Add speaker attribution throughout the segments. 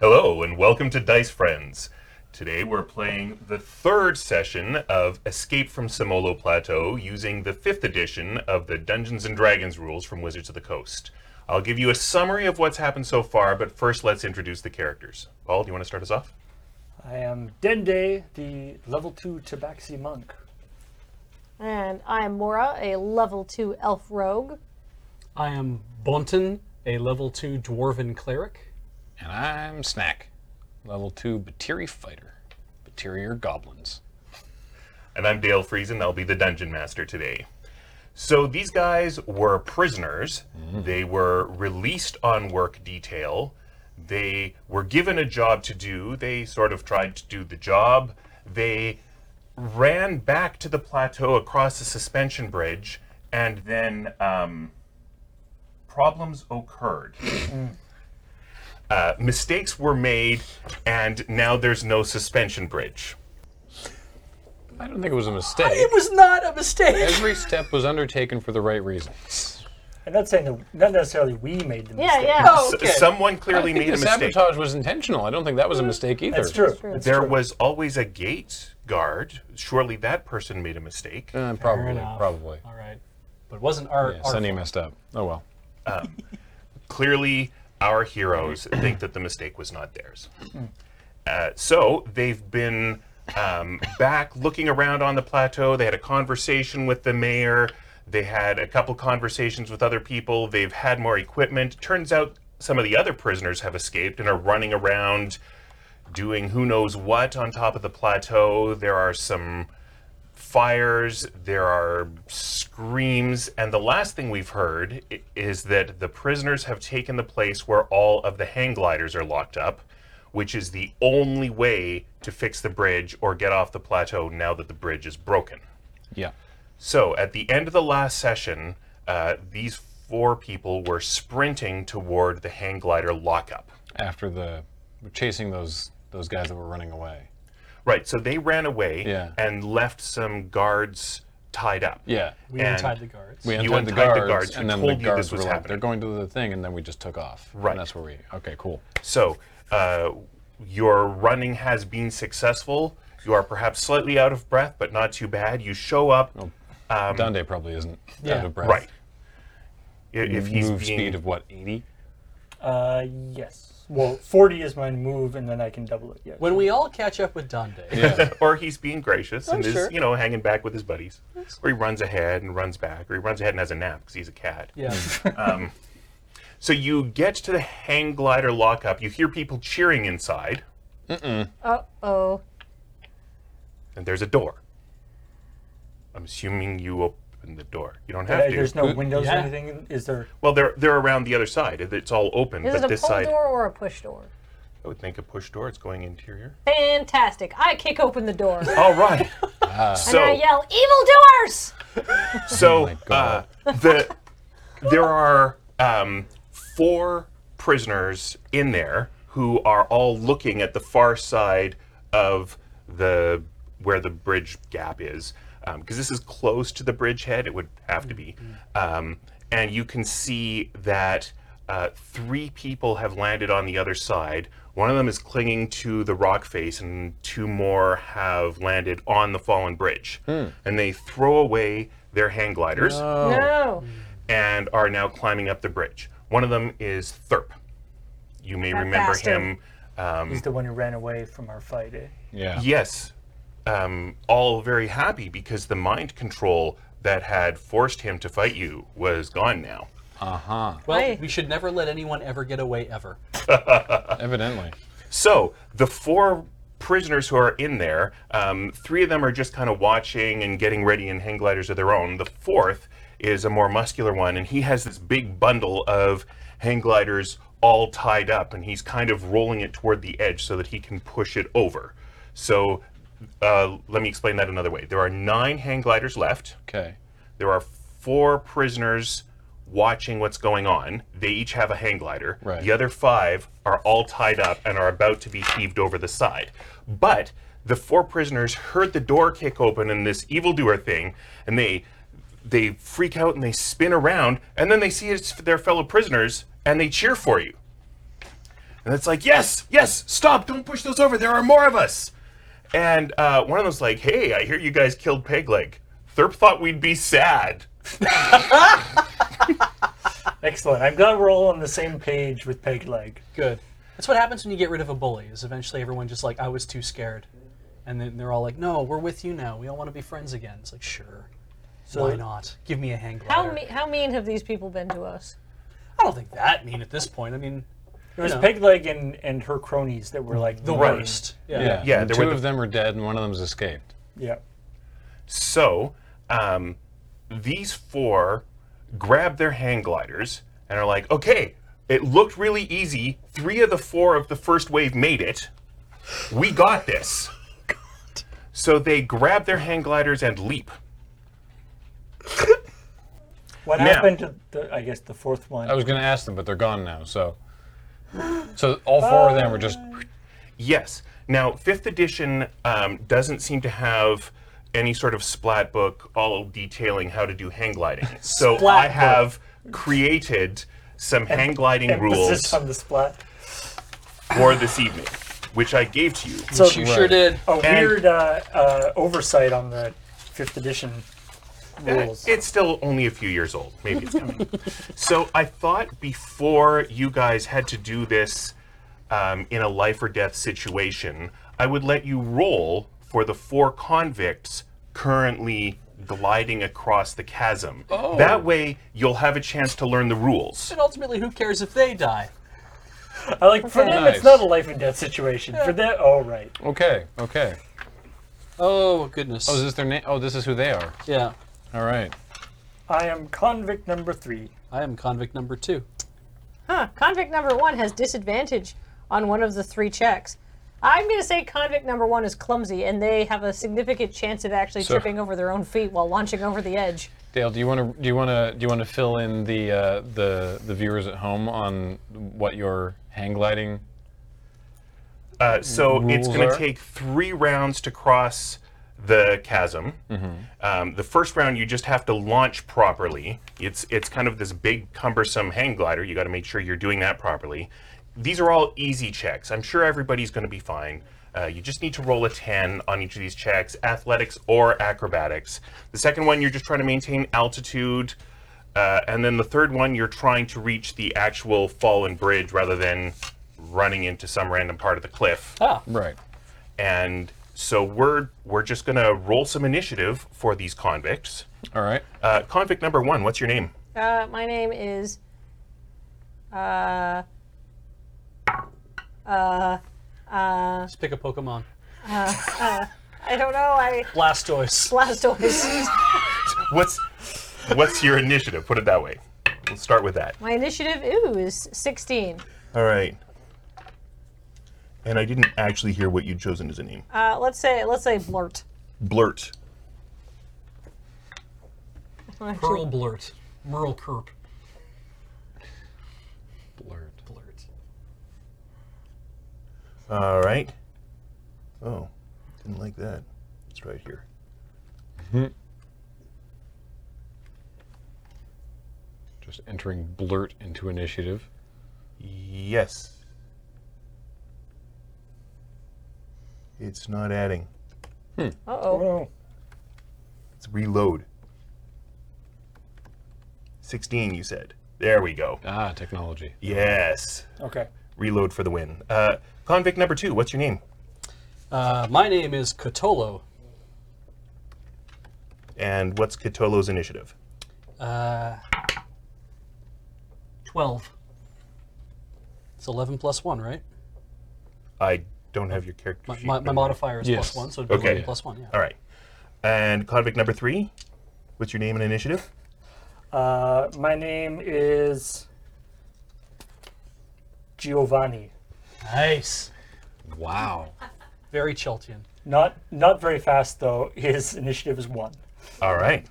Speaker 1: Hello, and welcome to Dice Friends. Today we're playing the third session of Escape from Simolo Plateau using the fifth edition of the Dungeons and Dragons rules from Wizards of the Coast. I'll give you a summary of what's happened so far, but first let's introduce the characters. Paul, do you want to start us off?
Speaker 2: I am Dende, the level 2 Tabaxi monk.
Speaker 3: And I am Mora, a level 2 elf rogue.
Speaker 4: I am Bonten, a level 2 dwarven cleric.
Speaker 5: And I'm Snack, level 2 Batiri Fighter. Batiri are goblins.
Speaker 1: And I'm Dale Friesen. I'll be the dungeon master today. So these guys were prisoners. They were released on work detail. They were given a job to do. They sort of tried to do the job. They ran back to the plateau across the suspension bridge, and then um, problems occurred. Uh, mistakes were made, and now there's no suspension bridge.
Speaker 5: I don't think it was a mistake.
Speaker 2: It was not a mistake!
Speaker 5: Every step was undertaken for the right reasons.
Speaker 2: I'm not saying that, not necessarily we made the
Speaker 3: Yeah,
Speaker 2: mistake.
Speaker 3: yeah.
Speaker 1: S- someone clearly
Speaker 5: I think
Speaker 1: made a
Speaker 5: the
Speaker 1: mistake.
Speaker 5: sabotage was intentional. I don't think that was a mistake either.
Speaker 2: That's true.
Speaker 3: true.
Speaker 2: That's
Speaker 1: There
Speaker 2: true.
Speaker 1: was always a gate guard. Surely that person made a mistake.
Speaker 5: Uh, probably,
Speaker 4: enough.
Speaker 5: probably.
Speaker 4: All right. But it wasn't our.
Speaker 5: Yeah,
Speaker 4: our
Speaker 5: Sunny messed up. Oh well.
Speaker 1: Clearly, our heroes think that the mistake was not theirs. Uh, so they've been um, back looking around on the plateau. They had a conversation with the mayor. They had a couple conversations with other people. They've had more equipment. Turns out some of the other prisoners have escaped and are running around doing who knows what on top of the plateau. There are some fires, there are screams, and the last thing we've heard i- is that the prisoners have taken the place where all of the hang gliders are locked up, which is the only way to fix the bridge or get off the plateau now that the bridge is broken.
Speaker 5: Yeah.
Speaker 1: So at the end of the last session, uh, these four people were sprinting toward the hang glider lockup.
Speaker 5: After the chasing those those guys that were running away.
Speaker 1: Right, so they ran away
Speaker 5: Yeah.
Speaker 1: and left some guards tied up.
Speaker 5: Yeah.
Speaker 4: We
Speaker 1: And-
Speaker 4: untied the guards.
Speaker 5: We
Speaker 1: You
Speaker 5: untied the
Speaker 1: untied the
Speaker 5: guards,
Speaker 1: guards who
Speaker 5: and then the
Speaker 1: told you this was
Speaker 5: guards were like,
Speaker 1: happening.
Speaker 5: "They're going to the thing," and then we just took off.
Speaker 1: Right.
Speaker 5: And that's where we. Okay, cool.
Speaker 1: So, uh, your running has been successful. You are perhaps slightly out of breath, but not too bad. You show up,
Speaker 5: Dande probably isn't out
Speaker 4: Yeah.
Speaker 5: of breath.
Speaker 1: Um, right? I- If he's
Speaker 5: Move
Speaker 1: being
Speaker 5: speed of what eighty.
Speaker 2: Uh, yes. Well, 40 is my move, and then I can double it. Yeah.
Speaker 4: When we all catch up with Dande,
Speaker 1: or he's being
Speaker 5: Oh,
Speaker 1: gracious and is
Speaker 4: sure.
Speaker 1: you know hanging back with his buddies, or he runs ahead and runs back, or he runs ahead and has a nap because he's a cat.
Speaker 4: yeah,
Speaker 1: So you get to the hang glider lockup. You hear people cheering inside,
Speaker 3: Uh oh.
Speaker 1: and there's a door. I'm assuming you open the door. You don't have
Speaker 2: Uh,
Speaker 1: to.
Speaker 2: there's no windows or
Speaker 4: yeah.
Speaker 2: anything. Is there?
Speaker 1: Well, they're they're around the other side. It's all open,
Speaker 3: Is
Speaker 1: but
Speaker 3: it a pull
Speaker 1: this side.
Speaker 3: door or a push door?
Speaker 1: I would think a push door. It's going interior.
Speaker 3: Fantastic. I kick open the door. and
Speaker 1: All right.
Speaker 5: Ah.
Speaker 1: so,
Speaker 3: I yell, evildoers!
Speaker 1: so
Speaker 5: Oh my God.
Speaker 1: uh, the there are um, four prisoners in there who are all looking at the far side of the where the bridge gap is, because this is close to the bridge head. It would have to be, um, and you can see that uh, three people have landed on the other side. One of them is clinging to the rock face, and two more have landed on the fallen bridge. And they throw away their hang gliders
Speaker 3: No.
Speaker 1: and are now climbing up the bridge. One of them is Thurp. You may remember
Speaker 3: bastard.
Speaker 1: him. Um,
Speaker 2: He's the one who ran away from our fight. Eh?
Speaker 5: Yeah.
Speaker 1: yes, um, all very happy because the mind control that had forced him to fight you was gone now. Uh-huh.
Speaker 4: Well,
Speaker 3: Aye.
Speaker 4: we should never let anyone ever get away ever.
Speaker 5: Evidently.
Speaker 1: So the four prisoners who are in there, um, three of them are just kind of watching and getting ready in hang gliders of their own. The fourth is a more muscular one, and he has this big bundle of hang gliders all tied up, and he's kind of rolling it toward the edge so that he can push it over. So uh, let me explain that another way. There are nine hang gliders left.
Speaker 5: Okay.
Speaker 1: There are four prisoners watching what's going on. They each have a hang glider.
Speaker 5: Right.
Speaker 1: The other five are all tied up and are about to be heaved over the side. But the four prisoners heard the door kick open in this evildoer thing, and they they freak out and they spin around, and then they see it's their fellow prisoners and they cheer for you. And it's like, yes, yes, stop, don't push those over. There are more of us. And uh, one of them's like, hey, I hear you guys killed Pegleg. Therp thought we'd be sad.
Speaker 2: Excellent. I'm glad we're all on the same page with Peg Leg.
Speaker 4: Good. That's what happens when you get rid of a bully. Is eventually everyone just like, I was too scared, and then they're all like, No, we're with you now. We all want to be friends again. It's like, sure. Why not? Give me a hang glider.
Speaker 3: How, me- how mean have these people been to us?
Speaker 4: I don't think that mean at this point. I mean,
Speaker 2: It was
Speaker 4: No.
Speaker 2: Peg Leg and, and her cronies that were like
Speaker 4: the
Speaker 2: right.
Speaker 4: worst.
Speaker 5: Yeah.
Speaker 1: Yeah,
Speaker 5: and
Speaker 1: there were
Speaker 5: two
Speaker 1: the-
Speaker 5: of them are dead, and one of them's escaped.
Speaker 2: Yeah.
Speaker 1: So um, these four grab their hang gliders and are like, okay, it looked really easy. Three of the four of the first wave made it. We got this. So they grab their hang gliders and leap.
Speaker 2: What
Speaker 1: Now-
Speaker 2: happened to the I guess the fourth one?
Speaker 5: I was going to ask them, but they're gone now. So, so all four of them were just
Speaker 1: Yes. Now, fifth edition um, doesn't seem to have any sort of splat book all detailing how to do hang gliding. So
Speaker 4: Splat
Speaker 1: I
Speaker 4: book.
Speaker 1: have created some hang gliding
Speaker 2: Emphasis
Speaker 1: rules
Speaker 2: on the splat.
Speaker 1: for this evening, which I gave to you.
Speaker 2: So
Speaker 4: You sure did. Oh,
Speaker 2: a
Speaker 1: And-
Speaker 2: weird uh, uh, oversight on the fifth edition rules.
Speaker 1: It's still only a few years old. Maybe it's coming. so I thought before you guys had to do this um, in a life or death situation, I would let you roll for the four convicts currently gliding across the chasm. Oh. That way, you'll have a chance to learn the rules.
Speaker 4: And ultimately, who cares if they die?
Speaker 2: I like for them
Speaker 5: Nice.
Speaker 2: it's not a life and death situation. For them, oh right.
Speaker 5: okay. Okay.
Speaker 4: Oh goodness.
Speaker 5: Oh, is this their name? Oh, this is who they are.
Speaker 4: yeah.
Speaker 5: All right.
Speaker 2: I am convict number three.
Speaker 4: I am convict number two.
Speaker 3: Huh, convict number one has disadvantage on one of the three checks. I'm going to say convict number one is clumsy, and they have a significant chance of actually
Speaker 5: So-
Speaker 3: tripping over their own feet while launching over the edge.
Speaker 5: Dale, do you want to do you want to do you want to fill in the uh, the the viewers at home on what your hang gliding?
Speaker 1: Uh, so it's
Speaker 5: Rules
Speaker 1: going
Speaker 5: are?
Speaker 1: to take three rounds to cross the chasm. Um, the first round, you just have to launch properly. It's it's kind of this big cumbersome hang glider. You got to make sure you're doing that properly. These are all easy checks. I'm sure everybody's going to be fine. Uh, you just need to roll a 10 on each of these checks, athletics or acrobatics. The second one, you're just trying to maintain altitude. Uh, and then the third one, you're trying to reach the actual fallen bridge rather than running into some random part of the cliff.
Speaker 4: Ah.
Speaker 5: Right.
Speaker 1: And so we're we're just gonna roll some initiative for these convicts.
Speaker 5: All right.
Speaker 1: Uh, convict number one, what's your name?
Speaker 3: Uh, my name is. Uh,
Speaker 4: Just pick a Pokemon.
Speaker 3: I don't know. I
Speaker 4: Blastoise.
Speaker 3: Blastoise.
Speaker 1: What's what's your initiative? Put it that way. Let's start with that.
Speaker 3: my initiative ooh is 16.
Speaker 1: All right. And I didn't actually hear what you'd chosen as a name.
Speaker 3: Uh, let's say let's say blurt.
Speaker 1: Blurt.
Speaker 4: Pearl Blurt. Merle Kirk.
Speaker 5: Blurred.
Speaker 4: Blurt.
Speaker 1: All right. Oh, didn't like that. It's right here.
Speaker 5: Just entering blurt into initiative.
Speaker 1: Yes. It's not adding.
Speaker 3: Uh oh.
Speaker 2: Oh,
Speaker 1: It's reload. 16, you said. There we go.
Speaker 5: Ah, technology.
Speaker 1: Yes.
Speaker 2: okay.
Speaker 1: Reload for the win. Uh, convict number two, what's your name?
Speaker 4: Uh, my name is Cotolo.
Speaker 1: And what's Kitolo's initiative?
Speaker 4: Uh, Twelve. It's eleven plus one, right?
Speaker 1: I don't have your character
Speaker 4: My,
Speaker 1: sheet.
Speaker 4: my, my
Speaker 1: memorized.
Speaker 4: modifier is
Speaker 5: Yes.
Speaker 4: plus one, so it'd be
Speaker 1: Okay.
Speaker 4: eleven plus one. Yeah.
Speaker 1: All right. And convict number three, what's your name and initiative?
Speaker 2: Uh, my name is Giovanni.
Speaker 4: Nice.
Speaker 5: Wow.
Speaker 4: Very Cheltian.
Speaker 2: Not not very fast though. His initiative is one.
Speaker 1: All right.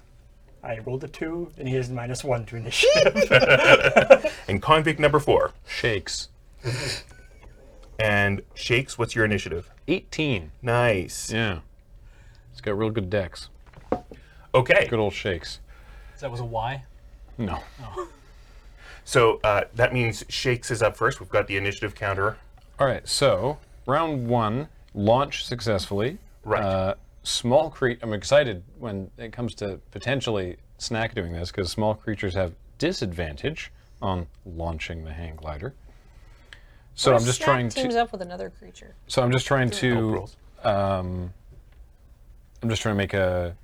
Speaker 2: I rolled a two, and he has minus one to initiative.
Speaker 1: And convict number four.
Speaker 5: Shakes.
Speaker 1: And Shakes, what's your initiative?
Speaker 5: 18.
Speaker 1: Nice.
Speaker 5: Yeah. It's got real good decks.
Speaker 1: Okay.
Speaker 5: Good old shakes.
Speaker 4: That was a Y.
Speaker 5: No.
Speaker 1: So uh, that means Shakes is up first. We've got the initiative counter.
Speaker 5: All right, so round one launch successfully.
Speaker 1: Right.
Speaker 5: Uh, small creature. I'm excited when it comes to potentially snack doing this because small creatures have disadvantage on launching the hang glider. So I'm just
Speaker 3: Snack
Speaker 5: trying
Speaker 3: teams
Speaker 5: to.
Speaker 3: up with another creature.
Speaker 5: So I'm just trying to.
Speaker 1: rules.
Speaker 5: Um, I'm just trying to make a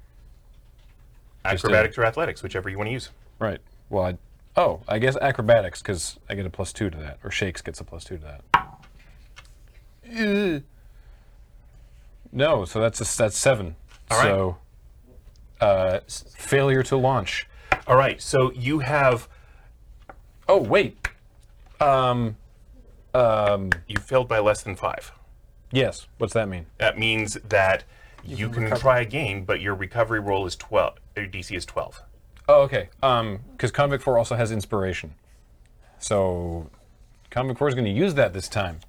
Speaker 5: Just
Speaker 1: Acrobatics or athletics, whichever you want to use.
Speaker 5: right. Well, I, oh, I guess acrobatics because I get a plus two to that, or Shakes gets a plus two to that. Eh. No, so that's a, that's seven.
Speaker 1: All right.
Speaker 5: so uh, s- failure to launch.
Speaker 1: All right. So you have
Speaker 5: Oh wait, um, um,
Speaker 1: you failed by less than five.
Speaker 5: yes. What's that mean?
Speaker 1: That means that you, can, try again, but your recovery roll is twelve. Your DC is twelve.
Speaker 5: Oh, okay. Um, because Convict Four also has inspiration, so Convict Four is going to use that this time.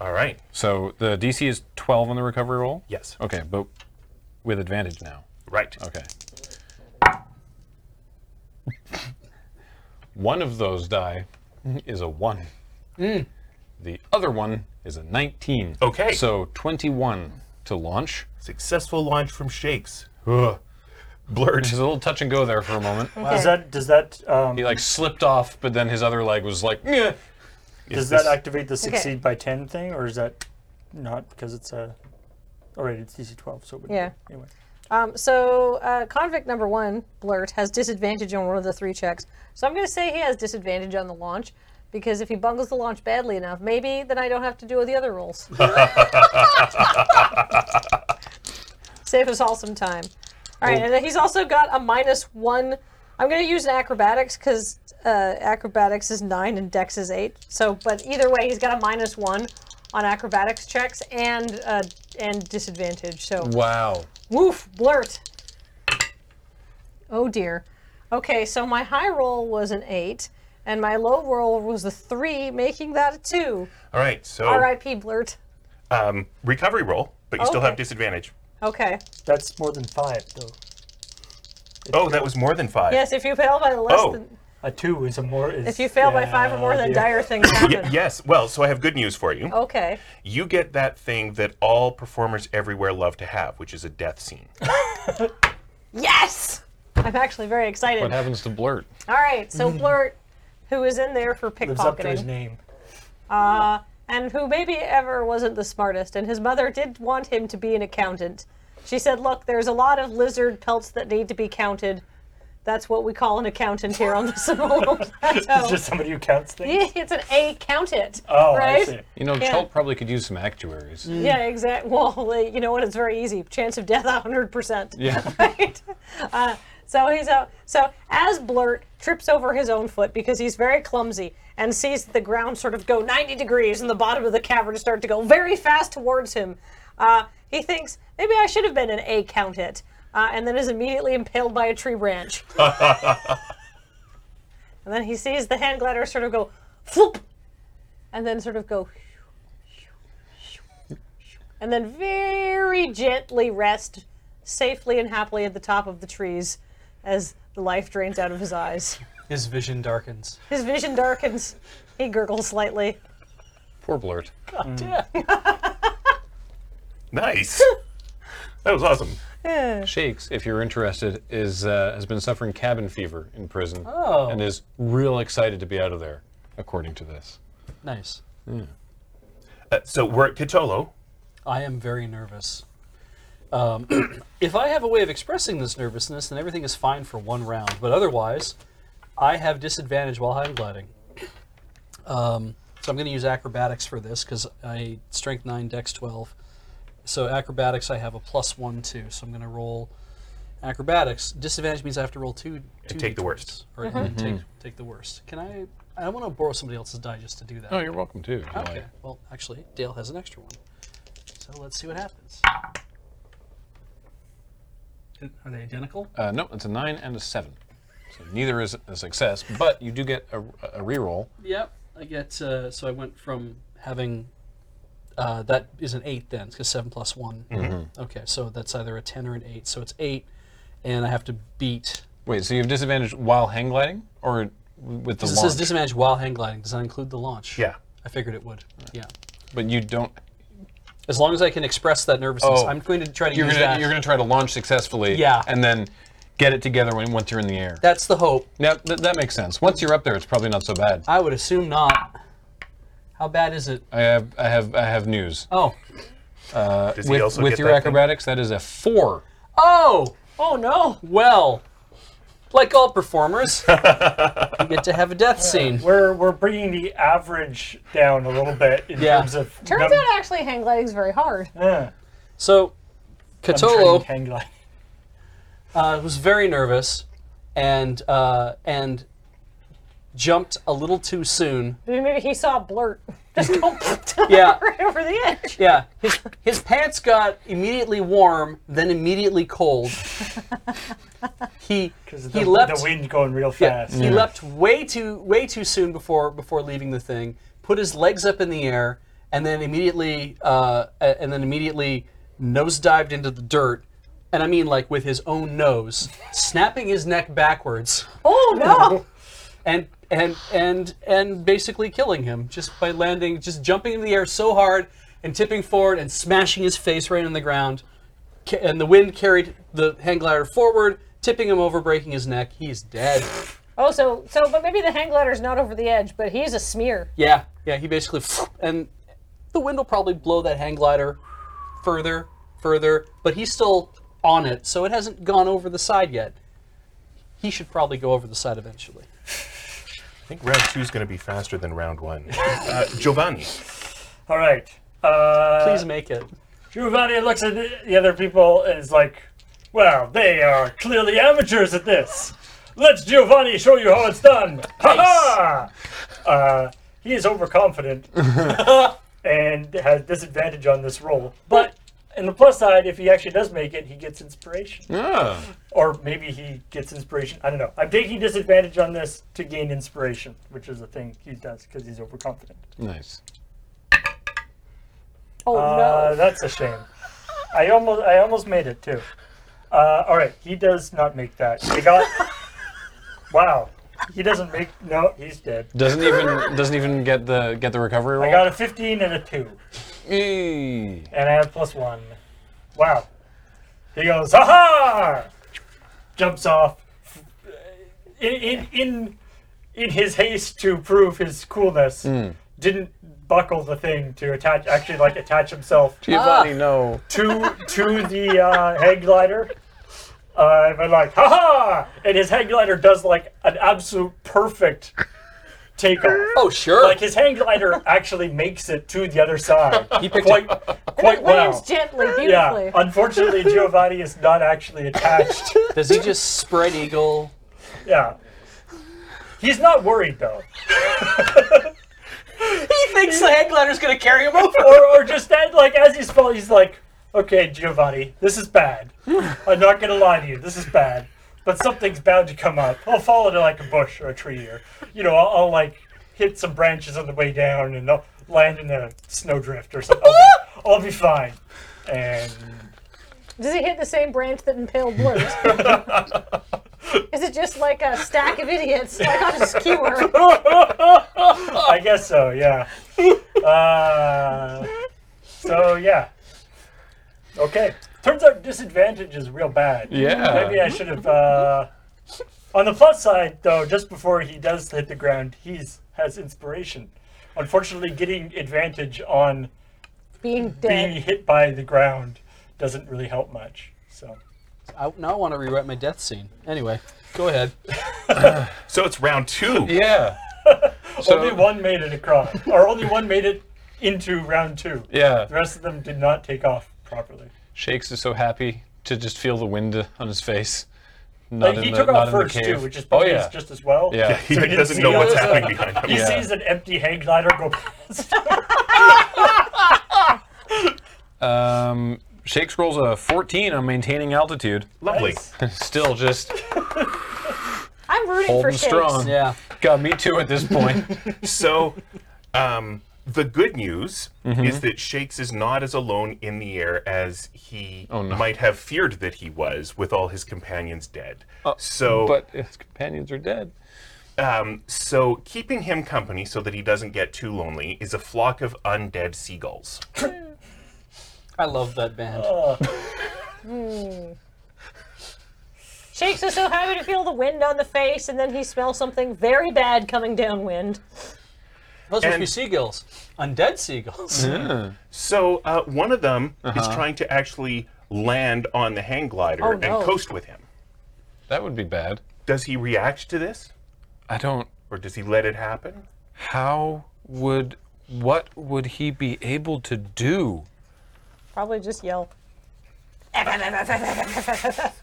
Speaker 1: All right.
Speaker 5: So the DC is 12 on the recovery roll?
Speaker 1: Yes.
Speaker 5: Okay, but with advantage now.
Speaker 1: Right.
Speaker 5: Okay. one of those die is a 1. The other one is a 19.
Speaker 1: Okay.
Speaker 5: So 21 to launch.
Speaker 1: Successful launch from Shakes.
Speaker 5: Ugh.
Speaker 1: Blurt.
Speaker 5: There's a little touch and go there for a moment.
Speaker 2: Does that does that um,
Speaker 5: He like slipped off, but then his other leg was like, "Nyeh."
Speaker 2: does
Speaker 1: this-
Speaker 2: that activate the succeed by ten thing, or is that not because it's a? All right, it's DC twelve, so it wouldn't
Speaker 3: Yeah.
Speaker 2: be- Anyway,
Speaker 3: Um, so uh, convict number one, Blurt, has disadvantage on one of the three checks. So I'm going to say he has disadvantage on the launch because if he bungles the launch badly enough, maybe then I don't have to do the other rolls. Save us all some time. All right, and then he's also got a minus one. I'm going to use an acrobatics because uh, acrobatics is nine and dex is eight. So, but either way, he's got a minus one on acrobatics checks and uh, and disadvantage. So
Speaker 5: Wow.
Speaker 3: Woof, blurt. Oh dear. Okay, so my high roll was an eight, and my low roll was a three, making that a two.
Speaker 1: All right. So
Speaker 3: R.I.P. blurt.
Speaker 1: um, recovery roll, but you still
Speaker 3: Okay.
Speaker 1: have disadvantage.
Speaker 3: Okay.
Speaker 2: that's more than five though.
Speaker 1: Oh, that was more than five.
Speaker 3: Yes, if you fail by less
Speaker 1: Oh.
Speaker 3: than
Speaker 2: A two is a more. Is,
Speaker 3: if you fail by five or more, then
Speaker 2: yeah.
Speaker 3: dire things happen.
Speaker 1: Y- yes. Well, so I have good news for you.
Speaker 3: Okay.
Speaker 1: You get that thing that all performers everywhere love to have, which is a death scene.
Speaker 3: Yes. I'm actually very excited.
Speaker 5: What happens to Blurt?
Speaker 3: All right, so blurt, who is in there for
Speaker 2: lives up to his
Speaker 3: pickpocketing,
Speaker 2: name.
Speaker 3: and who maybe ever wasn't the smartest, and his mother did want him to be an accountant. She said, "Look, there's a lot of lizard pelts that need to be counted. That's what we call an accountant here on the Samoan
Speaker 2: It's
Speaker 3: Plateau.
Speaker 2: just somebody who counts things.
Speaker 3: it's an accountant,
Speaker 2: Oh,
Speaker 3: right?
Speaker 2: I see.
Speaker 5: You know,
Speaker 3: Yeah.
Speaker 5: Chult probably could use some actuaries.
Speaker 3: Yeah, exactly. Well, uh, you know what? It's very easy. Chance of death, hundred percent.
Speaker 5: Yeah.
Speaker 3: Right? Uh, so he's out. So as Blurt trips over his own foot because he's very clumsy and sees the ground sort of go 90 degrees and the bottom of the cavern start to go very fast towards him, uh, he thinks maybe I should have been an A count it, uh, and then is immediately impaled by a tree branch. and then he sees the hand glider sort of go floop, and then sort of go and then very gently rest safely and happily at the top of the trees as the life drains out of his eyes.
Speaker 4: His vision darkens.
Speaker 3: His vision darkens. He gurgles slightly.
Speaker 5: Poor Blurt.
Speaker 1: Nice. that was awesome.
Speaker 5: Shakes, if you're interested, is uh, has been suffering cabin fever in prison
Speaker 4: Oh.
Speaker 5: and is real excited to be out of there, according to this.
Speaker 4: Nice.
Speaker 1: Uh, so we're at Kitolo.
Speaker 4: I am very nervous. Um, if I have a way of expressing this nervousness, then everything is fine for one round. But otherwise, I have disadvantage while hang gliding. Um, So I'm going to use acrobatics for this because I strength nine, dex twelve. So acrobatics, I have a plus one two. So I'm going to roll acrobatics. Disadvantage means I have to roll two. two
Speaker 1: take the
Speaker 4: d20s,
Speaker 1: worst. Mm-hmm.
Speaker 4: or and take take the worst. Can I? I don't want to borrow somebody else's die just to do that.
Speaker 5: Oh, you're welcome too. if you
Speaker 4: Okay.
Speaker 5: like.
Speaker 4: Well, actually, Dale has an extra one. So let's see what happens. Are they identical?
Speaker 5: Uh, no, it's a nine and a seven. So neither is a success, but you do get a, a reroll.
Speaker 4: Yep. I get. Uh, so I went from having. Uh, that is an eight then, because seven plus one.
Speaker 5: Mm-hmm.
Speaker 4: Okay, so that's either a ten or an eight. So it's eight, and I have to beat.
Speaker 5: Wait, so you have disadvantage while hang gliding, or with the
Speaker 4: This
Speaker 5: launch?
Speaker 4: says disadvantage while hang gliding. Does that include the launch?
Speaker 1: Yeah.
Speaker 4: I figured it would. Yeah.
Speaker 5: but you don't.
Speaker 4: As long as I can express that nervousness,
Speaker 5: Oh.
Speaker 4: I'm going to try to
Speaker 5: You're
Speaker 4: use
Speaker 5: gonna
Speaker 4: that.
Speaker 5: you're gonna try to launch successfully.
Speaker 4: Yeah.
Speaker 5: And then get it together when once you're in the air.
Speaker 4: That's the hope.
Speaker 5: Now th- that makes sense. Once you're up there, it's probably not so bad.
Speaker 4: I would assume not. How bad is it?
Speaker 5: I have I have I have news.
Speaker 4: Oh.
Speaker 1: Does he
Speaker 5: With,
Speaker 1: also
Speaker 5: with
Speaker 1: get
Speaker 5: your
Speaker 1: that thing?
Speaker 5: acrobatics, that is a four.
Speaker 4: Oh!
Speaker 3: Oh no!
Speaker 4: Well, like all performers, you get to have a death scene.
Speaker 2: We're we're bringing the average down a little bit in
Speaker 4: Yeah.
Speaker 2: terms of
Speaker 3: Turns
Speaker 2: num-
Speaker 3: out actually hang gliding's very hard.
Speaker 2: Yeah.
Speaker 4: So,
Speaker 2: Untrained
Speaker 4: Katolo
Speaker 2: hang gliding.
Speaker 4: uh, was very nervous and uh, and jumped a little too soon.
Speaker 3: Maybe he saw a blurt just go
Speaker 4: Yeah.
Speaker 3: right over the edge.
Speaker 4: Yeah, his, his pants got immediately warm, then immediately cold. He he
Speaker 2: the,
Speaker 4: leapt
Speaker 2: the wind going real
Speaker 4: Yeah,
Speaker 2: fast.
Speaker 4: he leapt way too way too soon before before leaving the thing. Put his legs up in the air and then immediately uh, a- and then immediately nosedived into the dirt. And I mean like with his own nose, snapping his neck backwards
Speaker 3: Oh no!
Speaker 4: and and and and basically killing him just by landing, just jumping in the air so hard and tipping forward and smashing his face right on the ground. Ca- And the wind carried the hang glider forward, tipping him over, breaking his neck. He's dead.
Speaker 3: Oh, so so, but maybe the hang glider's not over the edge, but he's a smear.
Speaker 4: Yeah, yeah. He basically and the wind will probably blow that hang glider further, further, but he's still on it, so it hasn't gone over the side yet. He should probably go over the side eventually.
Speaker 1: I think round two is going to be faster than round one. Uh, Giovanni,
Speaker 2: All right. Uh,
Speaker 4: Please make it.
Speaker 2: Giovanni looks at the the other people and is like, "Well, they are clearly amateurs at this. Let Giovanni show you how it's done." Ha ha! Uh, he is overconfident and has disadvantage on this roll. But in the plus side, if he actually does make it, he gets inspiration,
Speaker 5: Ah.
Speaker 2: or maybe he gets inspiration. I don't know. I'm taking disadvantage on this to gain inspiration, which is a thing he does because he's overconfident.
Speaker 5: Nice.
Speaker 3: Oh
Speaker 2: Uh,
Speaker 3: no!
Speaker 2: that's a shame. I almost I almost made it too. Uh, all right, he does not make that. He got. wow, he doesn't make. No, he's dead.
Speaker 5: Doesn't even doesn't even get the get the recovery roll.
Speaker 2: I got a 15 and a two,
Speaker 5: Eee.
Speaker 2: and I have plus one. Wow. He goes, ha ha! Jumps off. In in in in his haste to prove his coolness, didn't buckle the thing to attach. Actually, like attach himself
Speaker 5: Giovanni, no.
Speaker 2: to to the uh, hang glider. Uh, and I'm like, ha ha! And his hang glider does like an absolute perfect takeoff.
Speaker 4: Oh sure.
Speaker 2: Like his hang glider actually makes it to the other side.
Speaker 4: he picked
Speaker 2: Quite
Speaker 4: up.
Speaker 2: quite
Speaker 3: Lands
Speaker 2: well.
Speaker 3: gently, beautifully.
Speaker 2: Yeah. Unfortunately, Giovanni is not actually attached.
Speaker 4: Does he just spread eagle?
Speaker 2: Yeah. He's not worried though,
Speaker 4: He thinks the hang glider's gonna carry him over.
Speaker 2: or or just that like as he's falling, he's like, okay, Giovanni, this is bad. I'm not gonna lie to you, this is bad. But something's bound to come up. I'll fall into like a bush or a tree, or you know, I'll, I'll like hit some branches on the way down, and I'll land in a snowdrift or something. I'll, be- I'll be fine. And
Speaker 3: Does he hit the same branch that impaled Blurt? Is it just like a stack of idiots like on a skewer?
Speaker 2: I guess so, yeah. Uh, so yeah. Okay. Turns out disadvantage is real bad.
Speaker 5: Yeah.
Speaker 2: Maybe I should have. Uh... On the plus side, though, just before he does hit the ground, he's has inspiration. Unfortunately, getting advantage on
Speaker 3: Being
Speaker 2: being
Speaker 3: dead.
Speaker 2: hit by the ground doesn't really help much. So
Speaker 4: I, now I want to rewrite my death scene. Anyway, go ahead.
Speaker 1: so it's round two.
Speaker 5: Yeah.
Speaker 2: only one made it across, or only one made it into round two. The
Speaker 5: Yeah.
Speaker 2: rest of them did not take off properly.
Speaker 5: Shakes is so happy to just feel the wind on his face.
Speaker 2: Like,
Speaker 5: Not
Speaker 2: he
Speaker 5: in the,
Speaker 2: took
Speaker 5: not
Speaker 2: off
Speaker 5: in the
Speaker 2: first too,
Speaker 5: cave.
Speaker 2: which is
Speaker 5: oh yeah.
Speaker 2: just as well.
Speaker 5: yeah.
Speaker 1: He
Speaker 2: So he
Speaker 1: doesn't
Speaker 2: didn't
Speaker 1: know
Speaker 2: see
Speaker 1: what's
Speaker 2: us.
Speaker 1: happening behind him.
Speaker 2: He
Speaker 5: Yeah.
Speaker 2: sees an empty hang glider go past.
Speaker 5: Um, Shakes rolls a 14 on maintaining altitude.
Speaker 1: Lovely.
Speaker 5: Still just
Speaker 3: I'm rooting for
Speaker 5: holding
Speaker 3: Shakes.
Speaker 5: strong.
Speaker 4: Yeah.
Speaker 5: Got me too at this point.
Speaker 1: So, um, the good news is that Shakes is not as alone in the air as he
Speaker 5: no.
Speaker 1: might have feared that he was, with all his companions dead. so,
Speaker 5: but his companions are dead.
Speaker 1: um, so keeping him company so that he doesn't get too lonely is a flock of undead seagulls.
Speaker 4: I love that band.
Speaker 3: Shakes is so happy to feel the wind on the face, and then he smells something very bad coming downwind.
Speaker 4: Those must be
Speaker 1: and-
Speaker 4: seagulls. Undead seagulls.
Speaker 1: So, uh, one of them is trying to actually land on the hang glider
Speaker 3: Oh,
Speaker 1: and
Speaker 3: no.
Speaker 1: coast with him.
Speaker 5: That would be bad.
Speaker 1: Does he react to this,
Speaker 5: I don't.
Speaker 1: or does he let it happen?
Speaker 5: How would. What would he be able to do?
Speaker 3: Probably just yell.
Speaker 1: I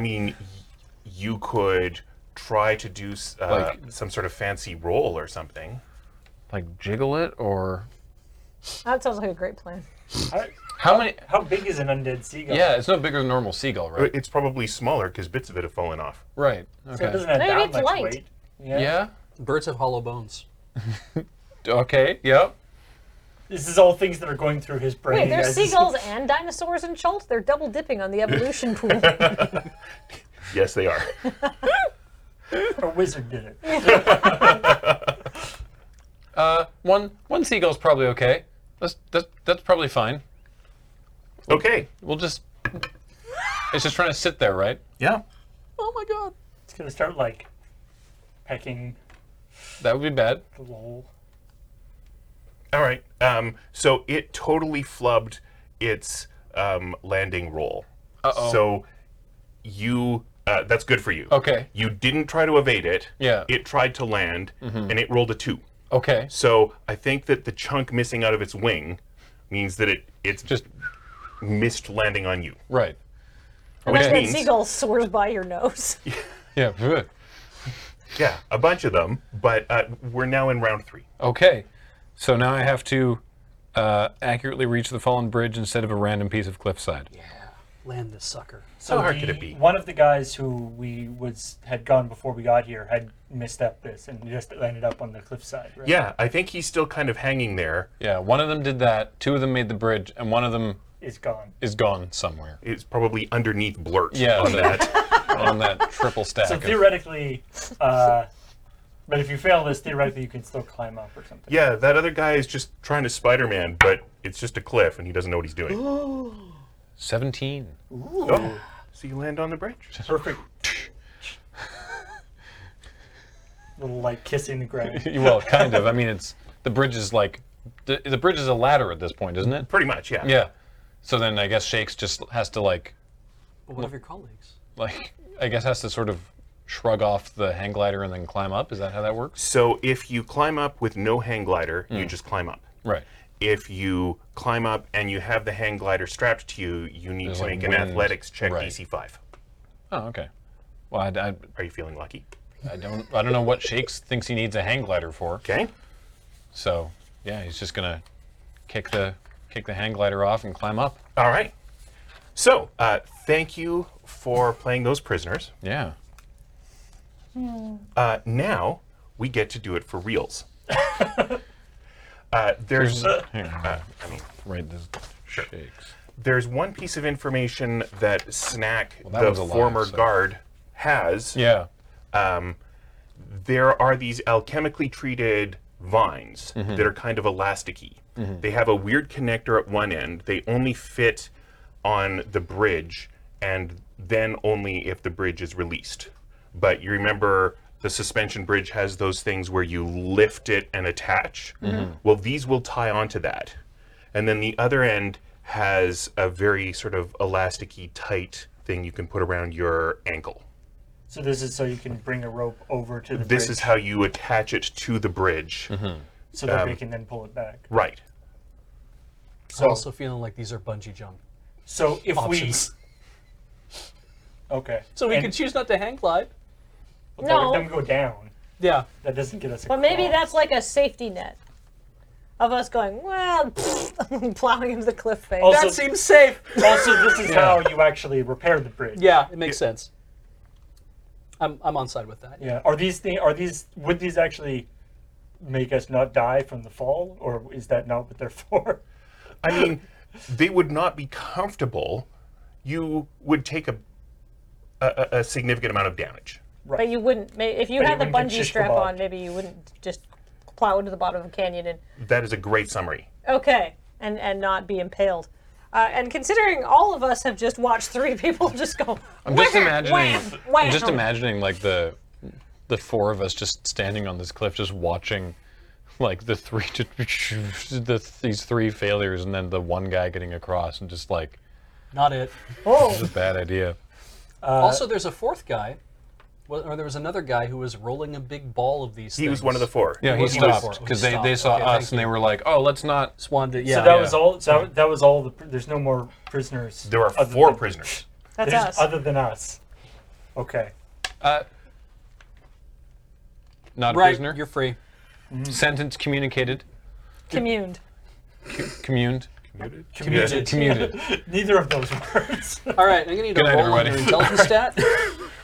Speaker 1: mean, y- you could try to do s- uh,
Speaker 5: Like-
Speaker 1: some sort of fancy roll or something.
Speaker 5: Like jiggle it or.
Speaker 3: That sounds like a great plan.
Speaker 2: How,
Speaker 5: How many.
Speaker 2: how big is an undead seagull?
Speaker 5: Yeah, it's no bigger than a normal seagull, right?
Speaker 1: But It's probably smaller because bits of it have fallen off.
Speaker 5: Right.
Speaker 2: So it
Speaker 5: Okay.
Speaker 2: doesn't have
Speaker 3: Maybe
Speaker 2: that
Speaker 3: it's
Speaker 2: much
Speaker 3: light.
Speaker 2: weight.
Speaker 5: Yeah.
Speaker 4: Birds have hollow bones.
Speaker 5: Okay. Yep.
Speaker 2: This is all things that are going through his brain.
Speaker 3: Wait,
Speaker 2: you
Speaker 3: there's
Speaker 2: guys.
Speaker 3: seagulls and dinosaurs in Schultz? They're double dipping on the evolution pool.
Speaker 1: Yes, they are.
Speaker 2: A wizard did it.
Speaker 5: Uh, One one seagull's probably okay. That's that's that's probably fine.
Speaker 1: okay.
Speaker 5: We'll just it's just trying to sit there, right?
Speaker 1: Yeah.
Speaker 4: Oh my god.
Speaker 2: It's gonna start like pecking
Speaker 5: That would be bad.
Speaker 2: the whole.
Speaker 1: All right. Um, so it totally flubbed its um, landing roll.
Speaker 5: Uh-oh.
Speaker 1: So you. Uh, that's good for you.
Speaker 5: Okay.
Speaker 1: You didn't try to evade it.
Speaker 5: Yeah. Mm-hmm.
Speaker 1: It tried to land, and it rolled a two.
Speaker 5: Okay.
Speaker 1: So I think that the chunk missing out of its wing means that it it's just
Speaker 5: Just
Speaker 1: missed landing on you.
Speaker 5: right.
Speaker 1: Which
Speaker 3: that
Speaker 1: means,
Speaker 3: seagull soars by your nose.
Speaker 5: Yeah.
Speaker 1: yeah, a bunch of them, but uh, we're now in round three.
Speaker 5: Okay. So now I have to uh, accurately reach the fallen bridge instead of a random piece of cliffside.
Speaker 4: Land this sucker.
Speaker 2: So
Speaker 1: hard
Speaker 2: the-
Speaker 1: could it be?
Speaker 2: One of the guys who we was had gone before we got here had misstepped this and just landed up on the cliffside. Right?
Speaker 1: Yeah, I think he's still kind of hanging there.
Speaker 5: Yeah, one of them did that, two of them made the bridge, and one of them
Speaker 2: is gone.
Speaker 5: is gone somewhere.
Speaker 1: It's probably underneath Blurt
Speaker 5: Yeah,
Speaker 1: on
Speaker 5: the-
Speaker 1: that.
Speaker 5: on that triple stack.
Speaker 2: So
Speaker 5: of-
Speaker 2: theoretically, uh, but if you fail this, theoretically you can still climb up or something.
Speaker 1: yeah, that other guy is just trying to Spider Man, but it's just a cliff and he doesn't know what he's doing.
Speaker 5: 17.
Speaker 1: Oh, so you land on the bridge.
Speaker 2: Perfect. Little like kissing the ground.
Speaker 5: well, kind of. I mean, it's the bridge is like the, the bridge is a ladder at this point, isn't it?
Speaker 1: Pretty much, yeah.
Speaker 5: Yeah. So then I guess Shakes just has to like
Speaker 4: But what of your colleagues?
Speaker 5: like I guess has to sort of shrug off the hang glider and then climb up. Is that how that works?
Speaker 1: So if you climb up with no hang glider,
Speaker 5: Mm.
Speaker 1: you just climb up.
Speaker 5: Right.
Speaker 1: If you climb up and you have the hang glider strapped to you, you need
Speaker 5: There's
Speaker 1: to
Speaker 5: like
Speaker 1: make an
Speaker 5: wind.
Speaker 1: athletics check
Speaker 5: Right.
Speaker 1: DC5.
Speaker 5: Oh, okay. Well, I, I,
Speaker 1: Are you feeling lucky?
Speaker 5: I don't I don't know what Shakes thinks he needs a hang glider for.
Speaker 1: Okay.
Speaker 5: So yeah, he's just gonna kick the kick the hang glider off and climb up.
Speaker 1: All right. So, uh, thank you for playing those prisoners.
Speaker 5: Yeah.
Speaker 1: Uh, now we get to do it for reals. uh, there's, uh, I mean,
Speaker 5: Right. This Shakes.
Speaker 1: there's one piece of information that Snack,
Speaker 5: that one's
Speaker 1: the
Speaker 5: alive,
Speaker 1: former
Speaker 5: so-
Speaker 1: guard, has.
Speaker 5: Yeah.
Speaker 1: There are these alchemically treated vines that are kind of elasticy. They have a weird connector at one end. They only fit on the bridge, and then only if the bridge is released. But you remember the suspension bridge has those things where you lift it and attach. Well, these will tie onto that. And then the other end has a very sort of elasticy tight thing you can put around your ankle.
Speaker 2: So this is so you can bring a rope over to the
Speaker 1: This
Speaker 2: bridge
Speaker 1: is how you attach it to the bridge.
Speaker 2: so that they can then pull it back.
Speaker 1: Right.
Speaker 2: So
Speaker 4: also feeling like these are bungee jump
Speaker 2: so if
Speaker 4: options.
Speaker 2: we okay.
Speaker 4: so we
Speaker 2: And-
Speaker 4: could choose not to hang glide.
Speaker 2: but that would
Speaker 3: No.
Speaker 2: Then go down.
Speaker 4: Yeah.
Speaker 2: That doesn't get us. A
Speaker 3: But maybe
Speaker 2: claw.
Speaker 3: that's like a safety net of us going, well, plowing into the cliff face.
Speaker 2: Also-
Speaker 4: That seems safe.
Speaker 2: Also, this is how you actually repair the bridge.
Speaker 4: Yeah, it makes sense. I'm, I'm on side with that.
Speaker 2: Yeah. Are these things? Are these? Would these actually make us not die from the fall, or is that not what they're for?
Speaker 1: I mean, they would not be comfortable. You would take a a, a- a significant amount of damage.
Speaker 3: but you wouldn't, ma- if you
Speaker 2: But you
Speaker 3: had the
Speaker 2: wouldn't get
Speaker 3: bungee
Speaker 2: shish
Speaker 3: strap
Speaker 2: kebab.
Speaker 3: on, maybe you wouldn't just plow into the bottom of a canyon and
Speaker 1: That is a great summary.
Speaker 3: Okay, and and not be impaled. Uh, and considering all of us have just watched three people just go,
Speaker 5: I'm just
Speaker 3: "Wham,
Speaker 5: imagining,
Speaker 3: wham, wham."
Speaker 5: I'm just imagining like the the four of us just standing on this cliff, just watching like the three the, these three failures, and then the one guy getting across, and just like
Speaker 4: Not it.
Speaker 2: Oh,
Speaker 5: this is a bad idea.
Speaker 4: also, there's a fourth guy, well, or there was another guy who was rolling a big ball of these.
Speaker 1: He was one of the four.
Speaker 5: Yeah, he
Speaker 4: was one of the
Speaker 5: stopped
Speaker 4: four.
Speaker 5: because
Speaker 4: He
Speaker 5: they, they
Speaker 4: stopped.
Speaker 5: saw
Speaker 4: Okay,
Speaker 5: us
Speaker 4: thank
Speaker 5: and they
Speaker 4: you.
Speaker 5: were like, oh, let's not.
Speaker 4: Swanda. Yeah.
Speaker 2: So that
Speaker 5: yeah.
Speaker 2: was all. So that, that was all. The, pr- there's no more prisoners.
Speaker 1: There are
Speaker 2: other
Speaker 1: four
Speaker 2: than-
Speaker 1: prisoners.
Speaker 3: That's
Speaker 2: there's
Speaker 3: us.
Speaker 2: Other than us. Okay.
Speaker 5: Uh, not a
Speaker 4: right.
Speaker 5: prisoner.
Speaker 4: You're free.
Speaker 5: sentence communicated,
Speaker 3: communed.
Speaker 5: communed,
Speaker 1: Commuted?
Speaker 2: Commuted.
Speaker 5: commuted.
Speaker 2: Neither of those words.
Speaker 4: All right. I'm gonna need
Speaker 5: Good night,
Speaker 4: a roll on
Speaker 5: everybody.
Speaker 4: your intelligence stat.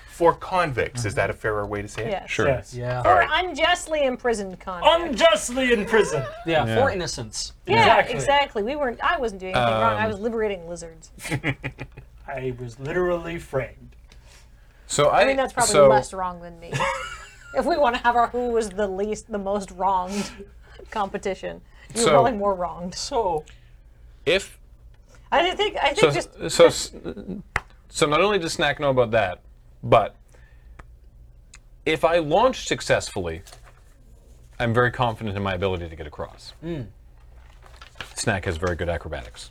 Speaker 1: Four convicts. Is that a fairer way to say it?
Speaker 3: Yes.
Speaker 5: Sure.
Speaker 2: yes.
Speaker 4: Yeah.
Speaker 1: All
Speaker 3: Or
Speaker 1: right.
Speaker 3: unjustly imprisoned convict.
Speaker 2: Unjustly in prison.
Speaker 4: yeah.
Speaker 5: Yeah.
Speaker 4: For innocence.
Speaker 3: yeah,
Speaker 2: exactly.
Speaker 3: exactly. We weren't. I wasn't doing anything wrong.
Speaker 5: Um,
Speaker 3: I was liberating lizards.
Speaker 2: I was literally framed.
Speaker 5: So I,
Speaker 3: I mean, that's probably
Speaker 5: so,
Speaker 3: less wrong than me. if we want to have our who was the least, the most wronged competition, you're
Speaker 5: So-
Speaker 3: probably more wronged.
Speaker 4: So
Speaker 5: If
Speaker 3: I didn't think. I think
Speaker 5: so,
Speaker 3: just
Speaker 5: so s- so not only does Snack know about that, but if I launch successfully, I'm very confident in my ability to get across.
Speaker 3: Hmm.
Speaker 5: Snack has very good acrobatics.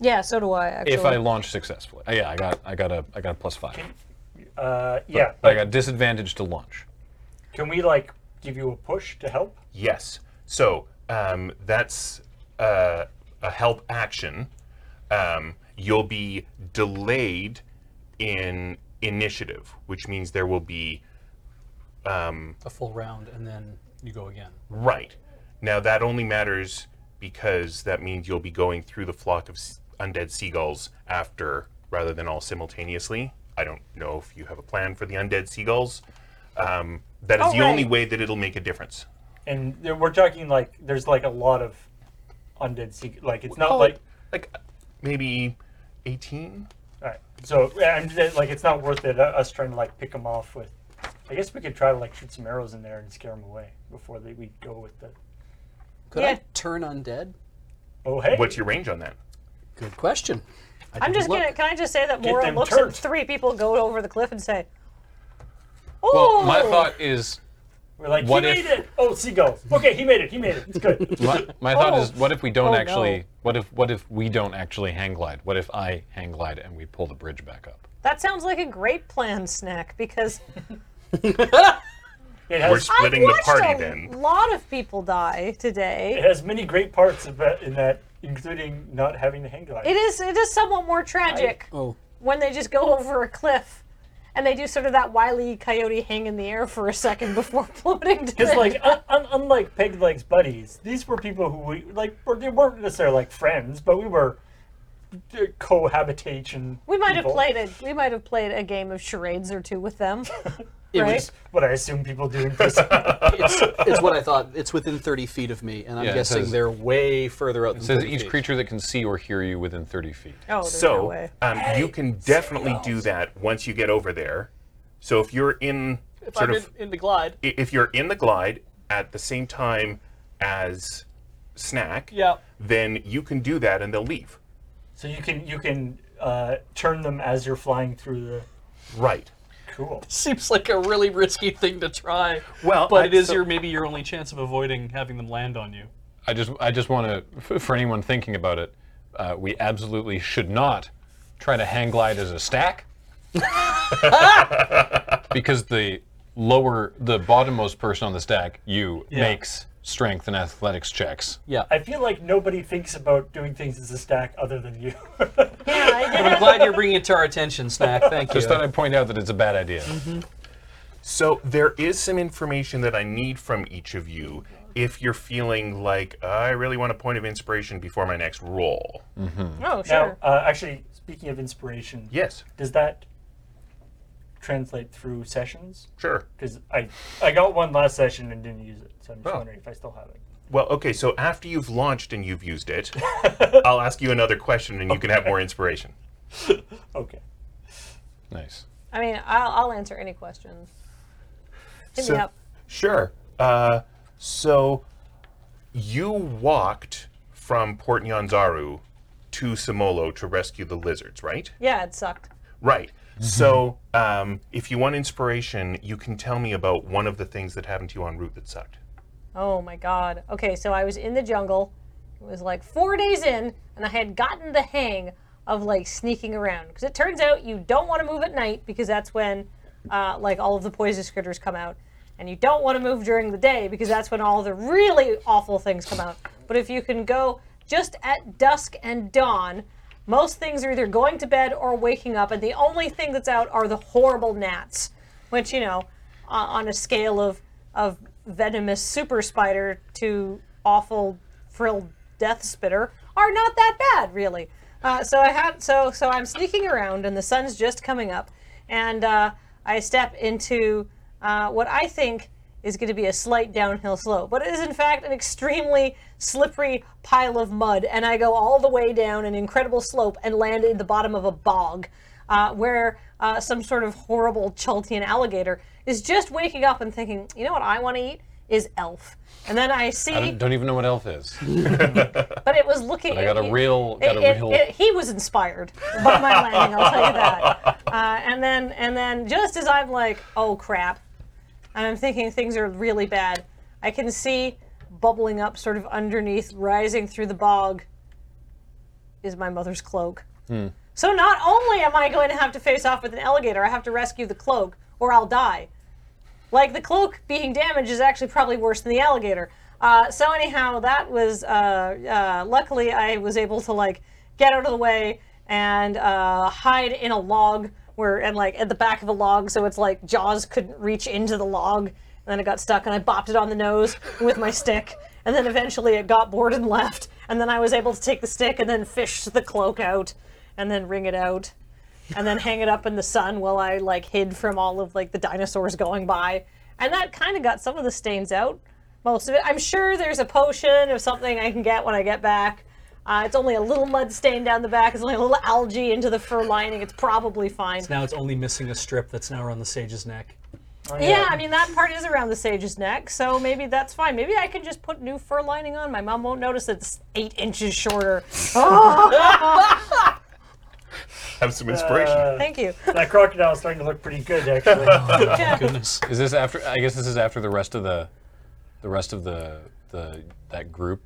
Speaker 3: yeah. So do I. Actually.
Speaker 5: If I launch successfully, Uh, yeah, I got I got a I got a plus five.
Speaker 2: Uh, yeah.
Speaker 5: I got disadvantage to launch.
Speaker 2: Can we like give you a push to help?
Speaker 1: Yes. So um, that's uh, a help action. Um, you'll be delayed in initiative, which means there will be
Speaker 4: a full round, and then you go again.
Speaker 1: right. Now that only matters because that means you'll be going through the flock of s- undead seagulls after, rather than all simultaneously. I don't know if you have a plan for the undead seagulls. Um, that is
Speaker 3: Oh,
Speaker 1: the only
Speaker 3: right.
Speaker 1: way that it'll make a difference.
Speaker 2: And there- we're talking like there's like a lot of undead secret. Like it's not
Speaker 3: Oh.
Speaker 1: Call
Speaker 2: like
Speaker 1: it, like uh, maybe eighteen.
Speaker 2: Alright, so yeah, I'm just, like, it's not worth it uh, us trying to like pick them off with. I guess we could try to like shoot some arrows in there and scare them away before they, we go with the.
Speaker 4: Could
Speaker 3: Yeah.
Speaker 4: I turn undead?
Speaker 2: Oh hey,
Speaker 1: What's your range on that?
Speaker 4: Good question. I
Speaker 3: I'm
Speaker 4: didn't
Speaker 3: just
Speaker 4: look.
Speaker 3: gonna. Can I just say that Laura
Speaker 2: them
Speaker 3: looks
Speaker 2: turned.
Speaker 3: at three people go over the cliff and say, "Oh,
Speaker 5: Well, my thought is
Speaker 2: we're like
Speaker 5: what
Speaker 2: he
Speaker 5: if-
Speaker 2: made it. Oh seagulls. Okay, he made it. He made it. It's good.
Speaker 5: my, my thought
Speaker 3: Oh.
Speaker 5: is what if we don't
Speaker 3: Oh,
Speaker 5: actually
Speaker 3: no.
Speaker 5: what if what if we don't actually hang glide? What if I hang glide and we pull the bridge back up?
Speaker 3: that sounds like a great plan, Snack." Because
Speaker 2: It
Speaker 1: We're
Speaker 2: has
Speaker 3: I
Speaker 1: splitting the
Speaker 3: watched
Speaker 1: party
Speaker 3: a
Speaker 1: then.
Speaker 3: lot of people die
Speaker 2: it
Speaker 3: today.
Speaker 2: has many great parts of that, in that, including not having the hang glide.
Speaker 3: It is. It is somewhat more tragic
Speaker 4: Oh.
Speaker 3: when they just go over a cliff. And they do sort of that wily coyote hang in the air for a second before floating to
Speaker 2: Because
Speaker 3: the-
Speaker 2: like un- un- unlike Peg Leg's buddies, these were people who we like. Were, they weren't necessarily like friends, but we were uh, cohabitation.
Speaker 3: we might have
Speaker 2: people.
Speaker 3: played a we might have played a game of charades or two with them,
Speaker 4: It
Speaker 3: right?
Speaker 4: was-
Speaker 2: What I assume people do in prison.
Speaker 4: it's, it's what I thought. It's within 30 feet of me, and I'm
Speaker 5: Yeah, it
Speaker 4: guessing
Speaker 5: says-
Speaker 4: they're way further out than
Speaker 5: It says
Speaker 4: 30
Speaker 5: each
Speaker 4: feet.
Speaker 5: creature that can see or hear you within 30 feet.
Speaker 3: oh, there's no
Speaker 1: So
Speaker 3: way.
Speaker 1: um, you can definitely do that once you get over there. So if you're in sort of
Speaker 4: in the glide.
Speaker 1: i- if you're in the glide at the same time as snack,
Speaker 4: Yeah.
Speaker 1: then you can do that and they'll leave.
Speaker 2: So you can you can uh, turn them as you're flying through the
Speaker 1: Right.
Speaker 2: cool.
Speaker 4: Seems like a really risky thing to try.
Speaker 1: Well,
Speaker 4: but
Speaker 1: I-
Speaker 4: it is
Speaker 1: so-
Speaker 4: your maybe your only chance of avoiding having them land on you.
Speaker 5: I just I just want to for anyone thinking about it, uh, we absolutely should not try to hang glide as a stack. because the lower, the bottommost person on the stack, you, makes strength and athletics checks.
Speaker 4: Yeah.
Speaker 2: I feel like nobody thinks about doing things as a stack other than you.
Speaker 3: Yeah, I did.
Speaker 4: I'm glad you're bringing it to our attention, Snack. Thank you.
Speaker 5: Just thought I'd point out that it's a bad idea.
Speaker 1: So there is some information that I need from each of you if you're feeling like I really want a point of inspiration before my next roll.
Speaker 3: Oh,
Speaker 2: now,
Speaker 3: sure.
Speaker 2: uh, actually, speaking of inspiration,
Speaker 1: Yes,
Speaker 2: does that translate through sessions?
Speaker 1: sure.
Speaker 2: Because I I got one last session and didn't use it, so I'm just
Speaker 1: Oh.
Speaker 2: wondering if I still have it.
Speaker 1: Well, okay, so after you've launched and you've used it, I'll ask you another question and you can have more inspiration.
Speaker 2: Okay.
Speaker 5: Nice.
Speaker 3: I mean, I'll, I'll answer any questions. Hit
Speaker 1: So-
Speaker 3: me up.
Speaker 1: Sure. Uh, so you walked from Port Nyanzaru to Simolo to rescue the lizards, right?
Speaker 3: Yeah, it sucked.
Speaker 1: Right. So um, if you want inspiration, you can tell me about one of the things that happened to you en route that sucked.
Speaker 3: Oh my god. Okay, so I was in the jungle. It was like four days in, and I had gotten the hang of like sneaking around because it turns out you don't want to move at night because that's when uh, like all of the poisonous critters come out, and you don't want to move during the day because that's when all the really awful things come out. But if you can go just at dusk and dawn, most things are either going to bed or waking up, and the only thing that's out are the horrible gnats, which you know, uh, on a scale of of venomous super spider to awful frilled death spitter are not that bad, really. Uh, so I have so so I'm sneaking around, and the sun's just coming up, and uh, I step into uh, what I think is going to be a slight downhill slope, but it is in fact an extremely slippery pile of mud, and I go all the way down an incredible slope and land in the bottom of a bog, uh, where uh, some sort of horrible Chultian alligator is just waking up and thinking, you know what I want to eat is elf, and then I see,
Speaker 5: I don't, don't even know what elf is.
Speaker 3: but it was looking.
Speaker 5: I got a
Speaker 3: it-
Speaker 5: real, got a
Speaker 3: it-
Speaker 5: real.
Speaker 3: it- he was inspired by my landing. I'll tell you that. Uh, and then, and then, just as I'm like, oh crap, and I'm thinking things are really bad, I can see bubbling up, sort of underneath, rising through the bog, is my mother's cloak.
Speaker 5: Hmm.
Speaker 3: So not only am I going to have to face off with an alligator, I have to rescue the cloak, or I'll die. Like the cloak being damaged is actually probably worse than the alligator. Uh, so anyhow, that was uh, uh, luckily I was able to like get out of the way and uh, hide in a log where and like at the back of a log, so it's like jaws couldn't reach into the log. And then it got stuck, and I bopped it on the nose with my stick. And then eventually it got bored and left. And then I was able to take the stick and then fish the cloak out, and then wring it out and then hang it up in the sun while I like hid from all of like the dinosaurs going by. And that kind of got some of the stains out. Most of it. I'm sure there's a potion or something I can get when I get back. Uh, it's only a little mud stain down the back. It's only a little algae into the fur lining. It's probably fine.
Speaker 4: now it's only missing a strip that's now around the sage's neck.
Speaker 3: yeah, I mean that part is around the sage's neck, so maybe that's fine. Maybe I can just put new fur lining on. My mom won't notice it's eight inches shorter.
Speaker 1: Have some inspiration.
Speaker 2: Uh,
Speaker 3: Thank you.
Speaker 2: That crocodile's starting to look pretty good, actually.
Speaker 4: Goodness.
Speaker 5: Is this after? I guess this is after the rest of the, the rest of the the that group,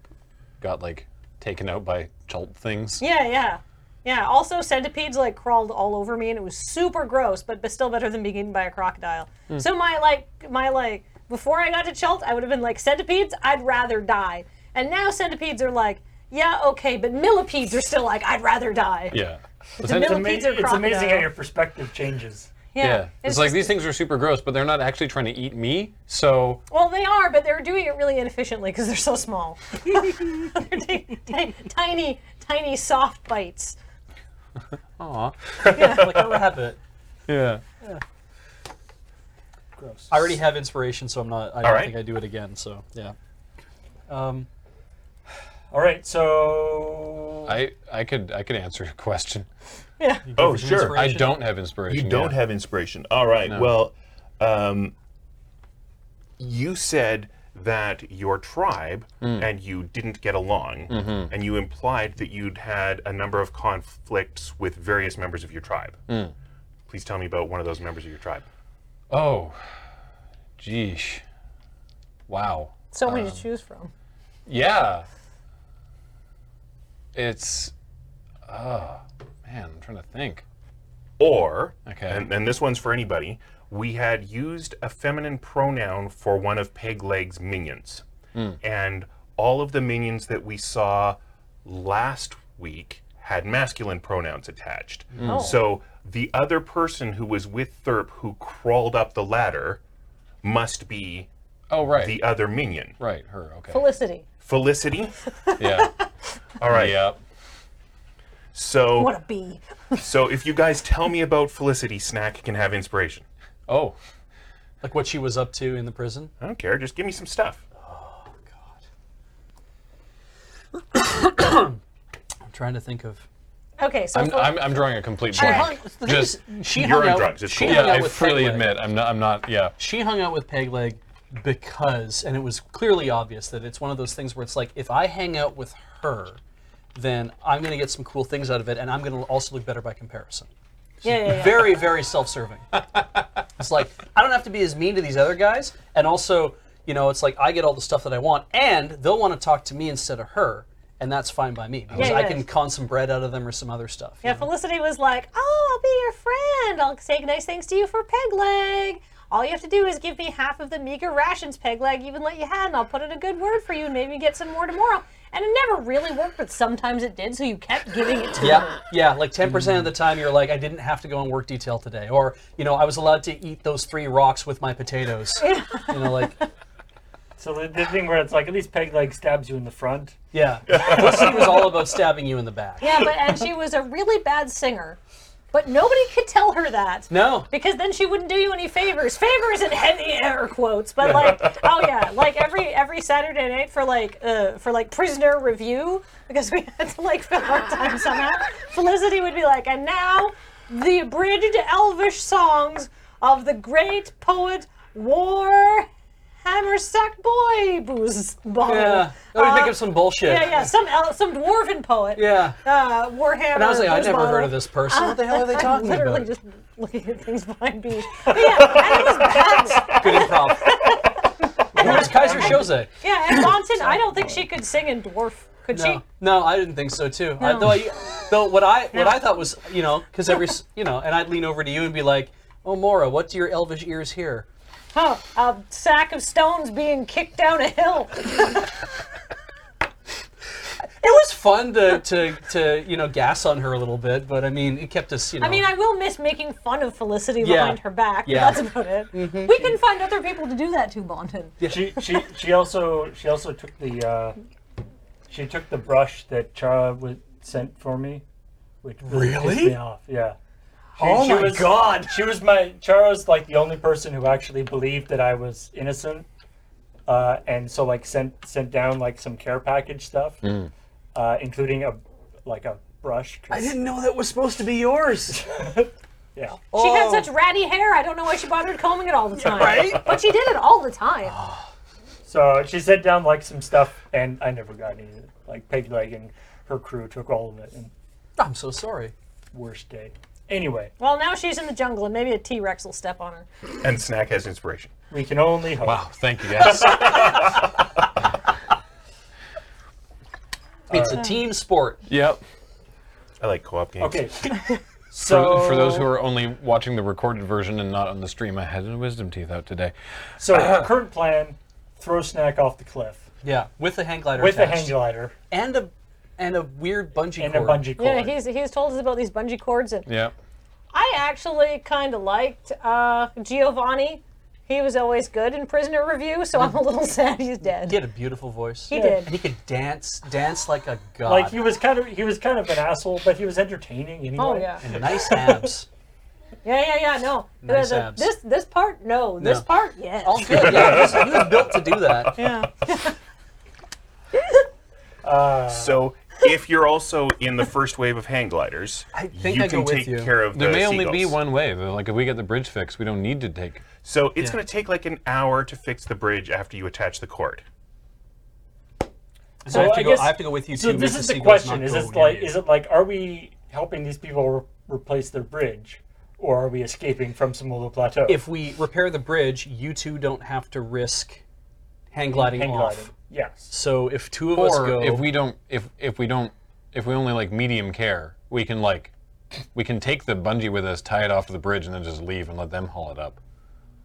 Speaker 5: got like taken out by chult things.
Speaker 3: Yeah, yeah. Yeah, also centipedes like crawled all over me and it was super gross, but, but still better than being eaten by a crocodile.
Speaker 5: Hmm.
Speaker 3: So my like my like before I got to Chult, I would have been like centipedes, I'd rather die. And now centipedes are like, yeah, okay, but millipedes are still like I'd rather die.
Speaker 5: Yeah.
Speaker 3: The
Speaker 5: Essentially-
Speaker 2: Ama-
Speaker 3: millipedes are
Speaker 2: it's
Speaker 3: crocodile.
Speaker 2: amazing how your perspective changes.
Speaker 3: yeah.
Speaker 5: Yeah. It's, like
Speaker 3: just-
Speaker 5: these things are super gross, but they're not actually trying to eat me. So
Speaker 3: Well, they are, but they're doing it really inefficiently because they're so small. they're taking ti- tiny, tiny soft bites.
Speaker 4: like a rabbit.
Speaker 5: yeah.
Speaker 2: Gross.
Speaker 4: I already have inspiration, so I'm not. I don't
Speaker 1: right.
Speaker 4: think I do it again. So yeah. Um,
Speaker 2: All right, so
Speaker 5: I I could I could answer your question.
Speaker 3: Yeah.
Speaker 1: oh,
Speaker 4: some
Speaker 1: sure.
Speaker 4: inspiration.
Speaker 5: I don't have inspiration.
Speaker 1: You don't
Speaker 5: yeah.
Speaker 1: have inspiration. All right. Well, um, you said that your tribe and you didn't get along, and you implied that you'd had a number of conflicts with various members of your tribe. Please tell me about one of those members of your tribe.
Speaker 5: Oh. Geesh. Wow.
Speaker 3: So many to choose from.
Speaker 5: Yeah. It's. Oh, man, I'm trying to think.
Speaker 1: Or,
Speaker 5: Okay.
Speaker 1: and, and this one's for anybody, we had used a feminine pronoun for one of Pegleg's minions. And all of the minions that we saw last week had masculine pronouns attached.
Speaker 3: Oh.
Speaker 1: So the other person who was with Thurp who crawled up the ladder must be
Speaker 5: Oh, right.
Speaker 1: the other minion.
Speaker 5: right, her. Okay.
Speaker 3: Felicity.
Speaker 1: Felicity?
Speaker 5: Yeah.
Speaker 1: All right.
Speaker 5: Yep.
Speaker 1: So
Speaker 3: What a bee.
Speaker 1: So if you guys tell me about Felicity, Snack can have inspiration.
Speaker 5: Oh,
Speaker 4: Like what she was up to in the prison.
Speaker 1: I don't care. Just give me some stuff.
Speaker 4: I'm trying to think of.
Speaker 3: Okay, so
Speaker 5: I'm,
Speaker 3: Fel-
Speaker 5: I'm, I'm drawing a complete
Speaker 4: She
Speaker 5: blank.
Speaker 4: hung, the thing
Speaker 5: Just
Speaker 4: is, she
Speaker 1: you're
Speaker 4: hung
Speaker 1: on
Speaker 4: out,
Speaker 1: drugs, it's
Speaker 4: She
Speaker 1: cool.
Speaker 4: hung
Speaker 5: yeah,
Speaker 4: out
Speaker 5: I
Speaker 4: with
Speaker 5: freely
Speaker 4: Pegleg.
Speaker 5: admit I'm not. I'm not. Yeah.
Speaker 4: She hung out with Pegleg because, and it was clearly obvious that it's one of those things where it's like, if I hang out with her, then I'm going to get some cool things out of it, and I'm going to also look better by comparison.
Speaker 3: yeah, yeah, yeah.
Speaker 4: Very, very self-serving. it's like I don't have to be as mean to these other guys, and also, you know, it's like I get all the stuff that I want, and they'll want to talk to me instead of her, and that's fine by me because
Speaker 3: Yeah,
Speaker 4: I
Speaker 3: yeah.
Speaker 4: can con some bread out of them or some other stuff. you
Speaker 3: Yeah,
Speaker 4: know?
Speaker 3: Felicity was like, "Oh, I'll be your friend. I'll say nice things to you for peg leg. All you have to do is give me half of the meager rations peg leg even let you had, and I'll put in a good word for you, and maybe get some more tomorrow." And it never really worked, but sometimes it did. So you kept giving it to
Speaker 4: Yeah, yeah. Like ten percent
Speaker 3: Mm.
Speaker 4: of the time, you're like, I didn't have to go and work detail today, or you know, I was allowed to eat those three rocks with my potatoes. you know, like
Speaker 2: So the, the thing where it's like at least Peg like stabs you in the front.
Speaker 4: yeah. Felicity was all about stabbing you in the back.
Speaker 3: Yeah, but and she was a really bad singer, but nobody could tell her that.
Speaker 4: No.
Speaker 3: Because then she wouldn't do you any favors. Favors in heavy air quotes, but like, oh yeah, like every every Saturday night for like uh, for like prisoner review because we had to like fill our time somehow. Felicity would be like, and now the abridged Elvish songs of the great poet War Hammersack Boy Booze Bottle.
Speaker 4: Yeah. I would
Speaker 3: Uh,
Speaker 4: make up some bullshit.
Speaker 3: yeah, yeah, some el- some dwarven poet.
Speaker 4: Yeah.
Speaker 3: Uh, Warhammer.
Speaker 4: And I was like, I
Speaker 3: Booze
Speaker 4: never
Speaker 3: Bottle.
Speaker 4: heard of this person. What the hell are they
Speaker 3: I'm
Speaker 4: talking
Speaker 3: literally
Speaker 4: about?
Speaker 3: just looking at things behind me. But yeah, and it was bad.
Speaker 4: Good improv. Who is Kaiser Soze?
Speaker 3: Yeah, and Monson, I don't think she could sing in dwarf. Could she?
Speaker 4: No, no, I didn't think so too. I,
Speaker 3: No.
Speaker 4: though, I, though, what I what I thought was, you know, because every, s- you know, and I'd lean over to you and be like, "Oh, Mora, what do your elvish ears hear?"
Speaker 3: Huh, a sack of stones being kicked down a hill.
Speaker 4: It was fun to, to, to you know gas on her a little bit, but I mean it kept us you know.
Speaker 3: I mean, I will miss making fun of Felicity
Speaker 4: Yeah.
Speaker 3: behind her back. but
Speaker 4: Yeah.
Speaker 3: That's about it.
Speaker 4: Mm-hmm.
Speaker 3: We can find other people to do that to, Bonton.
Speaker 2: She she she also she also took the uh, she took the brush that Chara was sent for me, which really, pissed
Speaker 4: Really?
Speaker 2: me off. Yeah. She,
Speaker 4: Oh my
Speaker 2: was,
Speaker 4: God.
Speaker 2: She was my Chara's like the only person who actually believed that I was innocent, uh, and so like sent sent down like some care package stuff, uh, including a like a brush. 'cause-
Speaker 4: know that was supposed to be yours.
Speaker 2: Yeah.
Speaker 3: She had
Speaker 4: Oh.
Speaker 3: such ratty hair. I don't know why she bothered combing it all the time. Right? But she did it all the time.
Speaker 2: So she sent down like some stuff, and I never got any. of it. Like Pegleg and her crew took all of it, and
Speaker 4: I'm so sorry.
Speaker 2: worst day. Anyway,
Speaker 3: Well, now she's in the jungle, and maybe a T Rex will step on her.
Speaker 1: And Snack has inspiration.
Speaker 2: we can only hope.
Speaker 5: Wow. Thank you. Yes.
Speaker 4: It's a team sport.
Speaker 5: yep.
Speaker 1: I like co-op games.
Speaker 2: Okay.
Speaker 5: For,
Speaker 2: so
Speaker 5: for those who are only watching the recorded version and not on the stream, I had a wisdom teeth out today.
Speaker 2: so current plan: throw snack off the cliff
Speaker 4: Yeah, with a hang glider
Speaker 2: with a
Speaker 4: attached.
Speaker 2: hang glider
Speaker 4: and a and a weird bungee
Speaker 2: and a
Speaker 4: cord.
Speaker 2: bungee
Speaker 3: Yeah,
Speaker 2: cord.
Speaker 3: he's he's told us about these bungee cords, and
Speaker 5: Yep.
Speaker 3: I actually kind of liked uh, Giovanni. He was always good in Prisoner Review, so I'm a little sad he's dead.
Speaker 4: He had a beautiful voice.
Speaker 3: He
Speaker 4: And he
Speaker 3: did.
Speaker 4: could dance, dance like a god.
Speaker 2: like he was kind of he was kind of an asshole, but he was entertaining anyway.
Speaker 3: Oh yeah,
Speaker 4: nice abs.
Speaker 3: yeah, yeah, yeah. No,
Speaker 4: Nice
Speaker 3: The- the-
Speaker 4: abs.
Speaker 3: this this part, no. This
Speaker 4: No.
Speaker 3: part, yes.
Speaker 4: All good. Yeah, he was, he was built to do that.
Speaker 3: Yeah.
Speaker 1: So if you're also in the first wave of hang gliders,
Speaker 4: I think
Speaker 1: you
Speaker 4: I go
Speaker 1: can
Speaker 4: with
Speaker 1: take
Speaker 4: you.
Speaker 1: care of
Speaker 5: There
Speaker 1: the
Speaker 5: may only be
Speaker 1: seagulls.
Speaker 5: one way. though. Like if we get the bridge fixed, we don't need to take.
Speaker 1: So it's going to take like an hour to fix the bridge after you attach the cord.
Speaker 2: So
Speaker 4: I, have to
Speaker 2: I
Speaker 4: go,
Speaker 2: guess-
Speaker 4: I have to go with you
Speaker 2: So
Speaker 4: too.
Speaker 2: this
Speaker 4: make
Speaker 2: is the
Speaker 4: seagulls
Speaker 2: question:
Speaker 4: not
Speaker 2: Is
Speaker 4: go
Speaker 2: it
Speaker 4: near
Speaker 2: like
Speaker 4: you.
Speaker 2: is it like are we helping these people re- replace their bridge, or are we escaping from Samula Plateau?
Speaker 4: if we repair the bridge, you two don't have to risk hang gliding
Speaker 2: hang
Speaker 4: off.
Speaker 2: gliding, yes.
Speaker 4: So if two of us
Speaker 5: Or
Speaker 4: go,
Speaker 5: if we don't, if if we don't, if we only like medium care, we can like We can take the bungee with us, tie it off to the bridge, and then just leave and let them haul it up.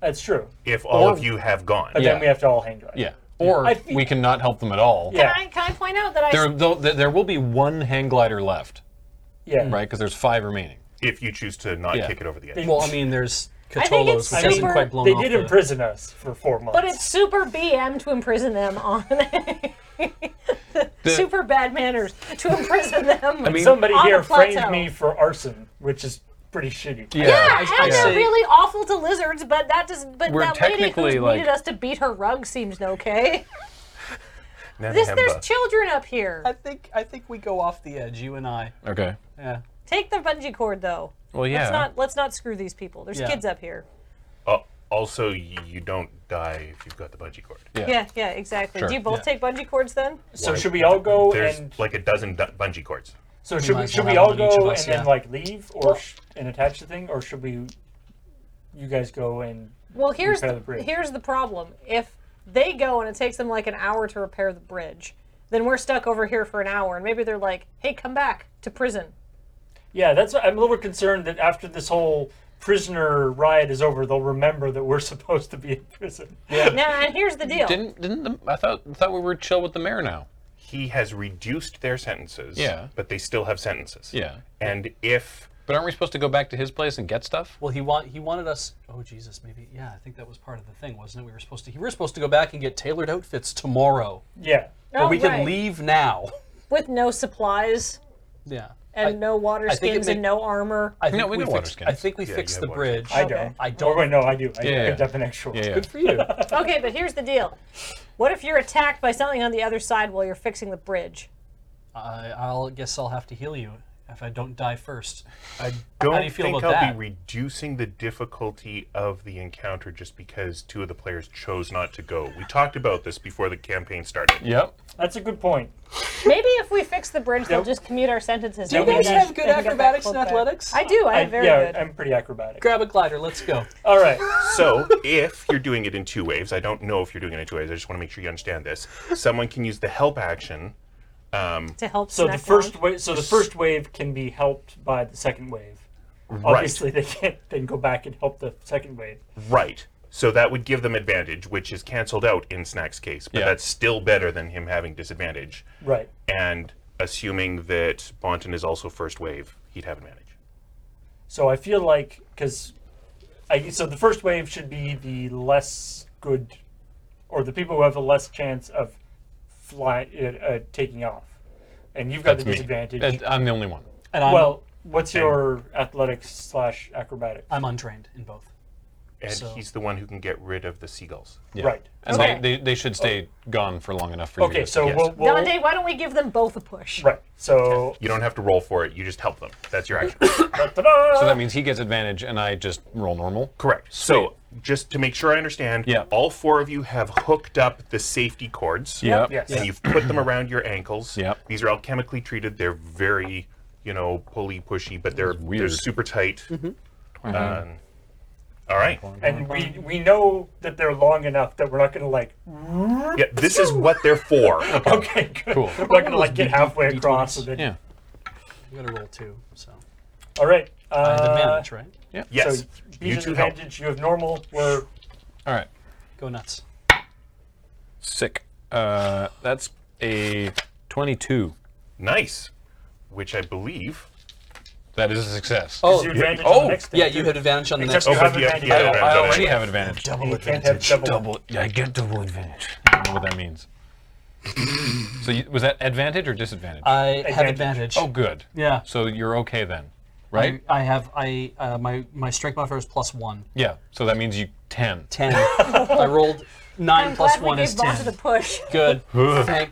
Speaker 2: That's true.
Speaker 1: if all
Speaker 4: Oh.
Speaker 5: Or-
Speaker 1: of you have gone.
Speaker 2: But
Speaker 5: Yeah.
Speaker 2: then we have to all hang glide.
Speaker 5: Yeah. Or
Speaker 2: I feel-
Speaker 5: we can not help them at all.
Speaker 2: Yeah.
Speaker 3: Can I, can I point out that I
Speaker 5: There, though, th- there will be one hang glider left,
Speaker 2: Yeah.
Speaker 5: right? Because there's five remaining.
Speaker 1: If you choose to not
Speaker 5: Yeah.
Speaker 1: kick it over the edge.
Speaker 4: Well, I mean, there's
Speaker 3: I think
Speaker 4: Catolos,
Speaker 3: it's
Speaker 4: which hasn't
Speaker 3: super-
Speaker 4: quite blown
Speaker 2: They
Speaker 4: off
Speaker 2: did
Speaker 4: the-
Speaker 2: imprison us for four months.
Speaker 3: But it's super BM to imprison them on super bad manners to imprison them. I
Speaker 5: mean-
Speaker 2: somebody
Speaker 3: on
Speaker 2: here
Speaker 3: a plateau.
Speaker 2: framed me for arson, which is pretty shitty.
Speaker 3: yeah,
Speaker 4: I- I
Speaker 3: and they're
Speaker 4: say-
Speaker 3: really awful to lizards, but that does. But
Speaker 5: We're
Speaker 3: that lady who
Speaker 5: technically,
Speaker 3: needed
Speaker 5: like-
Speaker 3: us to beat her rug seems okay.
Speaker 1: Nana
Speaker 3: This,
Speaker 1: Hemba.
Speaker 3: there's children up here.
Speaker 4: I think I think we go off the edge, you and I.
Speaker 5: Okay.
Speaker 4: Yeah.
Speaker 3: Take the bungee cord though.
Speaker 5: Well, yeah.
Speaker 3: Let's not let's not screw these people. There's
Speaker 4: Yeah.
Speaker 3: kids up here.
Speaker 1: Uh, also, y- you don't die if you've got the bungee cord.
Speaker 5: Yeah.
Speaker 3: Yeah, yeah, exactly.
Speaker 5: Sure.
Speaker 3: Do you both take bungee cords then?
Speaker 2: So should we all go
Speaker 1: There's
Speaker 2: and
Speaker 1: like a dozen du- bungee cords.
Speaker 2: so should
Speaker 4: might
Speaker 2: we,
Speaker 4: as
Speaker 2: should
Speaker 4: well
Speaker 2: we
Speaker 4: have
Speaker 2: all
Speaker 4: one each
Speaker 2: go
Speaker 4: of us,
Speaker 2: and then
Speaker 4: yeah.
Speaker 2: like leave or sh- and attach the thing or should we you guys go and
Speaker 3: Well, here's
Speaker 2: Repair the bridge.
Speaker 3: here's the problem. If they go and it takes them like an hour to repair the bridge, then we're stuck over here for an hour, and maybe they're like, "Hey, come back to prison."
Speaker 2: Yeah, that's I'm a little concerned that after this whole prisoner riot is over, they'll remember that we're supposed to be in prison.
Speaker 3: Now, and here's the deal.
Speaker 5: Didn't didn't the, I thought I thought we were chill with the mayor now?
Speaker 1: He has reduced their sentences,
Speaker 5: Yeah.
Speaker 1: but they still have sentences.
Speaker 5: Yeah.
Speaker 1: And if
Speaker 5: But aren't we supposed to go back to his place and get stuff?
Speaker 4: Well, he want he wanted us. Oh Jesus, maybe. Yeah, I think that was part of the thing, wasn't it? We were supposed to. We were supposed to go back and get tailored outfits tomorrow,
Speaker 2: Yeah.
Speaker 4: but
Speaker 3: Oh,
Speaker 4: we
Speaker 3: right.
Speaker 4: can leave now.
Speaker 3: with no supplies
Speaker 4: Yeah.
Speaker 3: and
Speaker 4: I-
Speaker 3: no water
Speaker 4: think it
Speaker 3: skins and
Speaker 4: make-
Speaker 3: no armor.
Speaker 4: I think
Speaker 5: we
Speaker 4: we
Speaker 5: got water
Speaker 4: fixed,
Speaker 5: skins.
Speaker 4: I think we
Speaker 1: you
Speaker 4: fixed
Speaker 1: have
Speaker 4: the
Speaker 1: water
Speaker 4: bridge.
Speaker 2: I don't.
Speaker 4: I
Speaker 2: Or
Speaker 4: don't.
Speaker 2: wait, no, I do. I
Speaker 5: Yeah.
Speaker 2: picked up an extra one.
Speaker 5: Yeah, yeah.
Speaker 4: Good for you.
Speaker 3: okay, but here's the deal. What if you're attacked by something on the other side while you're fixing the bridge?
Speaker 4: I, I'll guess I'll have to heal you if I don't die first.
Speaker 1: I don't
Speaker 4: how do you feel
Speaker 1: think
Speaker 4: about
Speaker 1: I'll
Speaker 4: that?
Speaker 1: be reducing the difficulty of the encounter just because two of the players chose not to go. We talked about this before the campaign started.
Speaker 5: Yep.
Speaker 2: That's a good point.
Speaker 3: Maybe if we fix the bridge, they'll
Speaker 2: Nope.
Speaker 3: just commute our sentences.
Speaker 4: Do you
Speaker 3: and then
Speaker 4: guys
Speaker 3: that-
Speaker 4: have good
Speaker 3: they can get that
Speaker 4: acrobatics
Speaker 3: cloak
Speaker 4: and
Speaker 3: back.
Speaker 4: athletics?
Speaker 3: I do. I have very
Speaker 2: yeah,
Speaker 3: good.
Speaker 2: I'm pretty acrobatic.
Speaker 4: Grab a glider. Let's go.
Speaker 2: All right.
Speaker 1: So, if you're doing it in two waves, I don't know if you're doing it in two waves. I just want to make sure you understand this. Someone can use the help action.
Speaker 3: to help.
Speaker 2: So the
Speaker 3: snack
Speaker 2: first
Speaker 3: along.
Speaker 2: wave. So the first wave can be helped by the second wave. Obviously, they can't then go back and help the second wave.
Speaker 1: Right. So that would give them advantage, which is canceled out in Snack's case, but
Speaker 5: Yeah.
Speaker 1: that's still better than him having disadvantage.
Speaker 2: Right.
Speaker 1: And assuming that Bonton is also first wave, he'd have advantage.
Speaker 2: So I feel like because, I so the first wave should be the less good, or the people who have the less chance of fly uh, uh, taking off, and you've got
Speaker 5: That's
Speaker 2: the
Speaker 5: me.
Speaker 2: disadvantage.
Speaker 5: That- I'm the only one.
Speaker 4: And I'm
Speaker 2: well, what's your athletics slash acrobatics?
Speaker 4: I'm untrained in both.
Speaker 1: And he's the one who can get rid of the seagulls.
Speaker 5: Yeah.
Speaker 2: Right.
Speaker 5: And
Speaker 3: Okay.
Speaker 5: they, they, they should stay gone for long enough for you.
Speaker 2: Okay,
Speaker 5: to
Speaker 2: so
Speaker 5: suggest.
Speaker 2: we'll, we'll
Speaker 3: Dante, why don't we give them both a push?
Speaker 2: right. So
Speaker 1: You don't have to roll for it, you just help them. That's your action.
Speaker 2: ta-da!
Speaker 5: so that means he gets advantage, and I just roll normal.
Speaker 1: Correct. So, just to make sure I understand,
Speaker 5: Yeah.
Speaker 1: all four of you have hooked up the safety cords.
Speaker 5: Yep.
Speaker 2: yes.
Speaker 1: And you've put them around your ankles.
Speaker 5: Yep.
Speaker 1: These are all chemically treated. They're very, you know, pulley pushy, but they're they're
Speaker 5: weird.
Speaker 1: super tight. Um, all right.
Speaker 2: and we we know that they're long enough that we're not gonna like.
Speaker 1: Yeah, this is what they're for.
Speaker 2: Okay, good.
Speaker 5: Cool.
Speaker 2: We're not gonna like get halfway
Speaker 4: D20s.
Speaker 2: across. And then,
Speaker 5: Yeah.
Speaker 4: I'm gonna roll two. So
Speaker 2: All right.
Speaker 4: I have
Speaker 2: Uh,
Speaker 4: advantage, right?
Speaker 1: Yes.
Speaker 2: So
Speaker 1: you
Speaker 2: you
Speaker 1: two help.
Speaker 2: advantage. You have normal. We're
Speaker 5: All right.
Speaker 4: Go nuts.
Speaker 5: Sick. Uh, that's a 22.
Speaker 1: Nice. Which I believe.
Speaker 5: That is a success.
Speaker 4: Oh,
Speaker 2: your advantage
Speaker 5: oh,
Speaker 2: on the next thing.
Speaker 4: yeah. You had advantage on the next
Speaker 2: Except
Speaker 4: one.
Speaker 2: you have
Speaker 1: oh, but you
Speaker 2: advantage.
Speaker 1: have- you
Speaker 2: on-
Speaker 1: have
Speaker 5: I already have advantage.
Speaker 4: Double
Speaker 2: You can't have double.
Speaker 5: Yeah, I get double advantage. I don't know what that means. so you, was that advantage or disadvantage?
Speaker 4: I have advantage.
Speaker 2: Advantage.
Speaker 5: oh, good.
Speaker 4: Uh, yeah.
Speaker 5: So you're okay then, right?
Speaker 4: I have I uh, my my strength modifier is plus one.
Speaker 5: yeah. So that means you 10.
Speaker 4: Ten. I rolled 9
Speaker 3: I'm
Speaker 4: plus
Speaker 3: glad
Speaker 4: one
Speaker 3: we
Speaker 4: is
Speaker 3: gave Bonta
Speaker 4: ten.
Speaker 3: the push.
Speaker 4: Good. Thank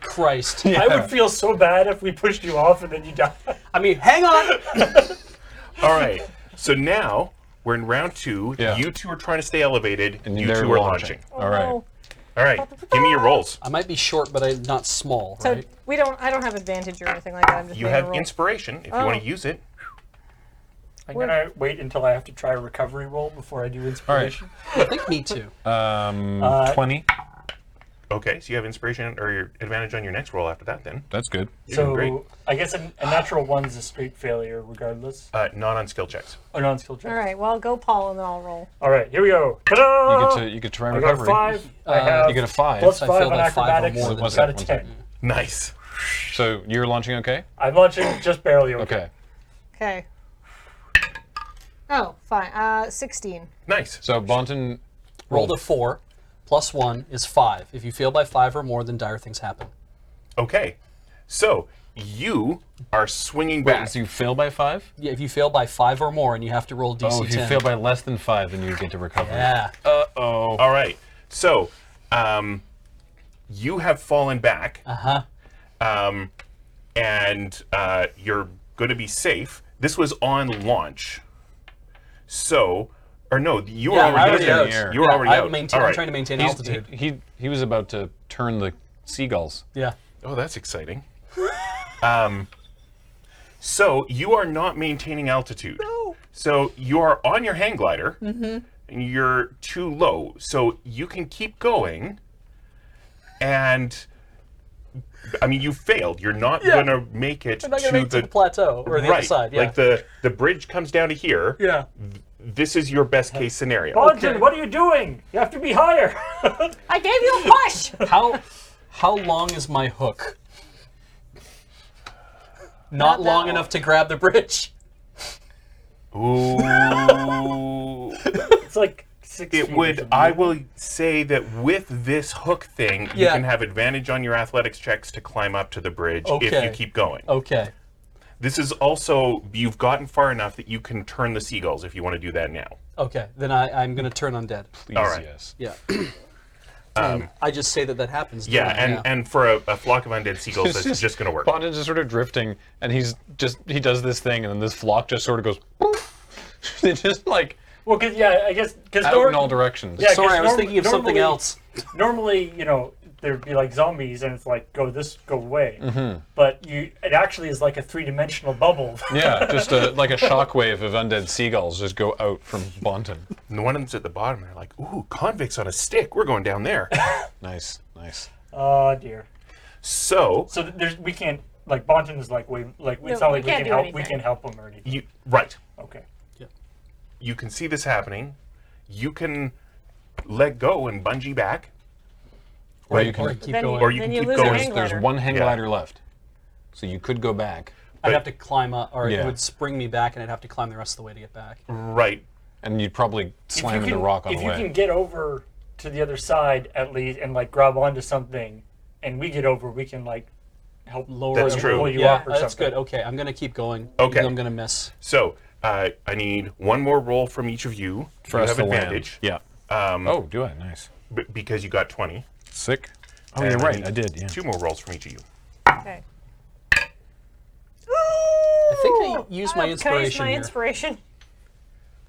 Speaker 4: Christ.
Speaker 2: I would feel so bad if we pushed you off and then you died.
Speaker 4: I mean, hang on.
Speaker 1: All right. So now we're in round two.
Speaker 5: Yeah.
Speaker 1: You two are trying to stay elevated. And you
Speaker 5: they're
Speaker 1: two are
Speaker 5: launching.
Speaker 1: launching.
Speaker 5: All right.
Speaker 3: Oh,
Speaker 1: All right. Give me your rolls.
Speaker 4: I might be short, but I'm not small,
Speaker 3: so
Speaker 4: right?
Speaker 3: we don't. I don't have advantage or anything like that. I'm just
Speaker 1: You
Speaker 3: making a
Speaker 1: have
Speaker 3: roll.
Speaker 1: inspiration if you want to use it.
Speaker 2: I'm gonna wait until I have to try a recovery roll before I do inspiration.
Speaker 5: Uh,
Speaker 4: I think me too.
Speaker 5: Um, 20.
Speaker 1: Okay, so you have inspiration or your advantage on your next roll after that, then.
Speaker 5: That's good.
Speaker 1: doing great.
Speaker 2: So I guess a, a natural one's a straight failure, regardless. Oh,
Speaker 1: Uh, not on skill checks.
Speaker 2: Or non-skill check.
Speaker 3: All right, well, go Paul and then I'll roll.
Speaker 2: All right, here we go.
Speaker 5: You
Speaker 2: Ta-da!
Speaker 5: get to you get to try
Speaker 2: I got
Speaker 5: recovery.
Speaker 2: a five. I
Speaker 4: Uh,
Speaker 2: have
Speaker 5: you get a five.
Speaker 2: Plus
Speaker 4: I
Speaker 2: five
Speaker 4: failed
Speaker 2: on
Speaker 4: by five or
Speaker 2: acrobatics.
Speaker 4: more than
Speaker 5: One
Speaker 2: got a
Speaker 5: second, one
Speaker 2: ten.
Speaker 5: second.
Speaker 1: Nice.
Speaker 5: So you're launching okay?
Speaker 2: I'm launching just barely. Over.
Speaker 5: Okay.
Speaker 3: Okay. Oh, fine. Uh, 16.
Speaker 1: Nice.
Speaker 5: So Bonton
Speaker 4: Rolled a four, plus one is five. If you fail by five or more, then dire things happen.
Speaker 1: Okay. So you are swinging back.
Speaker 5: So you fail by five?
Speaker 4: Yeah, if you fail by five or more, and you have to roll DC
Speaker 5: Oh, if you
Speaker 4: 10.
Speaker 5: fail by less than five, then you get to recover.
Speaker 4: yeah.
Speaker 1: All right. So um, you have fallen back. Uh-huh. Um, and uh, you're going to be safe. This was on launch. So, or no, you were
Speaker 4: Yeah, I
Speaker 1: already
Speaker 4: was
Speaker 1: out.
Speaker 4: out.
Speaker 1: You were
Speaker 4: Yeah,
Speaker 1: already
Speaker 4: I
Speaker 1: out.
Speaker 4: maintain-
Speaker 1: All
Speaker 4: I'm
Speaker 1: right.
Speaker 4: trying to maintain
Speaker 5: He's-
Speaker 4: altitude.
Speaker 5: He, he he was about to turn the seagulls.
Speaker 4: Yeah.
Speaker 1: Oh, that's exciting. um, so you are not maintaining altitude. No. So you are on your hang glider,
Speaker 4: Mm-hmm.
Speaker 1: and you're too low. So you can keep going, and I mean you failed. You're not gonna make it
Speaker 4: I'm not
Speaker 1: to
Speaker 4: gonna make it
Speaker 1: the
Speaker 4: to the plateau or the
Speaker 1: right.
Speaker 4: other side. Yeah.
Speaker 1: Like Mm. the the bridge comes down to here.
Speaker 4: yeah.
Speaker 1: This is your best case scenario.
Speaker 2: Bonton, what are you doing? You have to be higher.
Speaker 3: I gave you a push!
Speaker 4: How how long is my hook? Not,
Speaker 3: Not that
Speaker 4: long
Speaker 3: long.
Speaker 4: enough to grab the bridge.
Speaker 1: Ooh.
Speaker 2: it's like six.
Speaker 1: It
Speaker 2: feet or
Speaker 1: would.
Speaker 2: something.
Speaker 1: I will say that with this hook thing, you
Speaker 4: Yeah.
Speaker 1: can have advantage on your athletics checks to climb up to the bridge if
Speaker 4: Okay. Oh.
Speaker 1: you keep going.
Speaker 4: Okay.
Speaker 1: This is also you've gotten far enough that you can turn the seagulls if you want to do that now.
Speaker 4: Okay. Then I, I'm gonna turn undead.
Speaker 5: Please,
Speaker 1: All right.
Speaker 5: yes.
Speaker 4: Yeah. And I just say that that happens.
Speaker 1: Um, Yeah,
Speaker 4: don't I?
Speaker 1: and and for a, a flock of undead seagulls, that's just, going to work.
Speaker 5: Bonton's just sort of drifting, and he's just he does this thing, and then this flock just sort of goes. boop. it just like
Speaker 2: Well, 'cause- yeah, I guess because
Speaker 5: out in all directions.
Speaker 2: Yeah,
Speaker 4: Sorry, I was
Speaker 2: norm-
Speaker 4: thinking of something
Speaker 2: normally-
Speaker 4: else.
Speaker 2: normally, you know, there'd be like zombies, and it's like go this, go away.
Speaker 5: Mm-hmm.
Speaker 2: But you, it actually is like a three-dimensional bubble.
Speaker 5: Yeah, just a, like a shockwave of undead seagulls just go out from Bonton.
Speaker 1: And the ones at the bottom are like, "Ooh, convicts on a stick. We're going down there."
Speaker 5: Nice, nice.
Speaker 2: oh dear.
Speaker 1: so
Speaker 2: So th- there's we can't like Bonton is like we like
Speaker 3: No,
Speaker 2: it's not
Speaker 3: we
Speaker 2: like we
Speaker 3: can't
Speaker 2: can
Speaker 3: do
Speaker 2: help we
Speaker 3: anything.
Speaker 2: can help him or anything.
Speaker 1: you right,
Speaker 2: Okay.
Speaker 1: you can see this happening. You can let go and bungee back.
Speaker 5: Or you can.
Speaker 4: Or keep
Speaker 3: Then
Speaker 4: going.
Speaker 1: Or you
Speaker 3: then
Speaker 1: can
Speaker 3: you
Speaker 1: keep
Speaker 3: lose your
Speaker 1: going.
Speaker 5: There's,
Speaker 3: hang
Speaker 5: there's
Speaker 3: glider.
Speaker 5: one hang
Speaker 1: Yeah.
Speaker 5: glider left, so you could go back.
Speaker 4: I'd have to climb up, or
Speaker 5: Yeah.
Speaker 4: it would spring me back, and I'd have to climb the rest of the way to get back.
Speaker 1: Right.
Speaker 5: and you'd probably slam into the rock on
Speaker 2: if
Speaker 5: the
Speaker 2: you
Speaker 5: way.
Speaker 2: can get over to the other side at least and like grab onto something, and we get over, we can like help lower
Speaker 1: That's
Speaker 2: you-
Speaker 1: true.
Speaker 2: pull you
Speaker 4: yeah, uh,
Speaker 2: up or
Speaker 4: that's
Speaker 2: something.
Speaker 4: good. Okay, I'm gonna keep going.
Speaker 1: Okay.
Speaker 4: I'm gonna miss.
Speaker 1: So uh, I need one more roll from each of you.
Speaker 5: For
Speaker 1: you
Speaker 5: us
Speaker 1: have
Speaker 5: to land.
Speaker 1: advantage Um,
Speaker 5: Yeah. oh, do I? Nice.
Speaker 1: b- because you got 20.
Speaker 5: Sick. Oh,
Speaker 1: And
Speaker 5: you're
Speaker 1: I
Speaker 5: right.
Speaker 1: need
Speaker 5: I did. Yeah.
Speaker 1: Two more rolls from each of you.
Speaker 3: Okay.
Speaker 4: I think I use my
Speaker 3: Oh, Can I use
Speaker 4: inspiration
Speaker 3: my
Speaker 4: here.
Speaker 3: inspiration?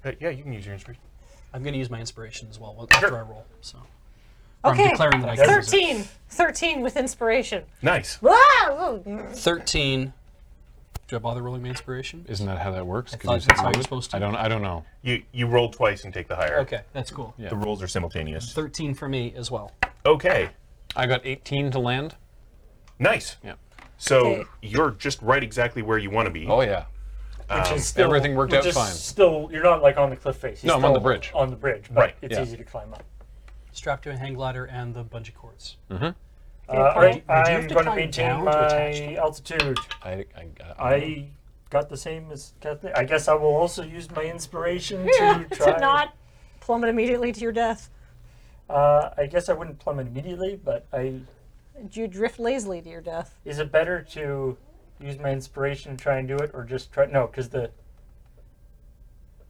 Speaker 1: Uh, yeah, you can use your inspiration.
Speaker 4: I'm gonna use my inspiration as well once- after I roll. So Or
Speaker 3: Okay.
Speaker 4: I'm declaring that I can use it.
Speaker 3: 13. 13 with inspiration.
Speaker 1: Nice.
Speaker 2: Uh,
Speaker 3: Ah!
Speaker 4: Thirteen. Do I bother rolling my inspiration?
Speaker 5: Isn't that how that works? 'Cause
Speaker 4: thought
Speaker 5: you said
Speaker 4: that's how
Speaker 5: you
Speaker 4: you're
Speaker 5: would.
Speaker 4: supposed to.
Speaker 5: I don't. I don't know.
Speaker 1: You you roll twice and take the higher.
Speaker 4: Okay, that's cool.
Speaker 1: The rolls are simultaneous.
Speaker 4: Thirteen for me as well.
Speaker 1: Okay.
Speaker 5: I got 18 to land.
Speaker 1: Nice.
Speaker 5: Yeah.
Speaker 1: So
Speaker 3: Okay.
Speaker 1: you're just right exactly where you want to be.
Speaker 5: Oh yeah.
Speaker 2: Which is still,
Speaker 5: Um, everything worked
Speaker 2: which
Speaker 5: out
Speaker 2: is
Speaker 5: fine.
Speaker 2: Still, you're not like on the cliff face. You're
Speaker 5: No, I'm on the
Speaker 2: still
Speaker 5: bridge.
Speaker 2: On the bridge, but
Speaker 1: Right,
Speaker 2: It's
Speaker 5: yeah.
Speaker 2: easy to climb up.
Speaker 4: Strapped to a hang glider and the bungee cords.
Speaker 2: Uh, all right,
Speaker 4: Would you have
Speaker 2: I'm going
Speaker 4: to
Speaker 2: to
Speaker 4: climb
Speaker 2: maintain
Speaker 4: down to attach
Speaker 2: my
Speaker 4: them?
Speaker 2: altitude.
Speaker 5: I. I. I,
Speaker 2: I got the same as Kathleen. I guess I will also use my inspiration
Speaker 3: Yeah,
Speaker 2: to try.
Speaker 3: to not plummet immediately to your death.
Speaker 2: Uh, I guess I wouldn't plummet immediately, but I.
Speaker 3: You drift lazily to your death.
Speaker 2: Is it better to use my inspiration to try and do it, or just try? No, because the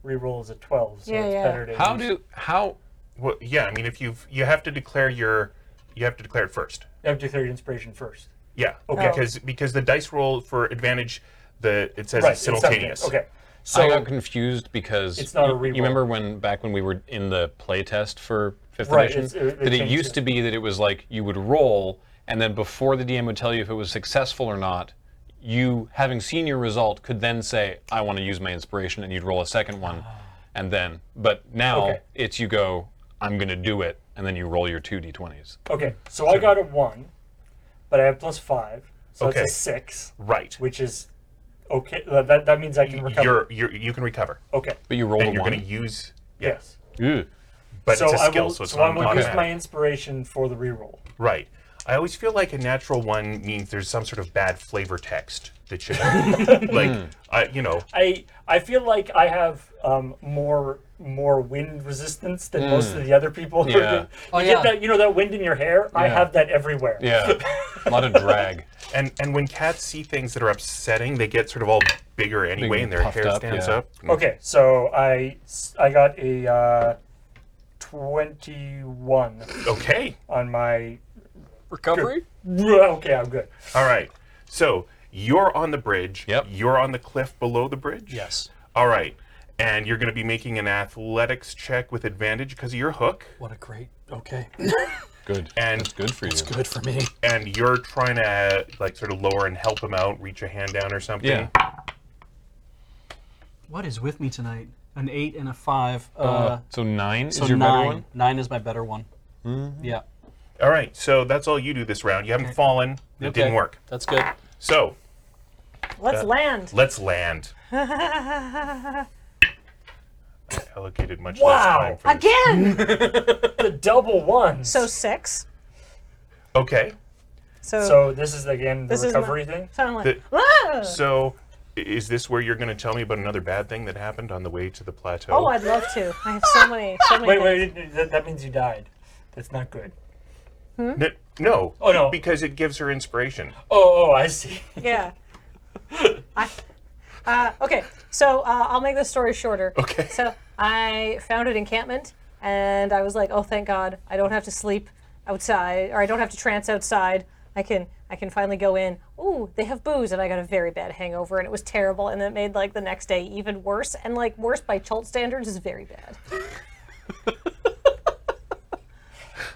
Speaker 2: reroll is a twelve, so
Speaker 3: Yeah,
Speaker 2: it's
Speaker 3: yeah.
Speaker 2: better to.
Speaker 5: how
Speaker 2: use-
Speaker 5: do how?
Speaker 1: Well, yeah, I mean if you've you have to declare your you have to declare it first.
Speaker 2: you have to declare your inspiration first?
Speaker 1: Yeah.
Speaker 2: Okay.
Speaker 1: Because because the dice roll for advantage the it says
Speaker 2: Right,
Speaker 1: it's
Speaker 2: it's
Speaker 1: simultaneous.
Speaker 2: Okay. So
Speaker 5: I got confused because
Speaker 2: It's not a
Speaker 5: you, you
Speaker 2: reroll.
Speaker 5: remember when back when we were in the play test for fifth
Speaker 2: Right,
Speaker 5: edition
Speaker 2: it's- it- they
Speaker 5: that it
Speaker 2: changed
Speaker 5: used
Speaker 2: it.
Speaker 5: to be that it was like you would roll and then before the DM would tell you if it was successful or not, you having seen your result could then say I want to use my inspiration and you'd roll a second one, and then but now
Speaker 2: Ah. Okay.
Speaker 5: it's you go I'm gonna do it and then you roll your two d20s.
Speaker 2: Okay, so I got a one, but I have plus five, so
Speaker 1: Okay.
Speaker 2: it's a six,
Speaker 1: Right.
Speaker 2: which is okay. That that means I can recover.
Speaker 1: You're, you're, you can recover.
Speaker 2: okay.
Speaker 5: But you roll
Speaker 1: And
Speaker 5: a
Speaker 1: you're
Speaker 5: one.
Speaker 1: going to use.
Speaker 2: Yes.
Speaker 5: Ugh.
Speaker 1: But
Speaker 2: So
Speaker 1: it's a
Speaker 2: I
Speaker 1: skill,
Speaker 2: will.
Speaker 1: so it's
Speaker 2: so I
Speaker 1: not
Speaker 2: will use
Speaker 1: automatic.
Speaker 2: my inspiration for the reroll.
Speaker 1: Right. I always feel like a natural one means there's some sort of bad flavor text that should,
Speaker 5: Hmm.
Speaker 1: like, I, you know,
Speaker 2: I I feel like I have um, more more wind resistance than most of the other people.
Speaker 5: Yeah.
Speaker 2: you
Speaker 4: Hmm. Oh,
Speaker 2: get
Speaker 4: yeah.
Speaker 2: that you know that wind in your hair. I
Speaker 5: Yeah.
Speaker 2: have that everywhere.
Speaker 5: Yeah. a lot of drag.
Speaker 1: and and when cats see things that are upsetting, they get sort of all bigger anyway,
Speaker 5: Big
Speaker 1: and their
Speaker 5: puffed
Speaker 1: hair
Speaker 5: up,
Speaker 1: stands
Speaker 5: yeah.
Speaker 1: up.
Speaker 2: Okay, so I s- I got a uh, twenty one
Speaker 1: Okay.
Speaker 2: on my.
Speaker 4: Recovery?
Speaker 2: Okay, I'm good.
Speaker 1: All right. So you're on the bridge.
Speaker 5: Yep.
Speaker 1: You're on the cliff below the bridge.
Speaker 4: Yes.
Speaker 1: All right. And you're going to be making an athletics check with advantage because of your hook,
Speaker 4: What a great. Okay.
Speaker 5: Good.
Speaker 1: And-
Speaker 5: That's good for you.
Speaker 4: Good for me.
Speaker 1: and you're trying to like sort of lower and help him out, reach a hand down or something.
Speaker 5: Yeah.
Speaker 4: What is with me tonight? An eight and a five. Uh,
Speaker 5: Uh, so nine
Speaker 4: so
Speaker 5: is your
Speaker 4: nine.
Speaker 5: better one.
Speaker 4: Nine is my better one. Yeah.
Speaker 1: All right. So that's all you do this round. You haven't fallen. It
Speaker 4: Okay.
Speaker 1: didn't work.
Speaker 4: That's good.
Speaker 1: So
Speaker 3: Let's land.
Speaker 1: let's land. I allocated much
Speaker 2: Wow.
Speaker 1: less time for this.
Speaker 3: Again!
Speaker 2: The double one.
Speaker 3: so six.
Speaker 1: Okay.
Speaker 3: So,
Speaker 2: So this is again the
Speaker 3: This is my-
Speaker 2: recovery thing.
Speaker 3: so I'm like,
Speaker 1: The-
Speaker 3: "Ah!"
Speaker 1: So i- is this where you're going to tell me about another bad thing that happened on the way to the plateau?
Speaker 3: Oh, I'd love to. I have so many, so many
Speaker 2: Wait,
Speaker 3: things.
Speaker 2: wait, wait, that, that means you died. That's not good.
Speaker 1: N- no.
Speaker 2: Oh, no.
Speaker 1: Because it gives her inspiration.
Speaker 2: Oh, oh, I see.
Speaker 3: Yeah. I, uh, okay, so uh, I'll make this story shorter.
Speaker 1: Okay.
Speaker 3: So I found an encampment, and I was like, "Oh, thank God! I don't have to sleep outside, or I don't have to trance outside. I can, I can finally go in." Ooh, they have booze, and I got a very bad hangover, and it was terrible, and it made like the next day even worse, and like worse by Chult standards is very bad.